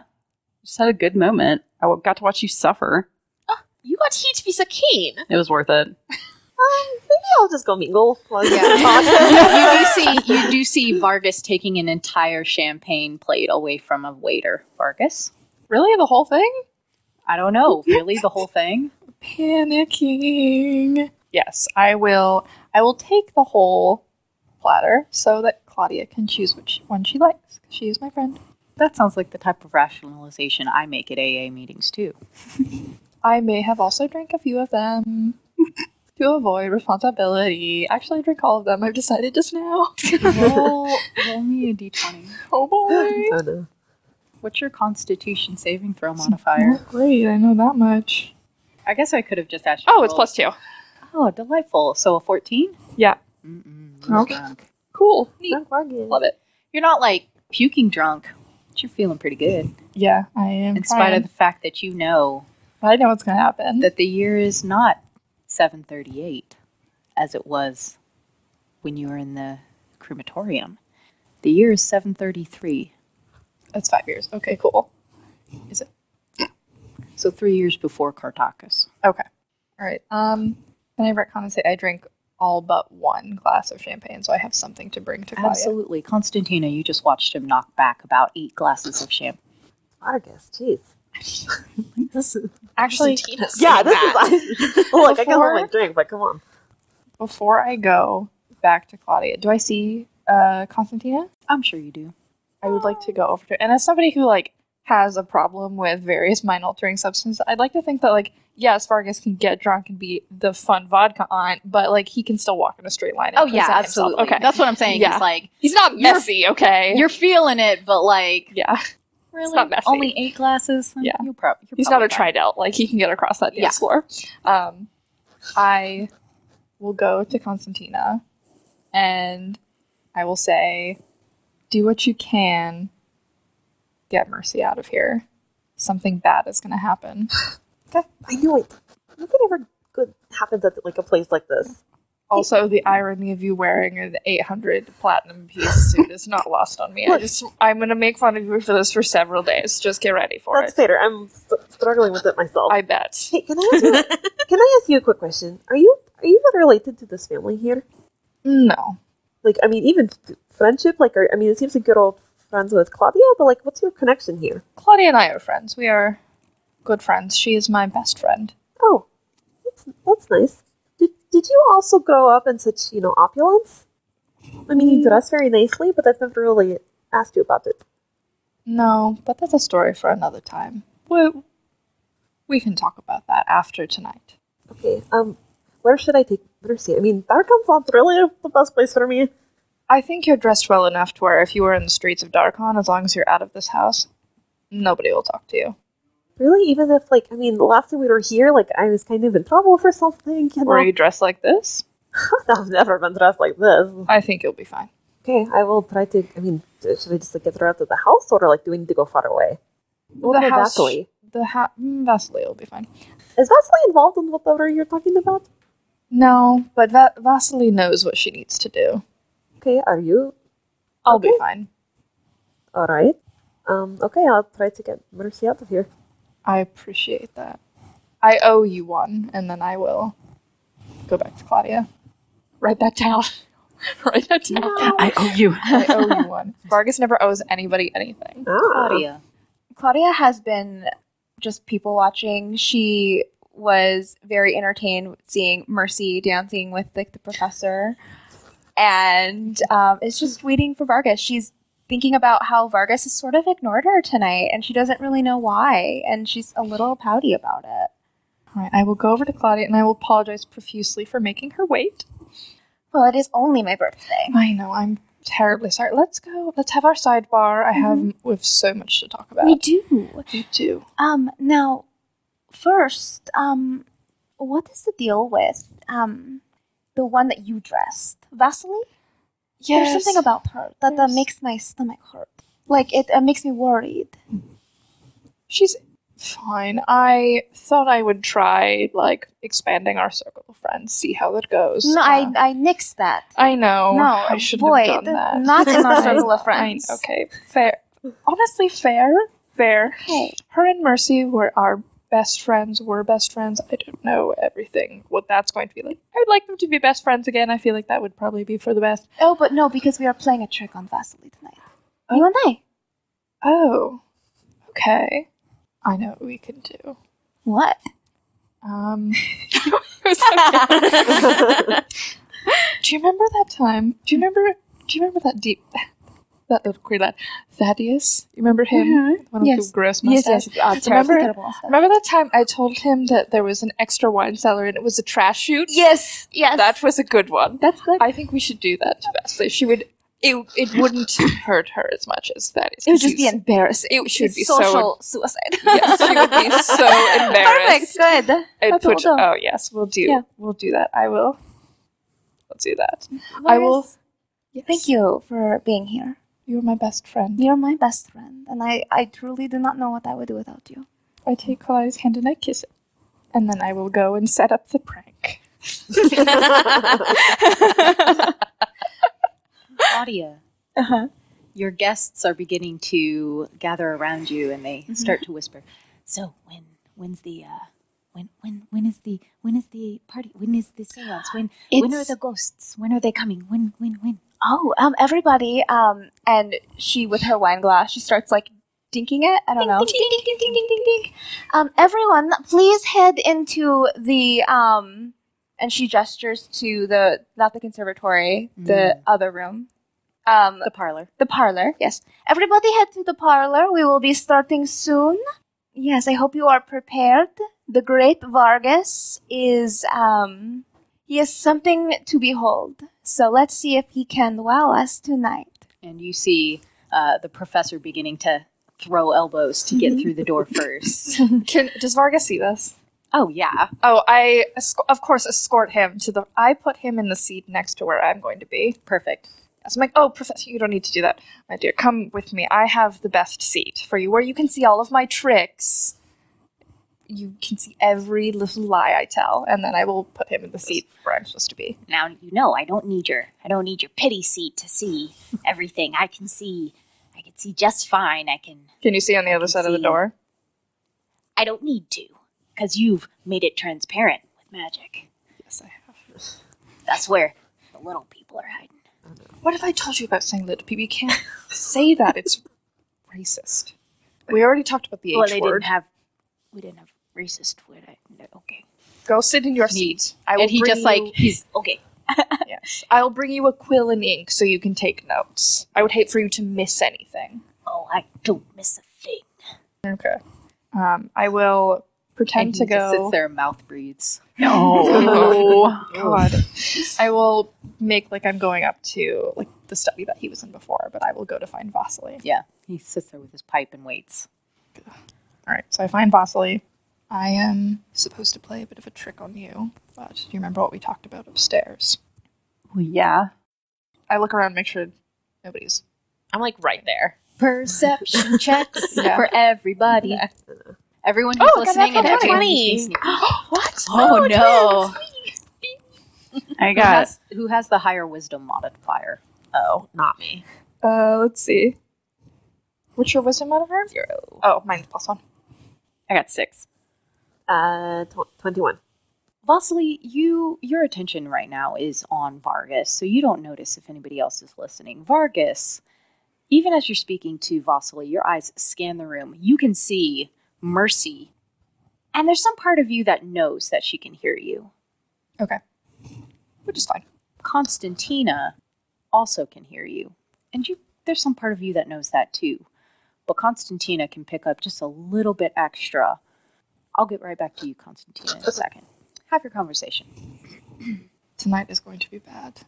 Speaker 4: Just had a good moment. I w- got to watch you suffer.
Speaker 7: Oh,
Speaker 3: You got heat be so keen.
Speaker 4: It was worth it.
Speaker 8: Um, maybe I'll just go mingle. While you <laughs>
Speaker 7: you do
Speaker 8: talk.
Speaker 7: see you do see Vargas taking an entire champagne plate away from a waiter. Vargas?
Speaker 6: Really? The whole thing?
Speaker 7: I don't know. Really, the whole thing?
Speaker 6: Panicking. Yes, I will I will take the whole platter so that Claudia can choose which one she likes. She is my friend.
Speaker 7: That sounds like the type of rationalization I make at AA meetings too.
Speaker 6: I may have also drank a few of
Speaker 7: <laughs>
Speaker 6: them to avoid responsibility. Actually, I drink all of them. I've decided just now. <laughs>
Speaker 7: roll, roll me a d20.
Speaker 6: Oh boy!
Speaker 8: Oh, no.
Speaker 7: What's your Constitution saving throw modifier?
Speaker 6: Great, I know that much.
Speaker 7: I guess I could have just asked. you to
Speaker 6: Oh, it's
Speaker 7: roll.
Speaker 6: plus two.
Speaker 7: Oh, delightful. So a fourteen.
Speaker 6: Yeah. Okay. Cool. Neat.
Speaker 7: Love it. You're not like puking drunk, but you're feeling pretty good
Speaker 6: Yeah, I am.
Speaker 7: in spite of the fact that you know
Speaker 6: I know what's gonna happen.
Speaker 7: that the year is not 738 as it was when you were in the crematorium. The year is 733,
Speaker 6: That's five years. Okay, cool.
Speaker 7: so three years before Cartacus.
Speaker 6: Okay. All right. Um, and I recommend I drink all but one glass of champagne, so I have something to bring to Claudia.
Speaker 7: Absolutely. Constantina, you just watched him knock back about eight glasses of champagne.
Speaker 8: Vargas, jeez.
Speaker 6: Actually,
Speaker 8: Yeah, this is. <laughs> Look, I can
Speaker 6: Before-
Speaker 8: hold my drink, but come on.
Speaker 6: before I go back to Claudia, do I see uh Constantina?
Speaker 7: I'm sure you do.
Speaker 6: I would like to go over to, and as somebody who like has a problem with various mind altering substances, I'd like to think that like yes, Vargas can get drunk and be the fun vodka aunt, but like he can still walk in a straight line. and present himself. Okay,
Speaker 7: Oh, That's what I'm saying.
Speaker 6: Yeah.
Speaker 7: It's like
Speaker 6: he's not
Speaker 7: You're-
Speaker 6: messy. okay,
Speaker 7: you're feeling it, but like
Speaker 6: yeah,
Speaker 7: really,
Speaker 6: not messy.
Speaker 7: only eight glasses.
Speaker 6: Yeah.
Speaker 7: you'll prob- you're
Speaker 2: Oh,
Speaker 6: he's not a
Speaker 7: probably fine.
Speaker 6: tridelt. Like he can get across that dance
Speaker 7: Yeah.
Speaker 6: floor. Um, I will go to Constantina, and I will say, "Do what you can. Get Mercy out of here. Something bad is going to happen."
Speaker 8: Okay, I knew it. Nothing ever good happens at like a place like this.
Speaker 6: Also, the irony of you wearing an 800 platinum piece suit is not lost on me. I just, I'm going to make fun of you for this for several days. Just get ready for
Speaker 8: That's
Speaker 6: it.
Speaker 8: fair. I'm st- struggling with it myself.
Speaker 6: I
Speaker 8: <laughs>
Speaker 6: bet.
Speaker 8: Hey, can I ask you? can I ask you a quick question? Are you are you not related to this family here?
Speaker 6: No.
Speaker 8: Like, I mean, even f- friendship. Like, are, I mean, it seems like good old friends with Claudia, but like, what's your connection here?
Speaker 6: Claudia and I are friends. We are good friends. She is my best friend.
Speaker 8: Oh, that's, that's nice. Did Did you also grow up in such you know opulence? I mean,
Speaker 6: Mm.
Speaker 8: you dress very nicely, but I've never really asked you about it.
Speaker 6: No, but that's a story for another time. We, we can talk about that after tonight.
Speaker 8: Okay. Um, where should I take Mercy? I mean, Darkon sounds really the best place for me.
Speaker 6: I think you're dressed well enough to where if you were in the streets of Darkon, as long as you're out of this house, nobody will talk to you.
Speaker 8: Really? Even if, like, I mean, the last time we were here, like, I was kind of in trouble for something. You know?
Speaker 6: Were you dressed like this?
Speaker 8: <laughs> I've never been dressed like this.
Speaker 6: I think you'll be fine.
Speaker 8: Okay, I will try to. I mean, should I just like get her out of the house, or like, do we need to go far away? What
Speaker 6: the
Speaker 8: about
Speaker 6: house,
Speaker 8: Vasily?
Speaker 6: the ha- mm, Vasily will be fine.
Speaker 8: Is Vasily involved in whatever you're talking about?
Speaker 6: No, but Va- Vasily knows what she needs to do.
Speaker 8: Okay, are you?
Speaker 6: I'll be fine.
Speaker 8: All right. Um. Okay, I'll try to get Mercy out of here.
Speaker 6: I appreciate that. I owe you one, and then I will go back to Claudia. Write that down. Write that down.
Speaker 4: I owe
Speaker 7: <laughs>
Speaker 4: you.
Speaker 6: I owe
Speaker 9: <laughs>
Speaker 6: you one. Vargas never owes anybody anything.
Speaker 9: Claudia. Claudia has been just people watching. She was very entertained with seeing Mercy dancing with like the professor, and um, is just waiting for Vargas. She's thinking about how Vargas has sort of ignored her tonight, and she doesn't really know why, and she's a little pouty about it.
Speaker 6: All right, I will go over to Claudia and I will apologize profusely for making her wait.
Speaker 9: Well, it is only my birthday.
Speaker 6: I know I'm terribly sorry. Let's go. Let's have our sidebar. I have we have so much to talk about.
Speaker 9: Mm-hmm. We do.
Speaker 6: We do.
Speaker 9: Um, now, first, um, what is the deal with um, the one that you dressed, Vasily? There's something about her that, that makes my stomach hurt. Like it, it makes me worried.
Speaker 6: She's fine. I thought I would try like expanding our circle of friends, see how that goes.
Speaker 9: No,
Speaker 6: Uh,
Speaker 9: I I nixed that.
Speaker 6: I know.
Speaker 9: No,
Speaker 6: I shouldn't have
Speaker 9: avoid.
Speaker 6: done that. <laughs>
Speaker 9: Not in our
Speaker 6: I-
Speaker 9: circle of
Speaker 6: I-
Speaker 9: friends.
Speaker 6: okay, fair. Honestly, fair, fair.
Speaker 9: Okay.
Speaker 6: Her and Mercy were our best friends. We're best friends. I don't know everything. What that's going to be like. I'd like them to be best friends again. I feel like that would probably be for the best.
Speaker 9: Oh, but no, because we are playing a trick on Vasily tonight. You and I.
Speaker 6: Oh, okay. I know what we can do.
Speaker 9: What?
Speaker 6: Um. do you remember that time? Do you
Speaker 9: Mm-hmm.
Speaker 6: remember? Do you remember that deep? <laughs> That little queer lad, Thaddeus. You remember him?
Speaker 9: Mhm.
Speaker 6: The One with
Speaker 9: Yes.
Speaker 6: the gross
Speaker 9: Yes,
Speaker 6: mustache.
Speaker 9: yes. Ah, terrible,
Speaker 6: remember?
Speaker 9: terrible mustache.
Speaker 6: Remember that time I told him that there was an extra wine cellar and it was a trash chute?
Speaker 9: Yes, yes.
Speaker 6: That was a good one.
Speaker 9: That's good.
Speaker 6: I think we should do that to Vasily. She would. It, it wouldn't hurt her as much as Thaddeus.
Speaker 9: It would just be
Speaker 6: He's-
Speaker 9: embarrassing.
Speaker 6: It should
Speaker 9: It's
Speaker 6: be so
Speaker 9: social
Speaker 6: em-
Speaker 9: suicide.
Speaker 6: <laughs> Yes, she
Speaker 9: <laughs>
Speaker 6: would be so embarrassed.
Speaker 9: Perfect. Good.
Speaker 6: I'd
Speaker 9: That's
Speaker 6: put,
Speaker 9: all done.
Speaker 6: oh yes, we'll do.
Speaker 9: Yeah.
Speaker 6: We'll do that. I will. I'll do that. I will.
Speaker 9: Vargas, Thank you for being here.
Speaker 6: You're my best friend.
Speaker 9: You're my best friend, and I, I truly do not know what I would do without you.
Speaker 6: I take Claudia's hand and I kiss it, and then I will go and set up the
Speaker 9: <laughs>
Speaker 6: prank.
Speaker 7: Claudia, your guests are beginning to gather around you, and they start to whisper. So when when's the uh, when when when is the when is the party? When is the seance? When when are
Speaker 9: It's-
Speaker 7: the ghosts? When are they coming? When when when?
Speaker 9: Oh, um, everybody, um, and she with her wine glass, she starts like dinking it. I don't know. Dink, dink, dink, dink, dink, dink, dink. Um, everyone, please head into the um, and she gestures to the not the conservatory, the other room, um,
Speaker 7: The parlor.
Speaker 9: the parlor. Yes, everybody head to the parlor. We will be starting soon. Yes, I hope you are prepared. The great Vargas is um he is something to behold. So let's see if he can wow us tonight.
Speaker 7: And you see uh, the professor beginning to throw elbows to get through the door first. <laughs>
Speaker 6: Can does Vargas see this?
Speaker 7: oh yeah.
Speaker 6: Oh, I esc- of course escort him to the. I put him in the seat next to where I'm going to be.
Speaker 7: Perfect.
Speaker 6: So I'm like, oh, Professor, you don't need to do that, my dear. Come with me. I have the best seat for you, where you can see all of my tricks. You can see every little lie I tell, and then I will put him in the seat where I'm supposed to be.
Speaker 7: Now you know I don't need your I don't need your pity seat to see everything. I can see I can see just fine. I can
Speaker 6: Can you see on the other side of the
Speaker 7: see.
Speaker 6: door?
Speaker 7: I don't need to cuz you've made it transparent with magic.
Speaker 6: Yes, I have.
Speaker 7: That's where the little people are hiding.
Speaker 6: What have I told you about saying little people? You can't say that. It's racist. We already talked about the H
Speaker 7: well, they
Speaker 6: word.
Speaker 7: didn't have we didn't have racist word. I, no, okay.
Speaker 6: Go sit in your seat. I will
Speaker 24: and he
Speaker 6: bring
Speaker 24: just like
Speaker 6: you-
Speaker 24: he's
Speaker 7: Okay.
Speaker 6: yes. I will bring you a quill and ink so you can take notes. I would hate for you to miss anything.
Speaker 7: Oh, I don't miss a thing.
Speaker 6: Okay. Um, I will pretend
Speaker 7: and he
Speaker 6: to go.
Speaker 7: just sits there and mouth breathes.
Speaker 6: No. God. I will make like I'm going up to like the study that he was in before, but I will go to find Vasily.
Speaker 7: <laughs> Yeah. He sits there with his pipe and waits.
Speaker 6: All right. So I find Vasily. I am supposed to play a bit of a trick on you, but do you remember what we talked about upstairs?
Speaker 7: Well, yeah.
Speaker 6: I look around, make sure nobody's.
Speaker 3: I'm like right there.
Speaker 7: Perception checks
Speaker 6: Yeah.
Speaker 7: for everybody. Everyone who's
Speaker 3: Oh, got
Speaker 7: listening
Speaker 3: that
Speaker 7: and
Speaker 3: for
Speaker 7: everyone
Speaker 3: 20.
Speaker 7: who's listening.
Speaker 3: what?
Speaker 7: Oh, no.
Speaker 4: I
Speaker 7: Who
Speaker 4: got
Speaker 7: has, who has the higher wisdom modifier?
Speaker 3: Oh, not me.
Speaker 6: Uh, let's see. What's your wisdom modifier?
Speaker 3: Zero.
Speaker 6: Oh, mine's plus one.
Speaker 4: I got six.
Speaker 8: Uh, tw- 21.
Speaker 7: Vasily, you your attention right now is on Vargas, so you don't notice if anybody else is listening. Vargas, even as you're speaking to Vasily, your eyes scan the room. You can see Mercy. And there's some part of you that knows that she can hear you.
Speaker 6: Okay. Which is fine.
Speaker 7: Constantina also can hear you. And you there's some part of you that knows that too. But Constantina can pick up just a little bit extra. I'll get right back to you, Constantina, in a second. Have your conversation.
Speaker 6: Tonight is going to be bad.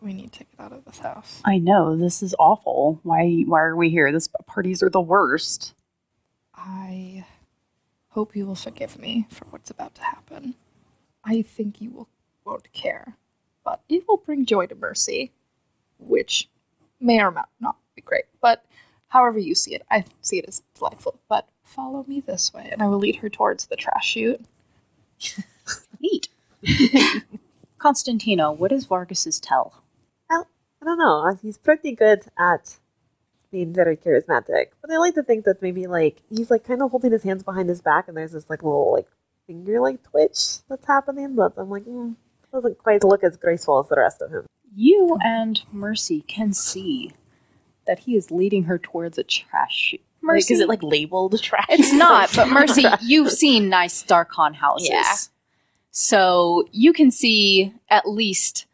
Speaker 6: We need to get out of this house.
Speaker 4: I know this is awful. Why? Why are we here? This parties are the worst.
Speaker 6: I hope you will forgive me for what's about to happen. I think you will, won't care, but it will bring joy to Mercy, which may or may not be great. But however you see it, I see it as delightful. But follow me this way, and I will lead her towards the trash chute.
Speaker 7: Neat. Constantino, what is Vargas's tell?
Speaker 8: I don't know. Uh, He's pretty good at being very charismatic, but I like to think that maybe like he's like kind of holding his hands behind his back, and there's this like little like finger like twitch that's happening. But I'm like, mm, doesn't quite look as graceful as the rest of him.
Speaker 7: You and Mercy can see that he is leading her towards a trash chute.
Speaker 3: Like,
Speaker 7: Mercy,
Speaker 3: is it like labeled <laughs> trash?
Speaker 7: it's not,
Speaker 3: <laughs>
Speaker 7: but Mercy, you've seen nice Darkon houses.
Speaker 3: Yeah.
Speaker 7: So you can see at least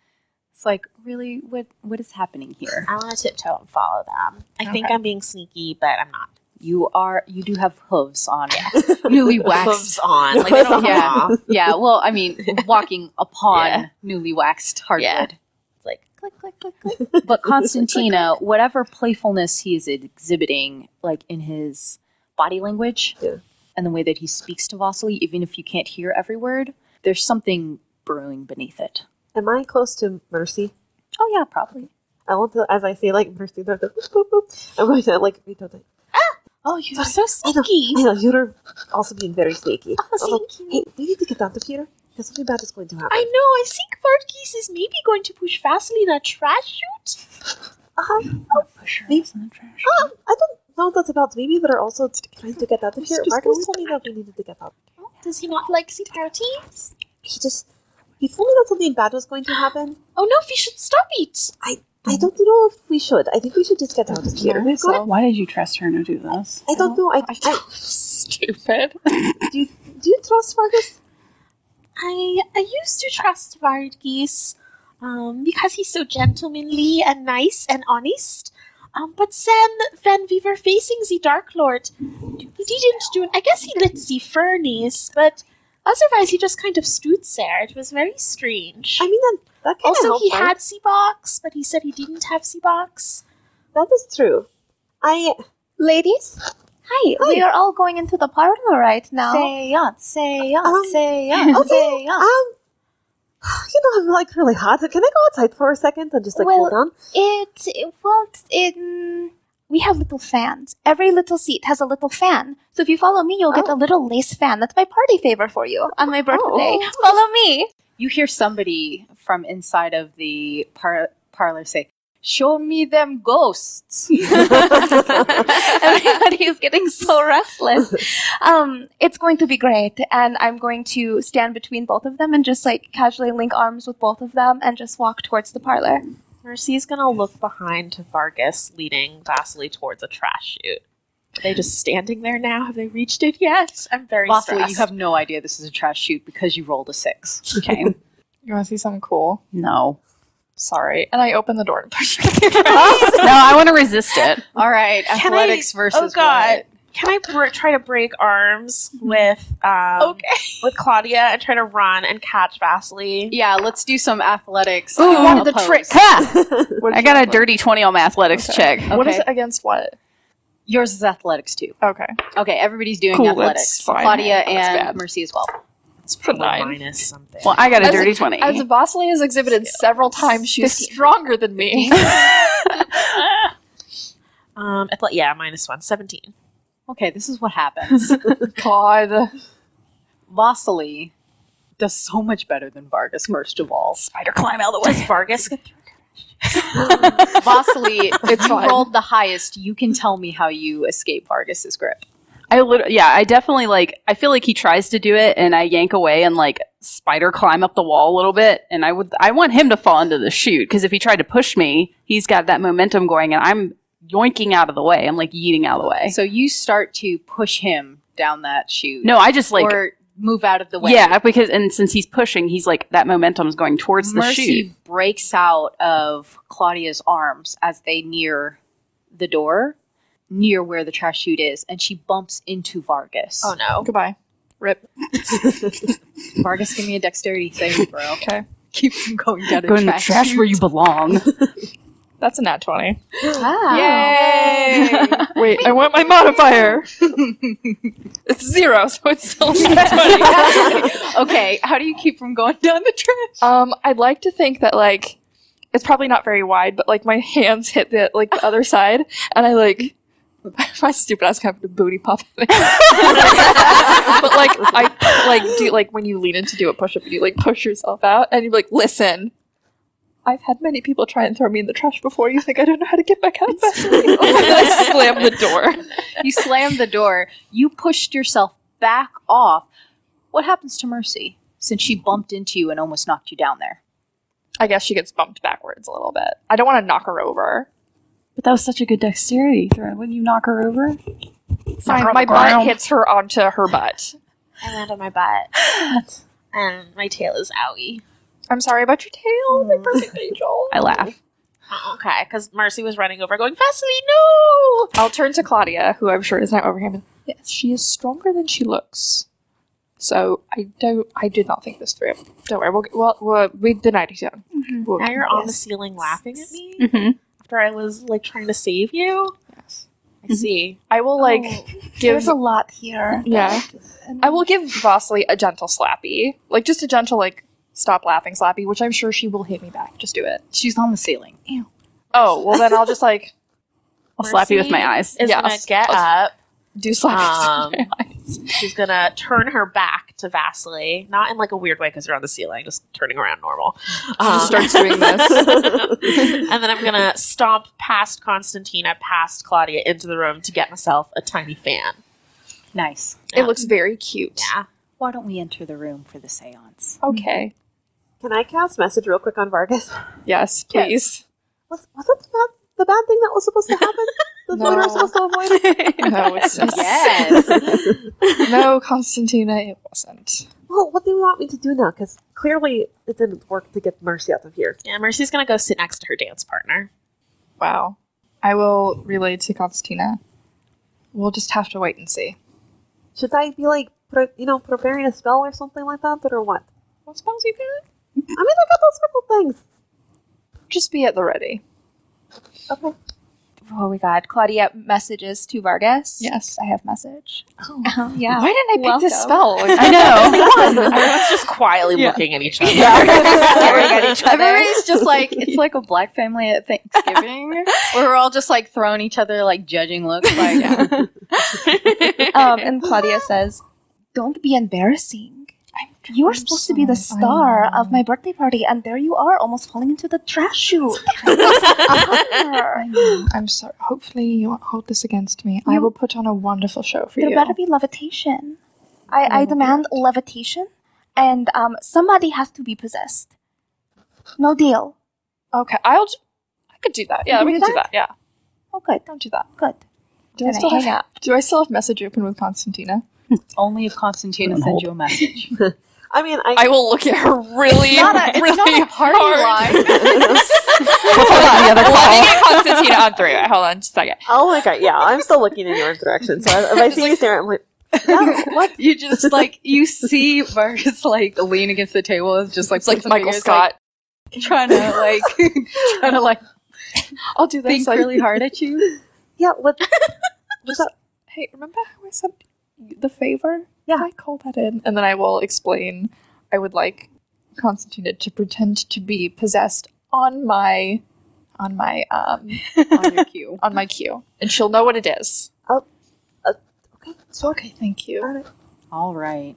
Speaker 7: it's like, really, what what is happening here?
Speaker 3: I want to tiptoe and follow them. I think
Speaker 6: Okay.
Speaker 3: I'm being sneaky, but I'm not.
Speaker 7: You are you do have hooves on <laughs>
Speaker 3: <laughs>
Speaker 7: newly waxed.
Speaker 3: Gloves on.
Speaker 8: <laughs>
Speaker 3: Like, they don't come
Speaker 7: Oh, Yeah.
Speaker 3: off.
Speaker 7: yeah, well,
Speaker 3: <laughs>
Speaker 7: I mean, walking upon
Speaker 3: Yeah.
Speaker 7: newly waxed hardwood.
Speaker 3: Yeah. It's like click, click, click, click.
Speaker 7: <laughs>
Speaker 3: <laughs>
Speaker 7: But Constantina, whatever playfulness he is exhibiting, like in his body language
Speaker 8: Yeah.
Speaker 7: and the way that he speaks to Vasily, even if you can't hear every word, there's something brewing beneath it.
Speaker 8: Am I close to Mercy?
Speaker 7: Oh yeah, probably.
Speaker 8: I want to, as I say, like Mercy, boop, boop, boop, I'm going to like be totally.
Speaker 3: Oh, you're so
Speaker 8: <laughs>
Speaker 3: sneaky. Ah,
Speaker 8: I know you're also being very sneaky. I'm like, hey, we need to get out of here because something bad is going to happen.
Speaker 3: I know. Oh, I think Vargas is maybe going to push Vasily in a trash chute.
Speaker 8: Um,
Speaker 3: Oh,
Speaker 8: um, I don't know that's about. Maybe they're also trying to get out of here. Marcus told me that we needed to get out.
Speaker 3: Oh, Does he not like securities?
Speaker 8: He just he told me that something bad was going to happen.
Speaker 3: Oh no, we should stop it.
Speaker 8: I I don't know if we should. I think we should just get out of here. We've got-
Speaker 4: Why did you trust her to do this?
Speaker 8: I don't know. I, I
Speaker 3: <laughs> Stupid.
Speaker 8: <laughs> do. You, do you trust Marcus?
Speaker 17: I, I used to trust Vargas um, because he's so gentlemanly and nice and honest. Um, but then, when we were facing the Dark Lord, he didn't do it. I guess he lit the furnace, but otherwise he just kind of stood there. It was very strange.
Speaker 8: I mean that that kind
Speaker 17: also,
Speaker 8: of
Speaker 17: he had the box, but he said he didn't have the box.
Speaker 8: That is true. I
Speaker 9: Ladies, hi, We are all going into the parlor right now. Say on, say on,
Speaker 8: Um,
Speaker 9: say <laughs> on,
Speaker 8: okay.
Speaker 3: Oh.
Speaker 9: say on.
Speaker 8: Um, <sighs> you know I'm like really hot. Can I go outside for a second and just like cool
Speaker 9: Well,
Speaker 8: down?
Speaker 9: It, it won't. It. mm, We have little fans. Every little seat has a little fan. So if you follow me, you'll get a little lace fan. That's my party favor for you on my birthday. Follow me.
Speaker 7: You hear somebody from inside of the par- parlor say, "Show me them ghosts."
Speaker 9: Everybody is getting so restless. Um, it's going to be great, and I'm going to stand between both of them and just like casually link arms with both of them and just walk towards the parlor.
Speaker 3: Mercy's gonna look behind to Vargas, leading Vasily towards a trash chute. Are they just standing there now? Have they reached it yet? I'm very
Speaker 7: Vasily, you
Speaker 3: stressed.
Speaker 7: have no idea this is a trash chute because you rolled a six. Okay.
Speaker 6: <laughs> You want to see something cool?
Speaker 4: No.
Speaker 6: Sorry. And I open the door
Speaker 7: <laughs>
Speaker 6: and push her.
Speaker 4: no, I want to resist it.
Speaker 7: All right, athletics versus
Speaker 3: God.
Speaker 7: what?
Speaker 8: Can I br- try to break arms with um, okay. with Claudia and try to run and catch Vasily?
Speaker 7: Yeah, let's do some athletics.
Speaker 8: Ooh,
Speaker 7: um,
Speaker 8: one of the
Speaker 7: opposed.
Speaker 8: tricks.
Speaker 4: I got a dirty 20 on my athletics check.
Speaker 6: What is it against what?
Speaker 7: Yours is athletics too.
Speaker 6: Okay.
Speaker 7: Okay, everybody's doing
Speaker 4: Cool, that's
Speaker 7: athletics.
Speaker 4: fine.
Speaker 7: Claudia
Speaker 4: That's
Speaker 7: and
Speaker 4: bad.
Speaker 7: Mercy as well.
Speaker 4: It's for nine.
Speaker 8: Minus something.
Speaker 4: Well, I got a
Speaker 25: As-
Speaker 4: dirty 20.
Speaker 25: As Vasily has exhibited several times, she's stronger than
Speaker 6: <laughs>
Speaker 25: me.
Speaker 8: Um, athle- yeah, minus one. 17.
Speaker 7: Okay, this is what
Speaker 4: <laughs>
Speaker 7: happens.
Speaker 4: God.
Speaker 7: Vasily does so much better than Vargas, first of all.
Speaker 4: Spider climb out of the way.
Speaker 8: Vargas.
Speaker 7: <laughs> Vasily,
Speaker 4: It's
Speaker 7: you
Speaker 4: fine.
Speaker 7: rolled the highest. You can tell me how you escape Vargas's grip.
Speaker 4: I lit- yeah, I definitely like. I feel like he tries to do it, and I yank away and like spider climb up the wall a little bit. And I would, I want him to fall into the chute because if he tried to push me, he's got that momentum going, and I'm yoinking out of the way. I'm like yeeting out of the way.
Speaker 7: So you start to push him down that chute.
Speaker 4: No, I just, like-
Speaker 7: or move out of the way.
Speaker 4: yeah, because and since he's pushing, he's like that momentum's going towards the
Speaker 7: Mercy
Speaker 4: chute.
Speaker 7: breaks out of Claudia's arms as they near the door, near where the trash chute is, and she bumps into Vargas.
Speaker 6: Oh, no. Goodbye. Rip.
Speaker 7: Vargas, give me a dexterity <laughs> saving throw.
Speaker 6: Okay.
Speaker 7: Keep from going down a
Speaker 4: Go in the
Speaker 7: trash,
Speaker 4: trash
Speaker 7: chute.
Speaker 4: where you belong.
Speaker 6: That's a nat 20.
Speaker 7: Wow. <laughs>
Speaker 25: Yay!
Speaker 6: Wait, I want my <laughs> modifier.
Speaker 25: it's zero, so it's still nat 20.
Speaker 7: <laughs> Okay, how do you keep from going down the trash?
Speaker 6: Um, I'd like to think that like it's probably not very wide, but like my hands hit the like the other side, and I like <laughs> my stupid ass kind of booty pop. <laughs> but like I like do like when you lean in to do a push up, you like push yourself out, and you're like, listen. I've had many people try and throw me in the trash before. You think I don't know how to get back
Speaker 4: <laughs>
Speaker 6: out? Vasily?" I slam the door.
Speaker 7: You slammed the door. You pushed yourself back off. What happens to Mercy since she bumped into you and almost knocked you down there?
Speaker 6: I guess she gets bumped backwards a little bit. I don't want to knock her over.
Speaker 4: But that was such a good dexterity throw. Wouldn't you knock her over?
Speaker 6: Fine,
Speaker 4: on
Speaker 6: my
Speaker 4: the
Speaker 6: butt
Speaker 4: ground.
Speaker 6: hits her onto her butt.
Speaker 8: I land on my butt. and my tail is owie.
Speaker 6: I'm sorry about your tail, my perfect angel.
Speaker 4: Mm. I laugh.
Speaker 8: Uh, Okay, because Mercy was running over going, Vasily, no!
Speaker 6: I'll turn to Claudia, who I'm sure is not over him. Yes, she is stronger than she looks. So I don't. I did not think this through. Don't worry. We'll, we'll, we'll we've denied it down. We'll-
Speaker 8: Now you're on the
Speaker 6: yes.
Speaker 8: ceiling laughing at me
Speaker 4: Mm-hmm.
Speaker 8: after I was like trying to save you.
Speaker 6: Yes.
Speaker 8: I see.
Speaker 6: Mm-hmm. I will like give.
Speaker 25: There's a lot here.
Speaker 6: yeah. I will give Vasily a gentle slappy, like just a gentle like stop laughing slappy, which I'm sure she will hit me back. Just do it.
Speaker 7: She's on the ceiling.
Speaker 6: Oh well, then I'll just like
Speaker 4: I'll slap you with my eyes.
Speaker 8: Is
Speaker 6: Yeah,
Speaker 8: gonna
Speaker 6: I'll-
Speaker 8: get up.
Speaker 6: do slappy.
Speaker 8: Um, she's gonna turn her back to Vasily, not in like a weird way because you're on the ceiling, just turning around normal. Um,
Speaker 6: just starts doing this.
Speaker 8: <laughs> and then I'm gonna stomp past Constantina, past Claudia, into the room to get myself a tiny fan.
Speaker 7: Nice.
Speaker 6: it looks very cute.
Speaker 8: Yeah.
Speaker 7: Why don't we enter the room for the seance?
Speaker 6: Okay.
Speaker 26: Can I cast message real quick on Vargas?
Speaker 6: Yes, please.
Speaker 26: Was, was that the bad, the bad thing that was supposed to
Speaker 6: <laughs>
Speaker 26: happen? The no.
Speaker 6: No.
Speaker 26: we were supposed to avoid?
Speaker 6: <laughs> No, <laughs> it's
Speaker 7: Yes.
Speaker 6: <laughs> no, Constantina, it wasn't.
Speaker 26: well, what do you want me to do now? Because clearly it didn't work to get Mercy out of here.
Speaker 8: Yeah, Mercy's gonna go sit next to her dance partner.
Speaker 6: Wow. I will relay to Constantina. We'll just have to wait and see.
Speaker 26: Should I be like, pre- you know, preparing a spell or something like that, or what?
Speaker 6: What spells you got?
Speaker 26: I mean, I got those circle things.
Speaker 6: Just be at the ready.
Speaker 26: Okay.
Speaker 9: Oh my god, Claudia messages to Vargas.
Speaker 6: Yes.
Speaker 9: I have message.
Speaker 26: Oh.
Speaker 6: Uh-huh.
Speaker 9: Oh, yeah.
Speaker 6: Why didn't I pick this
Speaker 9: Welcome.
Speaker 6: spell?
Speaker 4: I know.
Speaker 8: Everyone's just quietly looking at each other.
Speaker 7: <laughs> Everybody's just like
Speaker 6: <laughs>
Speaker 7: it's like a black family at Thanksgiving where we're all just like throwing each other like judging looks like
Speaker 9: um, and Claudia says, "Don't be embarrassing. You are supposed to be the star of my birthday party, and there you are, almost falling into the trash
Speaker 6: <laughs>
Speaker 9: chute. there
Speaker 6: I'm sorry. Hopefully, you won't hold this against me. I will put on a wonderful show for you.
Speaker 9: better be levitation. I, I demand levitation, and um, somebody has to be possessed. No deal.
Speaker 6: okay, I'll. J- I could do that. Yeah,
Speaker 9: can
Speaker 6: we
Speaker 9: do
Speaker 6: could do that. Yeah.
Speaker 9: Oh, good,
Speaker 6: Don't do that.
Speaker 9: good.
Speaker 6: Do I,
Speaker 9: Gonna
Speaker 6: still
Speaker 9: hang
Speaker 6: have,
Speaker 9: up.
Speaker 6: do I still have message open with Constantina?
Speaker 7: <laughs> only if Constantina sends you a <laughs> message.
Speaker 26: I mean, I,
Speaker 6: I will look at her really,
Speaker 7: Not a, it's
Speaker 6: really <laughs>
Speaker 7: not a party
Speaker 6: hard.
Speaker 7: line.
Speaker 27: Let me get Constantina on three. Hold on, just a second.
Speaker 8: Oh my god, yeah, I'm still looking in your direction. So
Speaker 3: <laughs>
Speaker 8: if I see you stare, I'm like,
Speaker 7: what? You just like you see Vargas like lean against the table and just like
Speaker 27: It's like
Speaker 7: puts up
Speaker 27: Michael
Speaker 7: fingers,
Speaker 27: Scott.
Speaker 7: like, trying to like trying to like
Speaker 6: I'll do this.
Speaker 7: think
Speaker 6: like-
Speaker 7: really hard at <laughs> you.
Speaker 8: yeah,
Speaker 3: <laughs>
Speaker 8: what?
Speaker 6: Just, hey, remember how I said the favor?
Speaker 8: Yeah.
Speaker 6: I call that in. And then I will explain I would like Constantina to pretend to be possessed on my on my um
Speaker 7: on your cue.
Speaker 6: on my cue. And she'll know what it is.
Speaker 8: Oh, uh,
Speaker 6: okay. So okay, thank you.
Speaker 7: All right,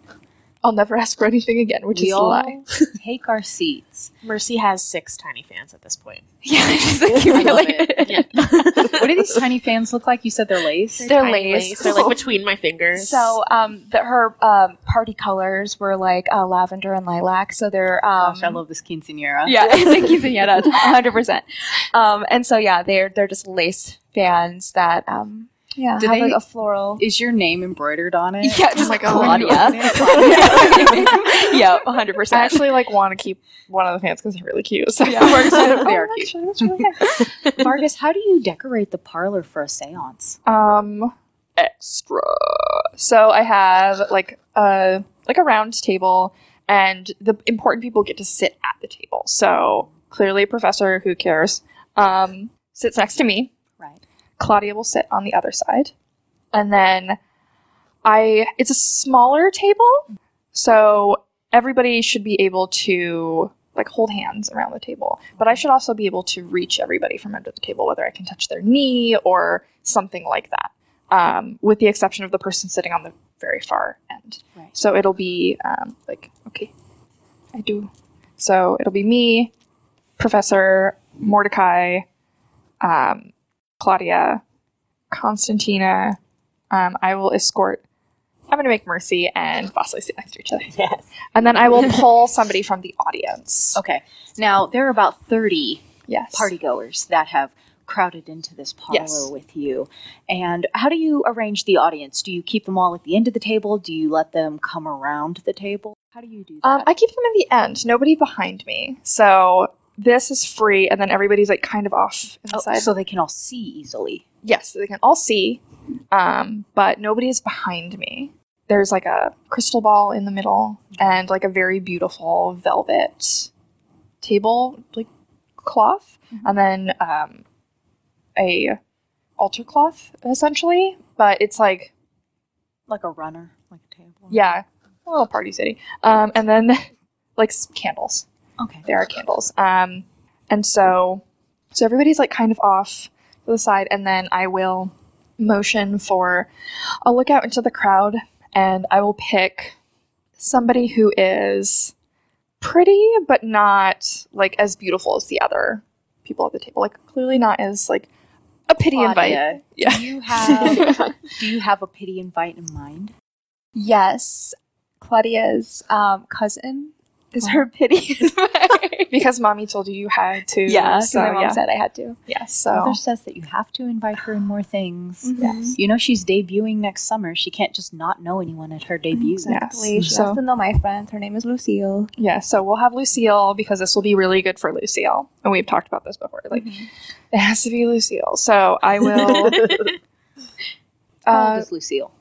Speaker 6: I'll never ask for anything again, which
Speaker 7: we
Speaker 6: is a
Speaker 7: all
Speaker 6: lie. <laughs>
Speaker 7: take our seats.
Speaker 1: Mercy has six tiny fans at this point.
Speaker 9: <laughs>
Speaker 27: Yeah, it's
Speaker 7: I love
Speaker 27: accumulated.
Speaker 7: it. What do these tiny fans look like? You said they're lace.
Speaker 1: They're
Speaker 9: They're
Speaker 1: tiny
Speaker 9: lace.
Speaker 1: lace. <laughs> They're like between my fingers.
Speaker 9: So um, the, her um, party colors were like uh, lavender and lilac. So they're um,
Speaker 7: Gosh, I love this quinceanera.
Speaker 9: yeah, <laughs> it's like
Speaker 7: <laughs>
Speaker 9: quinceañera, hundred percent. Um, and so yeah, they're they're just lace fans that um, yeah
Speaker 7: Do
Speaker 9: have
Speaker 7: they-
Speaker 9: like a floral.
Speaker 7: Is your name embroidered on it? Oh
Speaker 9: Yeah, just
Speaker 6: <laughs> my God.
Speaker 9: Claudia.
Speaker 6: <laughs>
Speaker 9: yeah, hundred
Speaker 6: I
Speaker 9: percent.
Speaker 6: actually like want to keep one of the fans because they're really cute. So <laughs>
Speaker 7: Yeah, Vargas said they
Speaker 6: Oh,
Speaker 7: are cute.
Speaker 6: actually, that's really nice.
Speaker 7: <laughs> Vargas, how do you decorate the parlor for a séance?
Speaker 6: um extra so i have like a like a round table and the important people get to sit at the table so clearly a professor who cares um sits next to me
Speaker 7: Right.
Speaker 6: claudia will sit on the other side and then i it's a smaller table so everybody should be able to like hold hands around the table but i should also be able to reach everybody from under the table whether i can touch their knee or something like that um, with the exception of the person sitting on the very far end
Speaker 7: Right.
Speaker 6: so it'll be um, like okay i do so it'll be me professor mordecai um, claudia constantina um, i will escort i'm going to make mercy and Vasily sit next to each other
Speaker 8: yes.
Speaker 6: and then I will
Speaker 7: <laughs>
Speaker 6: pull somebody from the audience.
Speaker 7: Okay. Now there are about thirty
Speaker 6: Yes.
Speaker 7: partygoers that have crowded into this parlor
Speaker 6: Yes.
Speaker 7: with you. And how do you arrange the audience? Do you keep them all at the end of the table? Do you let them come around the table? How do you do that?
Speaker 6: Um, I keep them in the end. Nobody behind me. So this is free, and then everybody's like kind of off
Speaker 7: Oh,
Speaker 6: inside.
Speaker 7: so they can all see easily.
Speaker 6: yes, they can all see, um, but nobody is behind me. There's like a crystal ball in the middle, and like a very beautiful velvet table like cloth, and then um, a altar cloth essentially. But it's like
Speaker 7: Like a runner, like a table.
Speaker 6: Yeah, a little party city. Um, and then <laughs> like s- candles.
Speaker 7: Okay.
Speaker 6: There are candles. Um, and so so everybody's like kind of off to the side, and then I will motion for. I'll look out into the crowd, and I will pick somebody who is pretty, but not like as beautiful as the other people at the table. Like clearly not as like a pity invite.
Speaker 7: Claudia,
Speaker 6: Yeah. <laughs>
Speaker 7: Do <laughs> you have do you have a pity invite in mind?
Speaker 9: Yes, Claudia's um, cousin is
Speaker 7: <laughs>
Speaker 9: her pity. <laughs>
Speaker 6: Because mommy told you you had to.
Speaker 9: yeah, so
Speaker 6: So
Speaker 9: my mom
Speaker 6: yeah.
Speaker 9: said I had to.
Speaker 6: yeah. So
Speaker 7: Mother says that you have to invite her in more
Speaker 6: <sighs>
Speaker 7: things.
Speaker 9: Yes.
Speaker 7: You know she's debuting next summer. She can't just not know anyone at her debut.
Speaker 9: Exactly.
Speaker 6: Yes.
Speaker 9: She
Speaker 6: So-
Speaker 9: has to know my friend. Her name is Lucille.
Speaker 6: Yeah, so we'll have Lucille because this will be really good for Lucille. And we've talked about this before. Like,
Speaker 7: Mm-hmm.
Speaker 6: it has to be Lucille. So
Speaker 7: <laughs>
Speaker 6: I will.
Speaker 7: How old
Speaker 6: uh,
Speaker 7: is Lucille?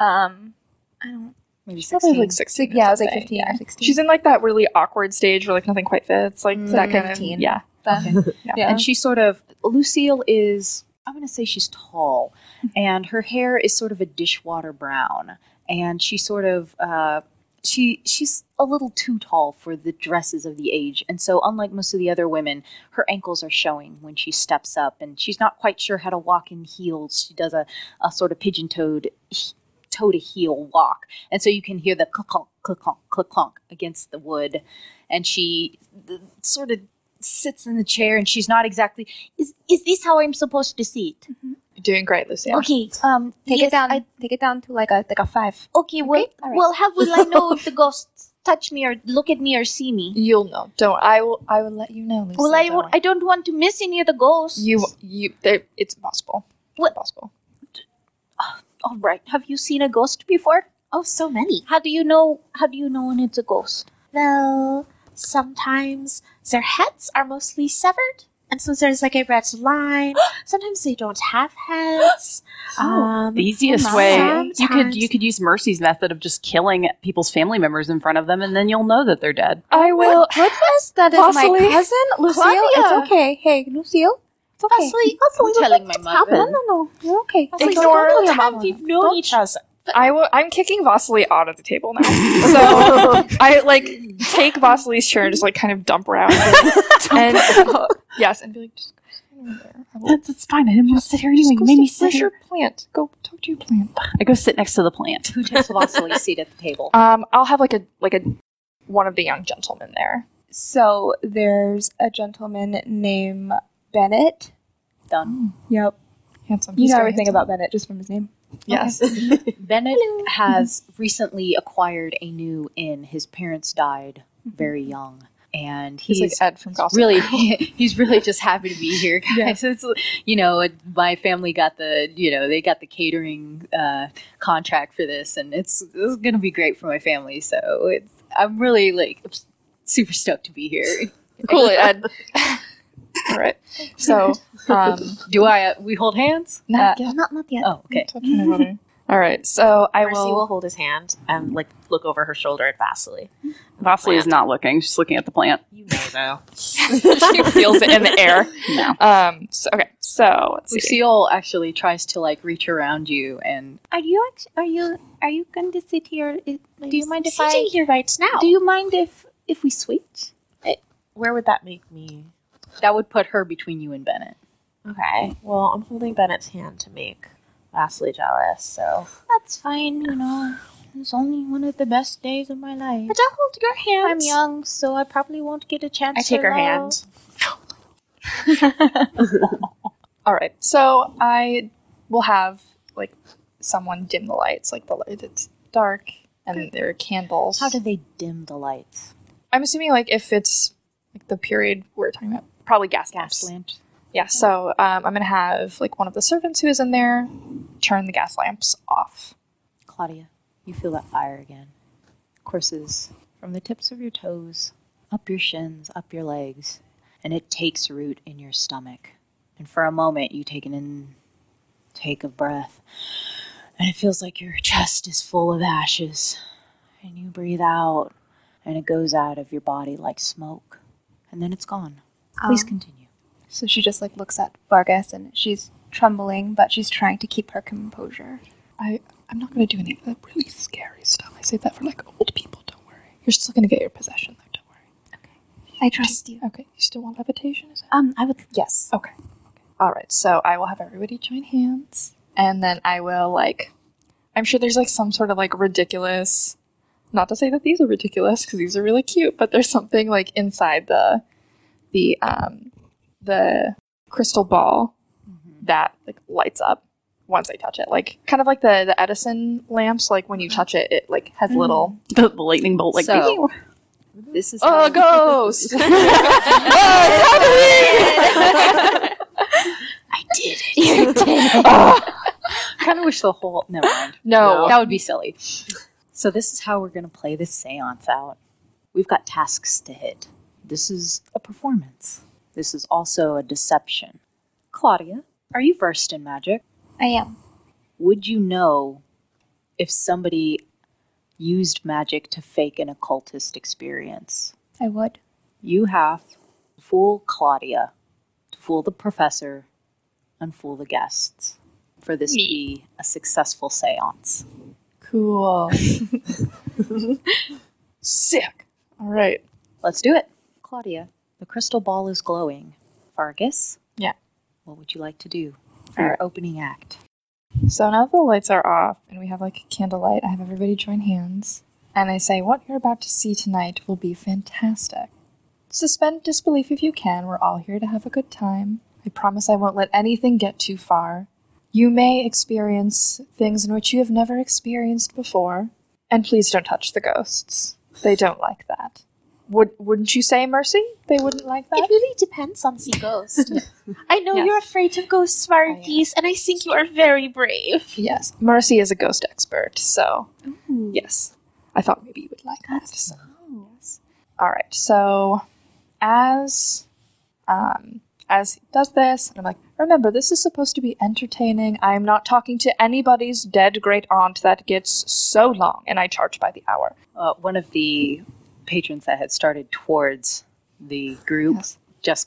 Speaker 9: Um, I don't.
Speaker 7: Maybe
Speaker 6: probably
Speaker 7: 16.
Speaker 6: like 16. or
Speaker 9: Yeah, I was like
Speaker 6: something.
Speaker 9: 15 or 16.
Speaker 6: She's in like that really awkward stage where like nothing quite fits. Like
Speaker 7: Mm,
Speaker 6: that kind of.
Speaker 9: 15.
Speaker 6: Yeah.
Speaker 7: <laughs>
Speaker 9: Okay.
Speaker 6: Yeah.
Speaker 7: And she sort of Lucille is I'm going to say she's tall and her hair is sort of a dishwater brown and she sort of uh she she's a little too tall for the dresses of the age and so unlike most of the other women her ankles are showing when she steps up and she's not quite sure how to walk in heels she does a, a sort of pigeon toed toe to heel walk and so you can hear the clunk clunk clunk clunk clunk clunk against the wood and she th- sort of sits in the chair and she's not exactly is is this how i'm supposed to sit
Speaker 6: You're doing great, Lucille.
Speaker 7: okay um
Speaker 9: Take
Speaker 7: yes,
Speaker 9: it down.
Speaker 7: I-
Speaker 9: take it down to like a like a five.
Speaker 7: okay well
Speaker 9: all right.
Speaker 7: well how will i
Speaker 9: <laughs>
Speaker 7: know if the ghosts touch me or look at me or see me
Speaker 6: You'll know. Don't. I will. I will let you know, Lucille.
Speaker 7: well i
Speaker 6: don't
Speaker 7: wo-
Speaker 6: worry.
Speaker 7: i don't want to miss any of the ghosts
Speaker 6: You. You. they- It's impossible.
Speaker 7: What?
Speaker 6: Impossible.
Speaker 7: all right have you seen a ghost before
Speaker 28: Oh, so many.
Speaker 7: how do you know how do you know when it's a ghost
Speaker 28: Well,
Speaker 17: Sometimes their heads are mostly severed, and so there's like a red
Speaker 9: <gasps>
Speaker 17: line. Sometimes they don't have heads.
Speaker 9: Oh,
Speaker 17: Um,
Speaker 4: the easiest way you could
Speaker 17: sometimes-
Speaker 4: you could use Mercy's method of just killing people's family members in front of them, and then you'll know that they're dead.
Speaker 7: Oh,
Speaker 9: I will. <laughs> What was that? Is my
Speaker 4: Vasily.
Speaker 9: cousin Lucille?
Speaker 4: Claudia.
Speaker 9: It's okay. Hey, Lucille. It's okay.
Speaker 3: Vasily,
Speaker 9: Vasily, telling my
Speaker 3: mother.
Speaker 9: No, no, no. You're okay.
Speaker 3: Vasily,
Speaker 9: Don't
Speaker 3: ignore
Speaker 9: tell
Speaker 3: the
Speaker 9: your
Speaker 3: time
Speaker 9: mama.
Speaker 3: we've
Speaker 7: <laughs>
Speaker 3: known each other.
Speaker 6: I will, I'm kicking Vasily out of the table
Speaker 7: <laughs>
Speaker 6: now. So I like take Vasily's chair and just like kind of dump her <laughs> out. and yes, and be like, just
Speaker 4: That's it's fine. I didn't want to sit here anyway. You made me sit
Speaker 6: where's your
Speaker 4: here.
Speaker 6: plant? Go talk to your plant.
Speaker 4: I go sit next to the plant. Who
Speaker 7: takes <laughs> Vasily's seat at the table?
Speaker 6: Um, I'll have like a like a one of the young gentlemen there.
Speaker 9: So there's a gentleman named Bennett.
Speaker 7: Done.
Speaker 9: Yep.
Speaker 6: Handsome.
Speaker 9: You
Speaker 7: He's
Speaker 9: know
Speaker 7: very
Speaker 9: everything
Speaker 7: handsome.
Speaker 9: about Bennett just from his name.
Speaker 6: Yes.
Speaker 7: Bennett has recently acquired a new inn. His parents died very young, and
Speaker 6: He's
Speaker 7: he's,
Speaker 6: like Ed from Gossip
Speaker 9: <laughs>
Speaker 7: Really, <laughs>
Speaker 6: Girl.
Speaker 7: he's really just happy to be here, guys. It's, you know, it- my family got the you know they got the catering uh, contract for this, and it's this is going to be great for my family. So it's I'm really like s- super stoked to be here.
Speaker 9: <laughs>
Speaker 6: <laughs> Cool it, Ed. All right. So um,
Speaker 7: do I? Uh, we hold hands?
Speaker 6: Not
Speaker 7: Uh,
Speaker 6: yet.
Speaker 9: Not not yet.
Speaker 7: Oh, okay.
Speaker 6: All right. So I
Speaker 3: Mercy
Speaker 6: will.
Speaker 3: will hold his hand and like look over her shoulder at Vasily.
Speaker 4: Vasily is not looking. She's looking at the plant.
Speaker 3: You know though.
Speaker 6: <laughs> she feels it in the <laughs> air.
Speaker 4: No.
Speaker 6: Um. So, okay. So let's see.
Speaker 7: Lucille actually tries to like reach around you and
Speaker 29: Are you act- are you are you going to sit here? I- Do you mind if I
Speaker 17: sitting here right now?
Speaker 29: Do you mind if if we switch?
Speaker 3: Where would that make me?
Speaker 7: that would put her between you and Bennett.
Speaker 3: Okay. Well, I'm holding Bennett's hand to make Vasily jealous. So
Speaker 29: That's fine. You know, it's only one of the best days of my life.
Speaker 17: But I'll hold your hand.
Speaker 29: I'm young, so I probably won't get a chance.
Speaker 3: I take
Speaker 29: for
Speaker 3: her
Speaker 29: love.
Speaker 3: hand.
Speaker 6: <laughs> All right. So I will have like someone dim the lights, like the light. It's dark, and there are candles.
Speaker 7: How do they dim the lights?
Speaker 6: I'm assuming like if it's like the period we're talking about, probably gas lamps.
Speaker 7: Gas lamps.
Speaker 6: Yeah. So um, I'm gonna have like one of the servants who is in there turn the gas lamps off.
Speaker 7: Claudia, you feel that fire again. Courses from the tips of your toes, up your shins, up your legs, and it takes root in your stomach. And for a moment, you take an intake of breath, and it feels like your chest is full of ashes. And you breathe out, and it goes out of your body like smoke, and then it's gone. Please
Speaker 9: Um,
Speaker 7: continue.
Speaker 9: So she just like looks at Vargas and she's trembling, but she's trying to keep her composure.
Speaker 6: I I'm not gonna do any of that really scary stuff. I save that for like old people. Don't worry. You're still gonna get your possession though. Don't worry.
Speaker 9: I trust you.
Speaker 6: Okay. You still want levitation? Is that?
Speaker 9: Um, I would yes.
Speaker 6: Okay. All right. So I will have everybody join hands, and then I will like. I'm sure there's like some sort of like ridiculous. Not to say that these are ridiculous because these are really cute, but there's something like inside the, the um, the crystal ball
Speaker 4: Mm-hmm.
Speaker 6: that like lights up once I touch it. Like kind of like the the Edison lamps. Like when you touch it, it like has little.
Speaker 4: Mm-hmm. The, the lightning bolt, like <laughs>
Speaker 7: So- This is
Speaker 6: Oh, a
Speaker 7: how-
Speaker 6: ghost! oh, it's happening!
Speaker 7: I did it. You did it. kind of wish the whole. Never mind.
Speaker 6: No.
Speaker 7: That would be silly. So, this is how we're going to play this seance out. We've got tasks to hit. This is a performance, this is also a deception. Claudia, are you versed in magic?
Speaker 9: I am.
Speaker 7: Would you know if somebody used magic to fake an occultist experience?
Speaker 9: I would.
Speaker 7: You have to fool Claudia, to fool the professor, and fool the guests for this to be a successful seance.
Speaker 6: Cool. Sick. All right.
Speaker 7: Let's do it. Claudia, the crystal ball is glowing. Vargas,
Speaker 6: Yeah.
Speaker 7: what would you like to do for your opening act?
Speaker 6: So now that the lights are off and we have like candlelight, I have everybody join hands. And I say, what you're about to see tonight will be fantastic. Suspend disbelief if you can. We're all here to have a good time. I promise I won't let anything get too far. You may experience things in which you have never experienced before. And please don't touch the ghosts. They don't like that. Would, wouldn't you say, Mercy? They wouldn't like that?
Speaker 17: It really depends on the
Speaker 29: <laughs>
Speaker 17: ghost. I know
Speaker 6: Yeah.
Speaker 17: you're afraid of ghosts, Vargas, and I think you are very brave.
Speaker 6: Yes, Mercy is a ghost expert, so yes, I thought maybe you would like that. So, yes. All right. So as um, as he does this, and I'm like, remember, this is supposed to be entertaining. I am not talking to anybody's dead great aunt that gets so long, and I charge by the hour.
Speaker 7: Uh, one of the patrons that had started towards the group just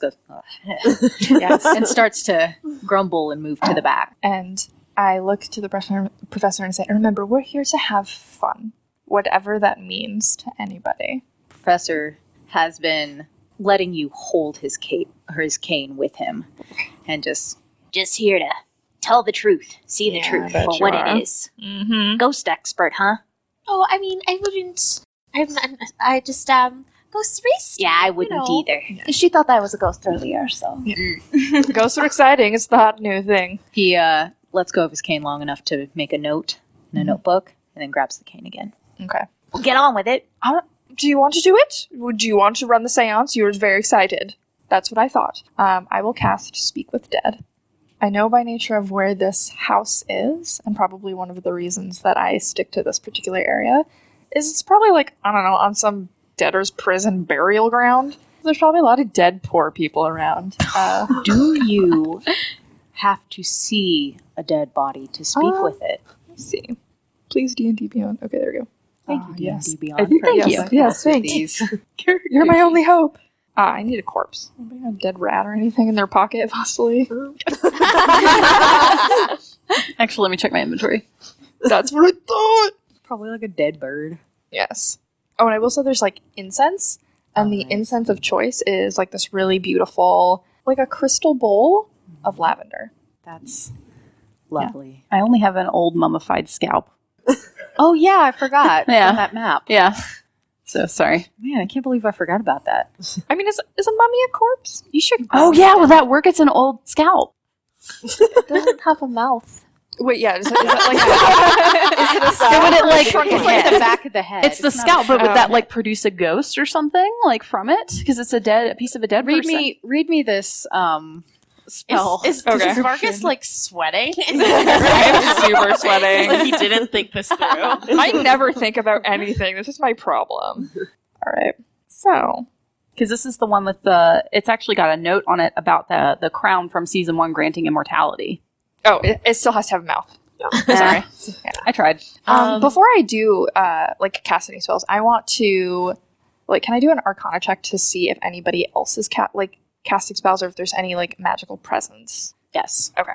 Speaker 6: <laughs>
Speaker 7: goes, "Ugh." and starts to grumble and move to the back.
Speaker 6: And I look to the prof- professor and say, remember, we're here to have fun, whatever that means to anybody. <laughs>
Speaker 7: Professor has been letting you hold his cape or his cane with him, and just just here to tell the truth, see the truth
Speaker 6: bet
Speaker 7: for
Speaker 6: you
Speaker 7: what
Speaker 6: are. Mm-hmm.
Speaker 7: it is. Ghost expert, huh?
Speaker 1: Oh, I mean, I wouldn't. I'm, I'm, I just um ghost race.
Speaker 7: Yeah, I wouldn't
Speaker 1: know.
Speaker 7: either.
Speaker 9: She thought that was a ghost earlier, so.
Speaker 6: Ghosts are exciting. It's the hot new thing.
Speaker 7: He uh, lets go of his cane long enough to make a note in a
Speaker 6: Mm-hmm.
Speaker 7: notebook, and then grabs the cane again.
Speaker 6: Okay.
Speaker 7: Well, get on with it.
Speaker 6: I don't- do you want to do it? Would you want to run the seance? You were very excited. That's what I thought. Um, I will cast Speak with Dead. I know by nature of where this house is, and probably one of the reasons that I stick to this particular area, is it's probably like, I don't know, on some debtor's prison burial ground. There's probably a lot of dead poor people around. Uh, <laughs>
Speaker 7: Do you have to see a dead body to speak
Speaker 6: Uh,
Speaker 7: with it?
Speaker 6: Let's see. Please D and D Beyond. Okay, there we go.
Speaker 7: Thank
Speaker 6: Ah,
Speaker 7: you, D&D
Speaker 6: yes.
Speaker 7: Beyond,
Speaker 6: I think-
Speaker 7: for
Speaker 6: Thank
Speaker 7: helping
Speaker 6: you.
Speaker 7: us
Speaker 6: Yes,
Speaker 7: with
Speaker 6: thank you.
Speaker 7: these.
Speaker 6: <laughs> You're my only hope. Ah, I need a corpse. Anybody got a dead rat or anything in their pocket, <laughs> possibly?
Speaker 4: Actually, let me check my inventory.
Speaker 6: That's what I thought.
Speaker 7: Probably like a dead bird.
Speaker 6: Yes. Oh, and I will say there's like incense, and the incense of choice is like this really beautiful, like a crystal bowl of lavender.
Speaker 7: That's lovely.
Speaker 4: I only have an old mummified scalp.
Speaker 7: Oh yeah, I
Speaker 4: <laughs>
Speaker 7: forgot.
Speaker 4: Yeah.
Speaker 7: from that map.
Speaker 4: Yeah. So sorry.
Speaker 7: Man, I can't believe I forgot about that.
Speaker 6: I mean, is is a mummy a corpse?
Speaker 7: You should.
Speaker 4: Oh yeah, will that work? It's an old scalp.
Speaker 1: <laughs>
Speaker 9: It doesn't have a mouth.
Speaker 6: Wait, yeah. Is, it- is that like? is it a
Speaker 4: So would it like?
Speaker 7: It's like
Speaker 4: <laughs>
Speaker 7: the back of the head.
Speaker 4: It's the
Speaker 7: not-
Speaker 4: scalp, but
Speaker 6: Oh,
Speaker 4: would that
Speaker 6: okay.
Speaker 4: like produce a ghost or something like from it? Because it's a dead a piece of a dead
Speaker 7: Read
Speaker 4: person.
Speaker 7: me. Read me this. Um. Spell.
Speaker 8: Is, is,
Speaker 4: Okay.
Speaker 8: is Vargas like sweating?
Speaker 4: I'm super sweating.
Speaker 8: like he didn't think this through.
Speaker 6: I never think about anything. This is my <laughs> problem. All right. So
Speaker 4: because this is the one with the it's actually got a note on it about the the crown from season one granting immortality
Speaker 6: Oh, it, it still has to have a mouth.
Speaker 4: <laughs> sorry i tried
Speaker 6: Um, before I do, uh, like cast any spells, I want to, like, can I do an Arcana check to see if anybody else is ca- like casting spells or if there's any like magical presence?
Speaker 4: yes
Speaker 6: Okay.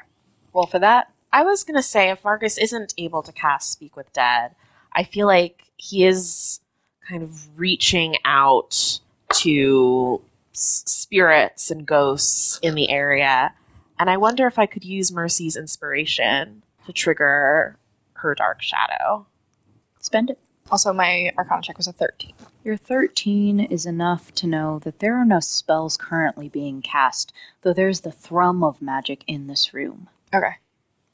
Speaker 7: Roll for that.
Speaker 8: I was gonna say if Vargas isn't able to cast Speak with Dead, I feel like he is kind of reaching out to s- spirits and ghosts in the area, and I wonder if I could use Mercy's inspiration to trigger her dark shadow.
Speaker 7: Spend it.
Speaker 6: Also, my Arcana check was a thirteen.
Speaker 7: Your 13 is enough to know that there are no spells currently being cast, though there's the thrum of magic in this room.
Speaker 6: Okay. Um,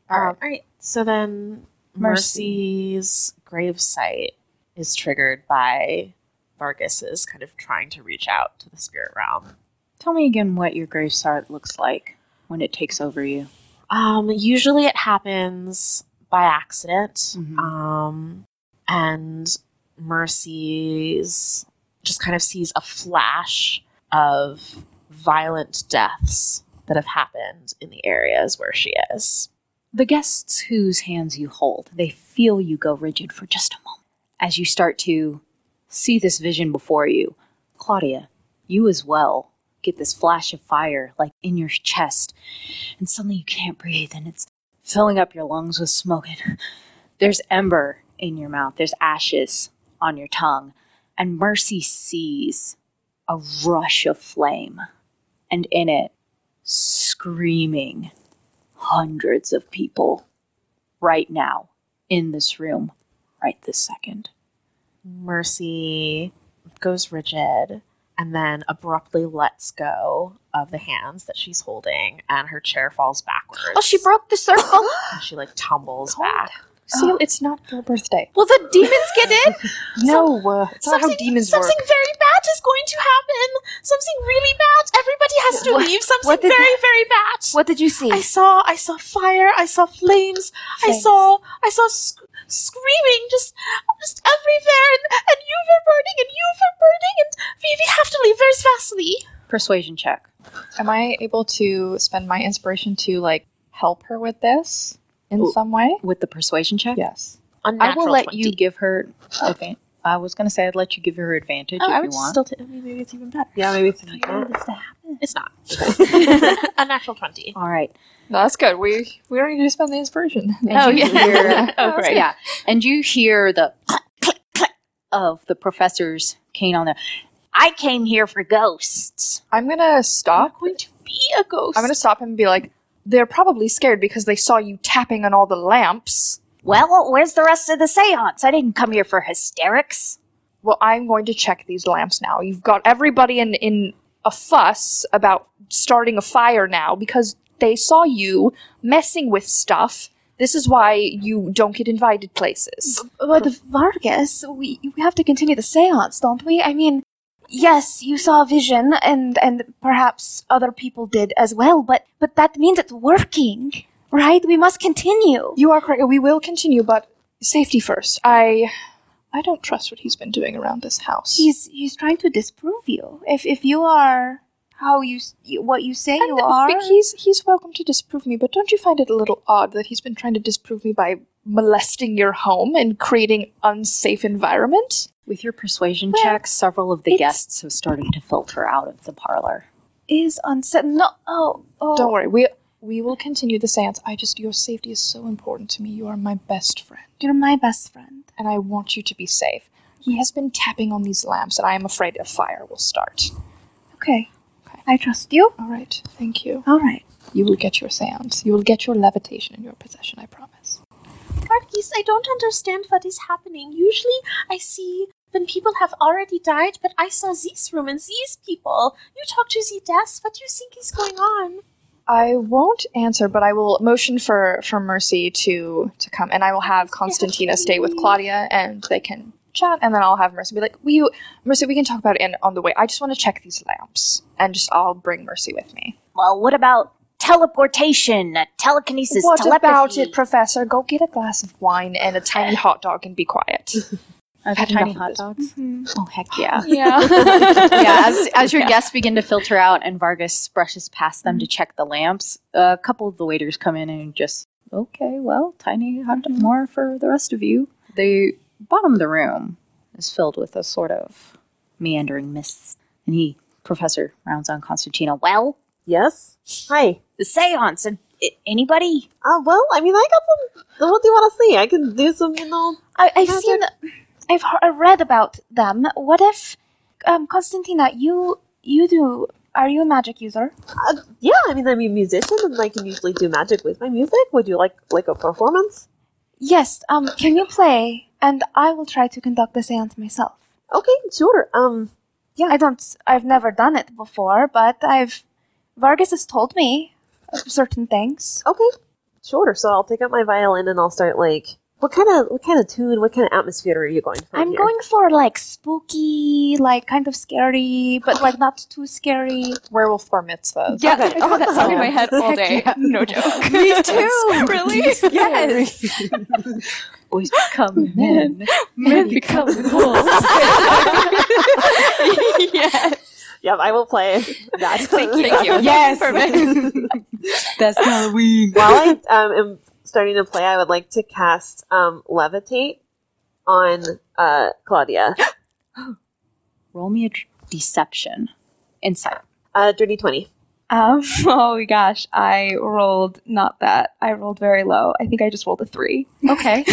Speaker 8: All right. all right. So then
Speaker 7: Mercy.
Speaker 8: Mercy's grave site is triggered by Vargas's kind of trying to reach out to the spirit realm.
Speaker 7: Tell me again what your gravesart looks like when it takes over you.
Speaker 8: Um, usually it happens by accident.
Speaker 7: Mhm.
Speaker 8: Um, and Mercy's just kind of sees a flash of violent deaths that have happened in the areas where she is.
Speaker 7: The guests whose hands you hold, they feel you go rigid for just a moment. As you start to see this vision before you, Claudia, you as well get this flash of fire like in your chest, and suddenly you can't breathe and it's filling up your lungs with smoke. And <laughs> there's ember in your mouth, there's ashes on your tongue, and Mercy sees a rush of flame, and in it, screaming hundreds of people right now in this room, right this second.
Speaker 8: Mercy goes rigid and then abruptly lets go of the hands that she's holding and her chair falls backwards.
Speaker 9: Oh, she broke the circle.
Speaker 8: <gasps> and she like tumbles back.
Speaker 6: Seal, it's not your birthday.
Speaker 9: Will the demons get in?
Speaker 6: No, uh, it's not how
Speaker 1: something-
Speaker 6: demons work.
Speaker 1: Something very bad is going to happen. Something really bad. Everybody has to leave. Something
Speaker 9: what did-
Speaker 1: very, very bad.
Speaker 9: What did you see?
Speaker 1: I saw, I saw fire. I saw flames. I
Speaker 9: Flames.
Speaker 1: saw, I saw sc-
Speaker 17: screaming just just everywhere, and, and you were burning, and you were burning, and we, we have to leave. Where's Vasily?
Speaker 7: Persuasion check.
Speaker 6: Am I able to spend my inspiration to like help her with this in
Speaker 7: Ooh.
Speaker 6: some way?
Speaker 7: With the persuasion check?
Speaker 6: Yes.
Speaker 7: I will let you give her advantage. I was going to say I'd let you give her advantage
Speaker 17: Oh,
Speaker 7: if
Speaker 17: I
Speaker 7: you
Speaker 17: would
Speaker 7: want.
Speaker 17: still. T- I mean, maybe it's even better.
Speaker 7: yeah, maybe it's
Speaker 17: It's not
Speaker 7: <laughs>
Speaker 17: a natural twenty.
Speaker 7: All right.
Speaker 6: No, that's good. We we don't need to spend the inspiration.
Speaker 7: And
Speaker 17: Oh,
Speaker 7: you
Speaker 17: <laughs>
Speaker 7: hear, Oh, yeah, and you hear the click, click, click of the professor's cane on there. I came here for ghosts.
Speaker 6: I'm gonna stop. I'm going
Speaker 17: to be a ghost.
Speaker 6: I'm gonna stop him and be like, they're probably scared because they saw you tapping on all the lamps.
Speaker 7: Well, where's the rest of the seance? I didn't come here for hysterics.
Speaker 6: Well, I'm going to check these lamps now. You've got everybody in in a fuss about starting a fire now because they saw you messing with stuff. This is why you don't get invited places.
Speaker 9: But Vargas, we, we have to continue the seance, don't we? I mean, yes, you saw a vision, and, and perhaps other people did as well, but, but that means it's working, right? We must continue.
Speaker 6: You are correct. We will continue, but safety first. I I don't trust what he's been doing around this house.
Speaker 9: He's, he's trying to disprove you. If, if you are how you, s- you- what you say you
Speaker 6: And, uh,
Speaker 9: are.
Speaker 6: but He's he's welcome to disprove me, but don't you find it a little odd that he's been trying to disprove me by molesting your home and creating unsafe environment?
Speaker 7: With your persuasion checks, several of the guests have started to filter out of the parlor.
Speaker 9: is unsaid. No, oh, oh.
Speaker 6: Don't worry, we we will continue the seance. I just your safety is so important to me. You are my best friend,
Speaker 9: You're my best friend.
Speaker 6: and I want you to be safe. He has been tapping on these lamps, and I am afraid a fire will start.
Speaker 9: Okay. I trust you.
Speaker 6: All right, thank you.
Speaker 9: All right.
Speaker 6: You will get your seance. You will get your levitation in your possession. I promise.
Speaker 17: Marquise, I don't understand what is happening. Usually I see when people have already died, but I saw this room and these people. You talk to the desk, what do you think is going on?
Speaker 6: I won't answer, but I will motion for for Mercy to to come, and I will have Constantina stay with Claudia, and they can chat, and then I'll have Mercy be like, "Will you, Mercy? We can talk about it in, on the way. I just want to check these lamps, and just I'll bring Mercy with me."
Speaker 7: Well, what about teleportation, telekinesis,
Speaker 6: what
Speaker 7: telepathy?
Speaker 6: about it, Professor? Go get a glass of wine and a
Speaker 9: <laughs>
Speaker 6: tiny hot dog, and be quiet.
Speaker 7: I've had enough of this. Oh heck yeah!
Speaker 6: Yeah.
Speaker 7: <laughs> yeah. As, as your
Speaker 6: Yeah.
Speaker 7: guests begin to filter out and Vargas brushes past them to check the lamps, a couple of the waiters come in and just okay, well, tiny hot dog more for the rest of you. The bottom of the room is filled with a sort of meandering mist, and he, Professor, rounds on Constantina. Well,
Speaker 8: Yes. Hi.
Speaker 7: the seance and i- anybody?
Speaker 8: Uh, well, I mean, I got some. What do you want to see? I can do some, you know.
Speaker 9: I, I've seen, I've he- I read about them. What if, um, Constantina, you you do? Are you a magic user?
Speaker 8: Uh, yeah, I mean, I'm a musician, and I can usually do magic with my music. Would you like like a performance?
Speaker 9: Yes. Um, can you play? And I will try to conduct the seance myself.
Speaker 8: Okay, sure. Um,
Speaker 9: Yeah. I don't. I've never done it before, but I've. Vargas has told me of certain things.
Speaker 8: Okay. sure. So I'll pick up my violin and I'll start like. What kind of what kind of tune? What kind of atmosphere are you going for?
Speaker 9: I'm
Speaker 8: here?
Speaker 9: going for like spooky, like kind of scary, but like not too scary.
Speaker 6: Werewolf bar mitzvahs.
Speaker 9: Yeah,
Speaker 6: Okay.
Speaker 9: oh, that's
Speaker 6: Oh,
Speaker 9: in my
Speaker 6: yeah.
Speaker 9: head all day.
Speaker 6: No joke.
Speaker 9: Me too.
Speaker 6: really?
Speaker 9: Yes.
Speaker 7: Boys become men, men become wolves.
Speaker 8: yes. Yep, I will <laughs> play that. Thank
Speaker 23: you. Thank you.
Speaker 9: <laughs>
Speaker 23: Yes. Perfect.
Speaker 7: That's Halloween.
Speaker 8: While I um, am starting to play, I would like to cast um, Levitate on uh, Claudia. <gasps>
Speaker 7: Roll me a d- deception. Insight.
Speaker 8: Uh, dirty 20.
Speaker 9: Um, oh my gosh, I rolled not that. I rolled very low. I think I just rolled a three.
Speaker 7: Okay.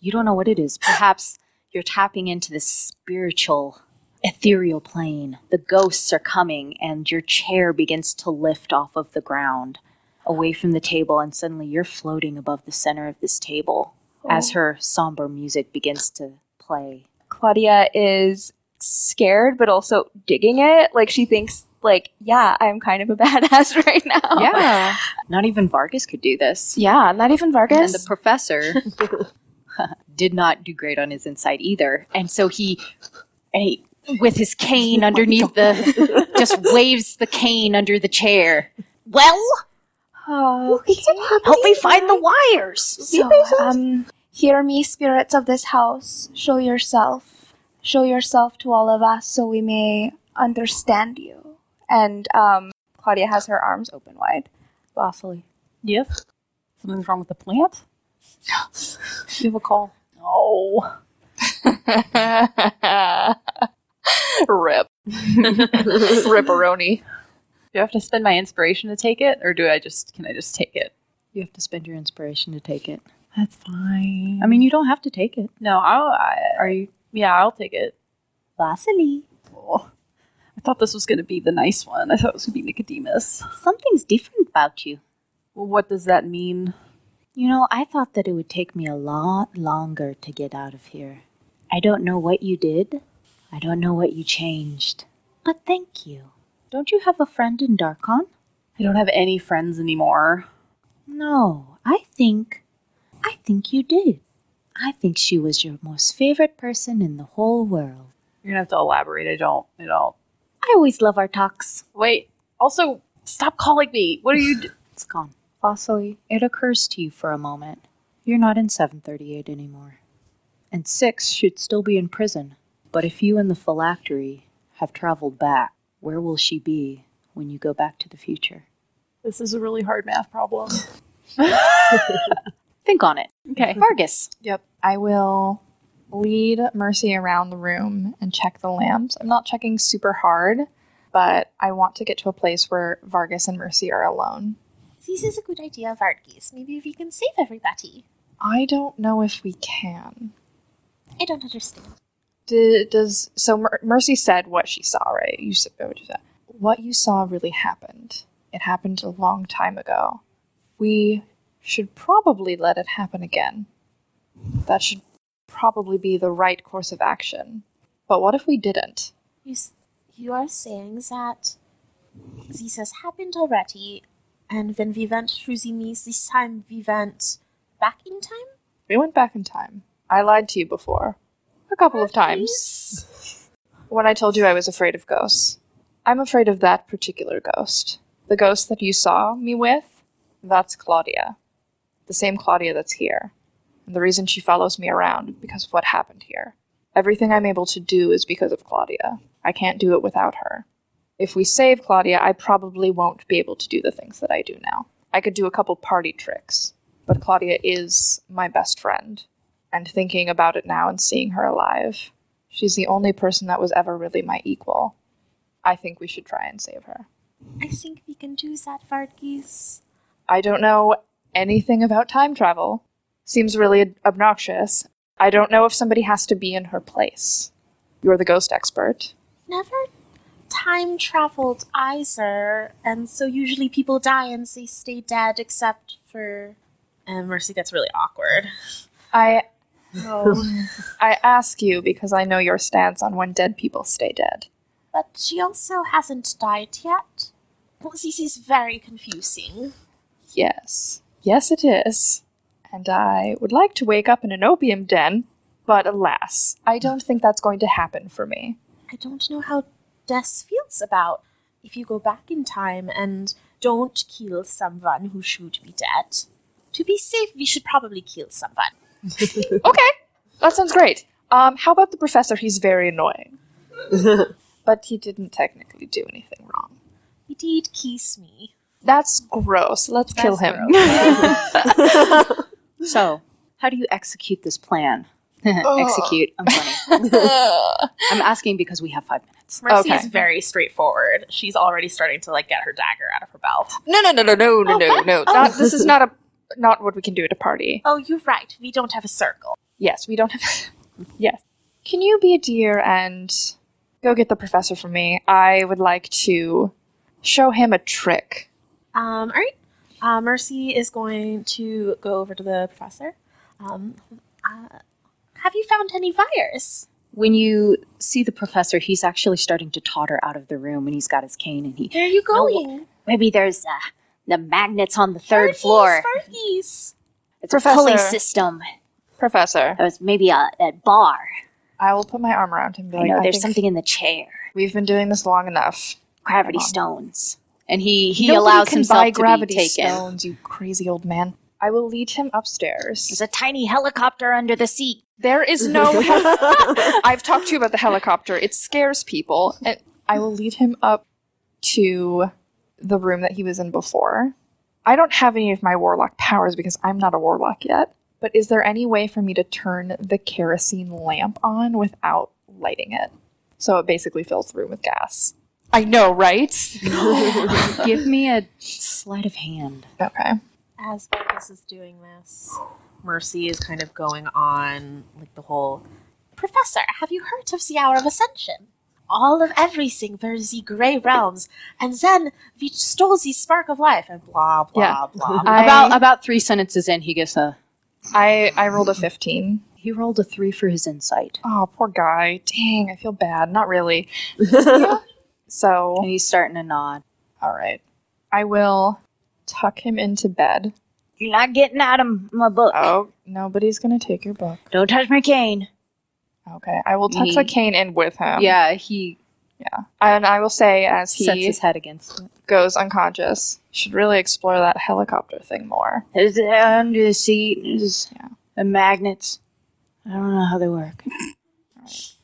Speaker 7: you don't know what it is. Perhaps you're tapping into the spiritual, ethereal plane. The ghosts are coming, and your chair begins to lift off of the ground, away from the table, and suddenly you're floating above the center of this table as
Speaker 9: Oh.
Speaker 7: her somber music begins to play.
Speaker 9: Claudia is scared, but also digging it. Like she thinks, like, yeah, I'm kind of a <laughs> badass right now.
Speaker 7: Yeah. Not even Vargas could do this.
Speaker 9: Yeah, not even Vargas.
Speaker 7: And
Speaker 30: <laughs>
Speaker 7: the professor did not do great on his insight either. And so he, and he with his cane underneath the, just
Speaker 30: <laughs>
Speaker 7: waves the cane under the chair. Well,
Speaker 9: Oh,
Speaker 7: help me find the wires.
Speaker 9: so, um,
Speaker 31: Hear me, spirits of this house. Show yourself. Show yourself to all of us so we may understand you. And um, Claudia has her arms open wide.
Speaker 30: Vasily. Yes? Something's wrong with the
Speaker 7: <laughs>
Speaker 30: plant? you have a call. No. <laughs>
Speaker 32: Rip. Ripperoni.
Speaker 30: Do I have to spend my inspiration to take it, or do I just can I just take it?
Speaker 7: You have to spend your inspiration to take it.
Speaker 30: That's fine.
Speaker 7: I mean, you don't have to take it.
Speaker 30: no, I'll, I are you? Yeah, I'll take it.
Speaker 7: Vasily.
Speaker 30: Oh, I thought this was going to be the nice one. I thought it was going to be Nicodemus.
Speaker 7: Something's different about you.
Speaker 30: Well, what does that mean?
Speaker 7: You know, I thought that it would take me a lot longer to get out of here. I don't know what you did. I don't know what you changed. But thank you. Don't you have a friend in Darkon?
Speaker 30: I don't have any friends anymore.
Speaker 7: No, I think. I think you did. I think she was your most favorite person in the whole world.
Speaker 30: You're gonna have to elaborate. I don't. I don't.
Speaker 7: I always love our talks.
Speaker 30: Wait. Also, stop calling me. What are you? <laughs> Do-
Speaker 7: It's gone. Vasily, it occurs to you for a moment. You're not in 738 anymore. And Six should still be in prison. But if you and the phylactery have traveled back, where will she be when you go back to the future?
Speaker 30: this is a really hard math problem.
Speaker 7: Think on it.
Speaker 30: Okay.
Speaker 7: <laughs> Vargas.
Speaker 6: Yep. I will lead Mercy around the room and check the lamps. I'm not checking super hard, but I want to get to a place where Vargas and Mercy are alone.
Speaker 9: This is a good idea, Vargas. Maybe we can save everybody.
Speaker 6: I don't know if we can.
Speaker 9: I don't understand.
Speaker 6: D- does so? Mer- Mercy said what she saw, right? You said what you said. What you saw really happened. It happened a long time ago. We should probably let it happen again. That should probably be the right course of action. But what if we didn't?
Speaker 9: You, s- you are saying that this has happened already, and when we went through the maze this time, we went back in time?
Speaker 6: We went back in time. I lied to you before. A couple of times. When I told you I was afraid of ghosts. I'm afraid of that particular ghost. The ghost that you saw me with, that's Claudia. The same Claudia that's here. And the reason she follows me around is because of what happened here. Everything I'm able to do is because of Claudia. I can't do it without her. If we save Claudia, I probably won't be able to do the things that I do now. I could do a couple party tricks, but Claudia is my best friend. And thinking about it now and seeing her alive, she's the only person that was ever really my equal. I think we should try and save her.
Speaker 9: I think we can do that, Vargas.
Speaker 6: I don't know anything about time travel. Seems really ob- obnoxious. I don't know if somebody has to be in her place. You're the ghost expert.
Speaker 9: Never time traveled either, and so usually people die and they stay dead except for. um,
Speaker 33: And Mercy gets really awkward.
Speaker 6: I <laughs> I ask you because I know your stance on when dead people stay dead.
Speaker 9: But she also hasn't died yet. Well, This is very confusing.
Speaker 6: Yes. Yes, it is. And I would like to wake up in an opium den, but alas, I don't think that's going to happen for me.
Speaker 9: I don't know how Des feels about if you go back in time and don't kill someone who should be dead. To be safe, we should probably kill someone.
Speaker 6: Okay, that sounds great. Um, how about the professor? He's very annoying. but he didn't technically do anything wrong.
Speaker 9: He did kiss me.
Speaker 6: That's gross. Let's kill
Speaker 7: That's
Speaker 6: him. <laughs>
Speaker 7: So, how do you execute this plan? <laughs> execute. I'm funny. I'm asking because we have five minutes.
Speaker 33: Mercy
Speaker 6: Okay.
Speaker 33: is very straightforward. She's already starting to like get her dagger out of her belt.
Speaker 32: No, no, no, no, no, no, no,
Speaker 7: <laughs>
Speaker 32: no.
Speaker 7: Oh.
Speaker 6: Not- this is not a not what we can do at a party.
Speaker 9: Oh, you're right. We don't have a circle.
Speaker 6: Yes, we don't have. <laughs> yes. Can you be a dear and go get the professor for me? I would like to show him a trick.
Speaker 33: Um, all right. Uh, Mercy is going to go over to the professor. Um,
Speaker 9: Have you found any wires?
Speaker 7: When you see the professor, he's actually starting to totter out of the room and he's got his cane and he.
Speaker 9: Where are you going?
Speaker 7: Maybe there's uh, the magnets on the third floor.
Speaker 9: Sparkies.
Speaker 7: It's
Speaker 6: Professor.
Speaker 7: a pulley system.
Speaker 6: Professor,
Speaker 7: There was maybe a, a bar.
Speaker 6: I will put my arm around him. and Be
Speaker 7: I
Speaker 6: like,
Speaker 7: know
Speaker 6: I
Speaker 7: there's
Speaker 6: think
Speaker 7: something in the chair.
Speaker 6: We've been doing this long enough.
Speaker 7: Gravity
Speaker 6: Come on.
Speaker 7: stones. And he, he
Speaker 6: Nobody
Speaker 7: allows
Speaker 6: can
Speaker 7: himself
Speaker 6: buy
Speaker 7: to
Speaker 6: gravity
Speaker 7: be taken.
Speaker 6: stones, you crazy old man. I will lead him upstairs.
Speaker 7: There's a tiny helicopter under the seat.
Speaker 6: There is <laughs> no. hel- I've talked to you about the helicopter. It scares people. And I will lead him up to the room that he was in before. I don't have any of my warlock powers because I'm not a warlock yet. But is there any way for me to turn the kerosene lamp on without lighting it? So it basically fills the room with gas. I know, right?
Speaker 7: <sighs> Give me a sleight of hand.
Speaker 6: <laughs> Okay.
Speaker 3: As Vargas is doing this, Mercy is kind of going on like the whole
Speaker 17: Professor, have you heard of the Hour of Ascension? All of everything were the grey realms, and then we stole the spark of life, and blah, blah, blah. blah.
Speaker 7: about about three sentences in, he gets a.
Speaker 6: I I rolled a fifteen.
Speaker 7: He rolled a three for his insight.
Speaker 6: Oh, poor guy. Dang, I feel bad. Not
Speaker 7: <laughs>
Speaker 6: really. Yeah. so
Speaker 7: And he's starting to nod.
Speaker 6: All right. I will tuck him into bed.
Speaker 7: You're not getting out of my book.
Speaker 6: Oh, nobody's going to take your book.
Speaker 7: <laughs> Don't touch my cane.
Speaker 6: Okay. I will tuck the
Speaker 7: He-
Speaker 6: cane in with him.
Speaker 7: yeah, he
Speaker 6: Yeah. And I will say as he
Speaker 7: sets his head against it.
Speaker 6: goes unconscious, should really explore that helicopter thing more.
Speaker 7: There's uh, under the seat. There's the magnets. I don't know how they <laughs> work.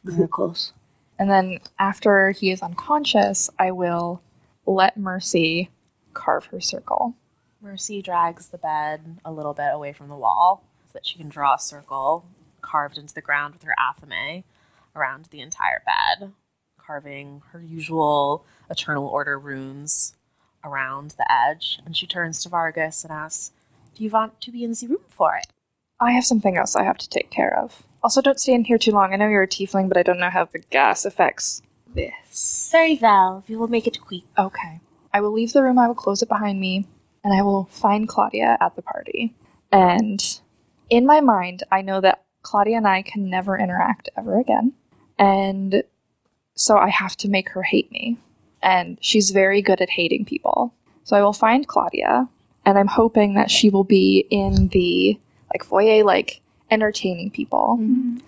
Speaker 7: Miracles.
Speaker 6: And then after he is unconscious, I will let Mercy carve her circle.
Speaker 3: Mercy drags the bed a little bit away from the wall so that she can draw a circle carved into the ground with her athame around the entire bed, carving her usual Eternal Order runes around the edge. And she turns to Vargas and asks, Do you want to be in the room for it?
Speaker 6: I have something else I have to take care of. Also, don't stay in here too long. I know you're a tiefling, but I don't know how the gas affects this.
Speaker 17: Very well, we will make it quick.
Speaker 6: Okay. I will leave the room, I will close it behind me, and I will find Claudia at the party. And in my mind, I know that Claudia and I can never interact ever again. And so I have to make her hate me. And she's very good at hating people. So I will find Claudia, and I'm hoping that she will be in the like foyer, like entertaining people.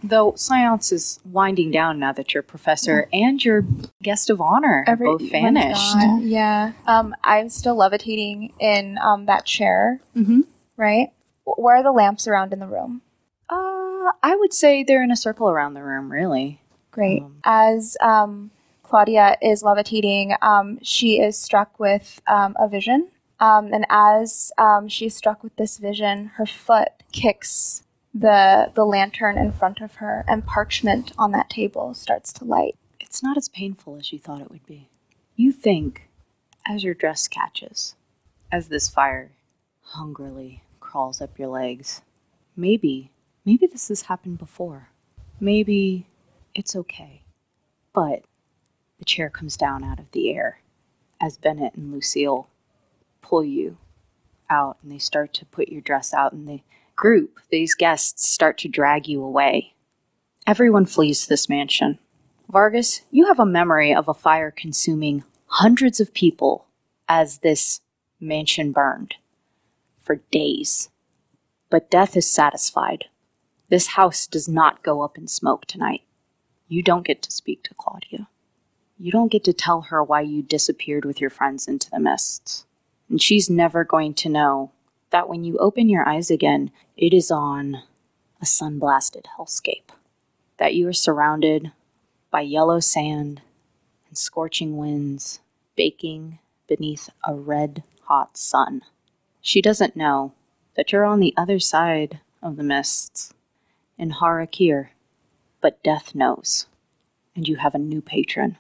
Speaker 7: Though science is winding down now that your professor and your guest of honor have both vanished.
Speaker 9: gone. Yeah. Um, I'm still levitating in um, that chair,
Speaker 7: Mm-hmm.
Speaker 9: right? W- Where are the lamps around in the room?
Speaker 7: Uh, I would say they're in a circle around the room, really.
Speaker 9: Great. As um, Claudia is levitating, um, she is struck with um, a vision. Um, and as um, she's struck with this vision, her foot kicks the, the lantern in front of her, and parchment on that table starts to light.
Speaker 7: It's not as painful as you thought it would be. You think, as your dress catches, as this fire hungrily crawls up your legs, maybe, maybe this has happened before. Maybe it's okay. But the chair comes down out of the air as Bennett and Lucille pull you out and they start to put your dress out and the group, these guests, start to drag you away. Everyone flees this mansion. Vargas, you have a memory of a fire consuming hundreds of people as this mansion burned for days. But death is satisfied. This house does not go up in smoke tonight. You don't get to speak to Claudia. You don't get to tell her why you disappeared with your friends into the mists. And she's never going to know that when you open your eyes again, it is on a sun blasted hellscape. That you are surrounded by yellow sand and scorching winds baking beneath a red hot sun. She doesn't know that you're on the other side of the mists in Harakir, but death knows, and you have a new patron.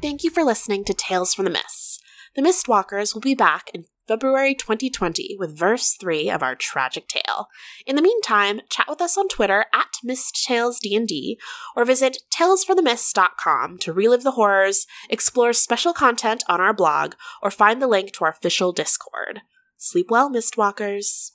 Speaker 1: Thank you for listening to Tales from the Mists. The Mistwalkers will be back in February 2020 with verse 3 of our tragic tale. In the meantime, chat with us on Twitter at MissedTalesDND or visit talesforthemist.com to relive the horrors, explore special content on our blog, or find the link to our official Discord. Sleep well, Mistwalkers.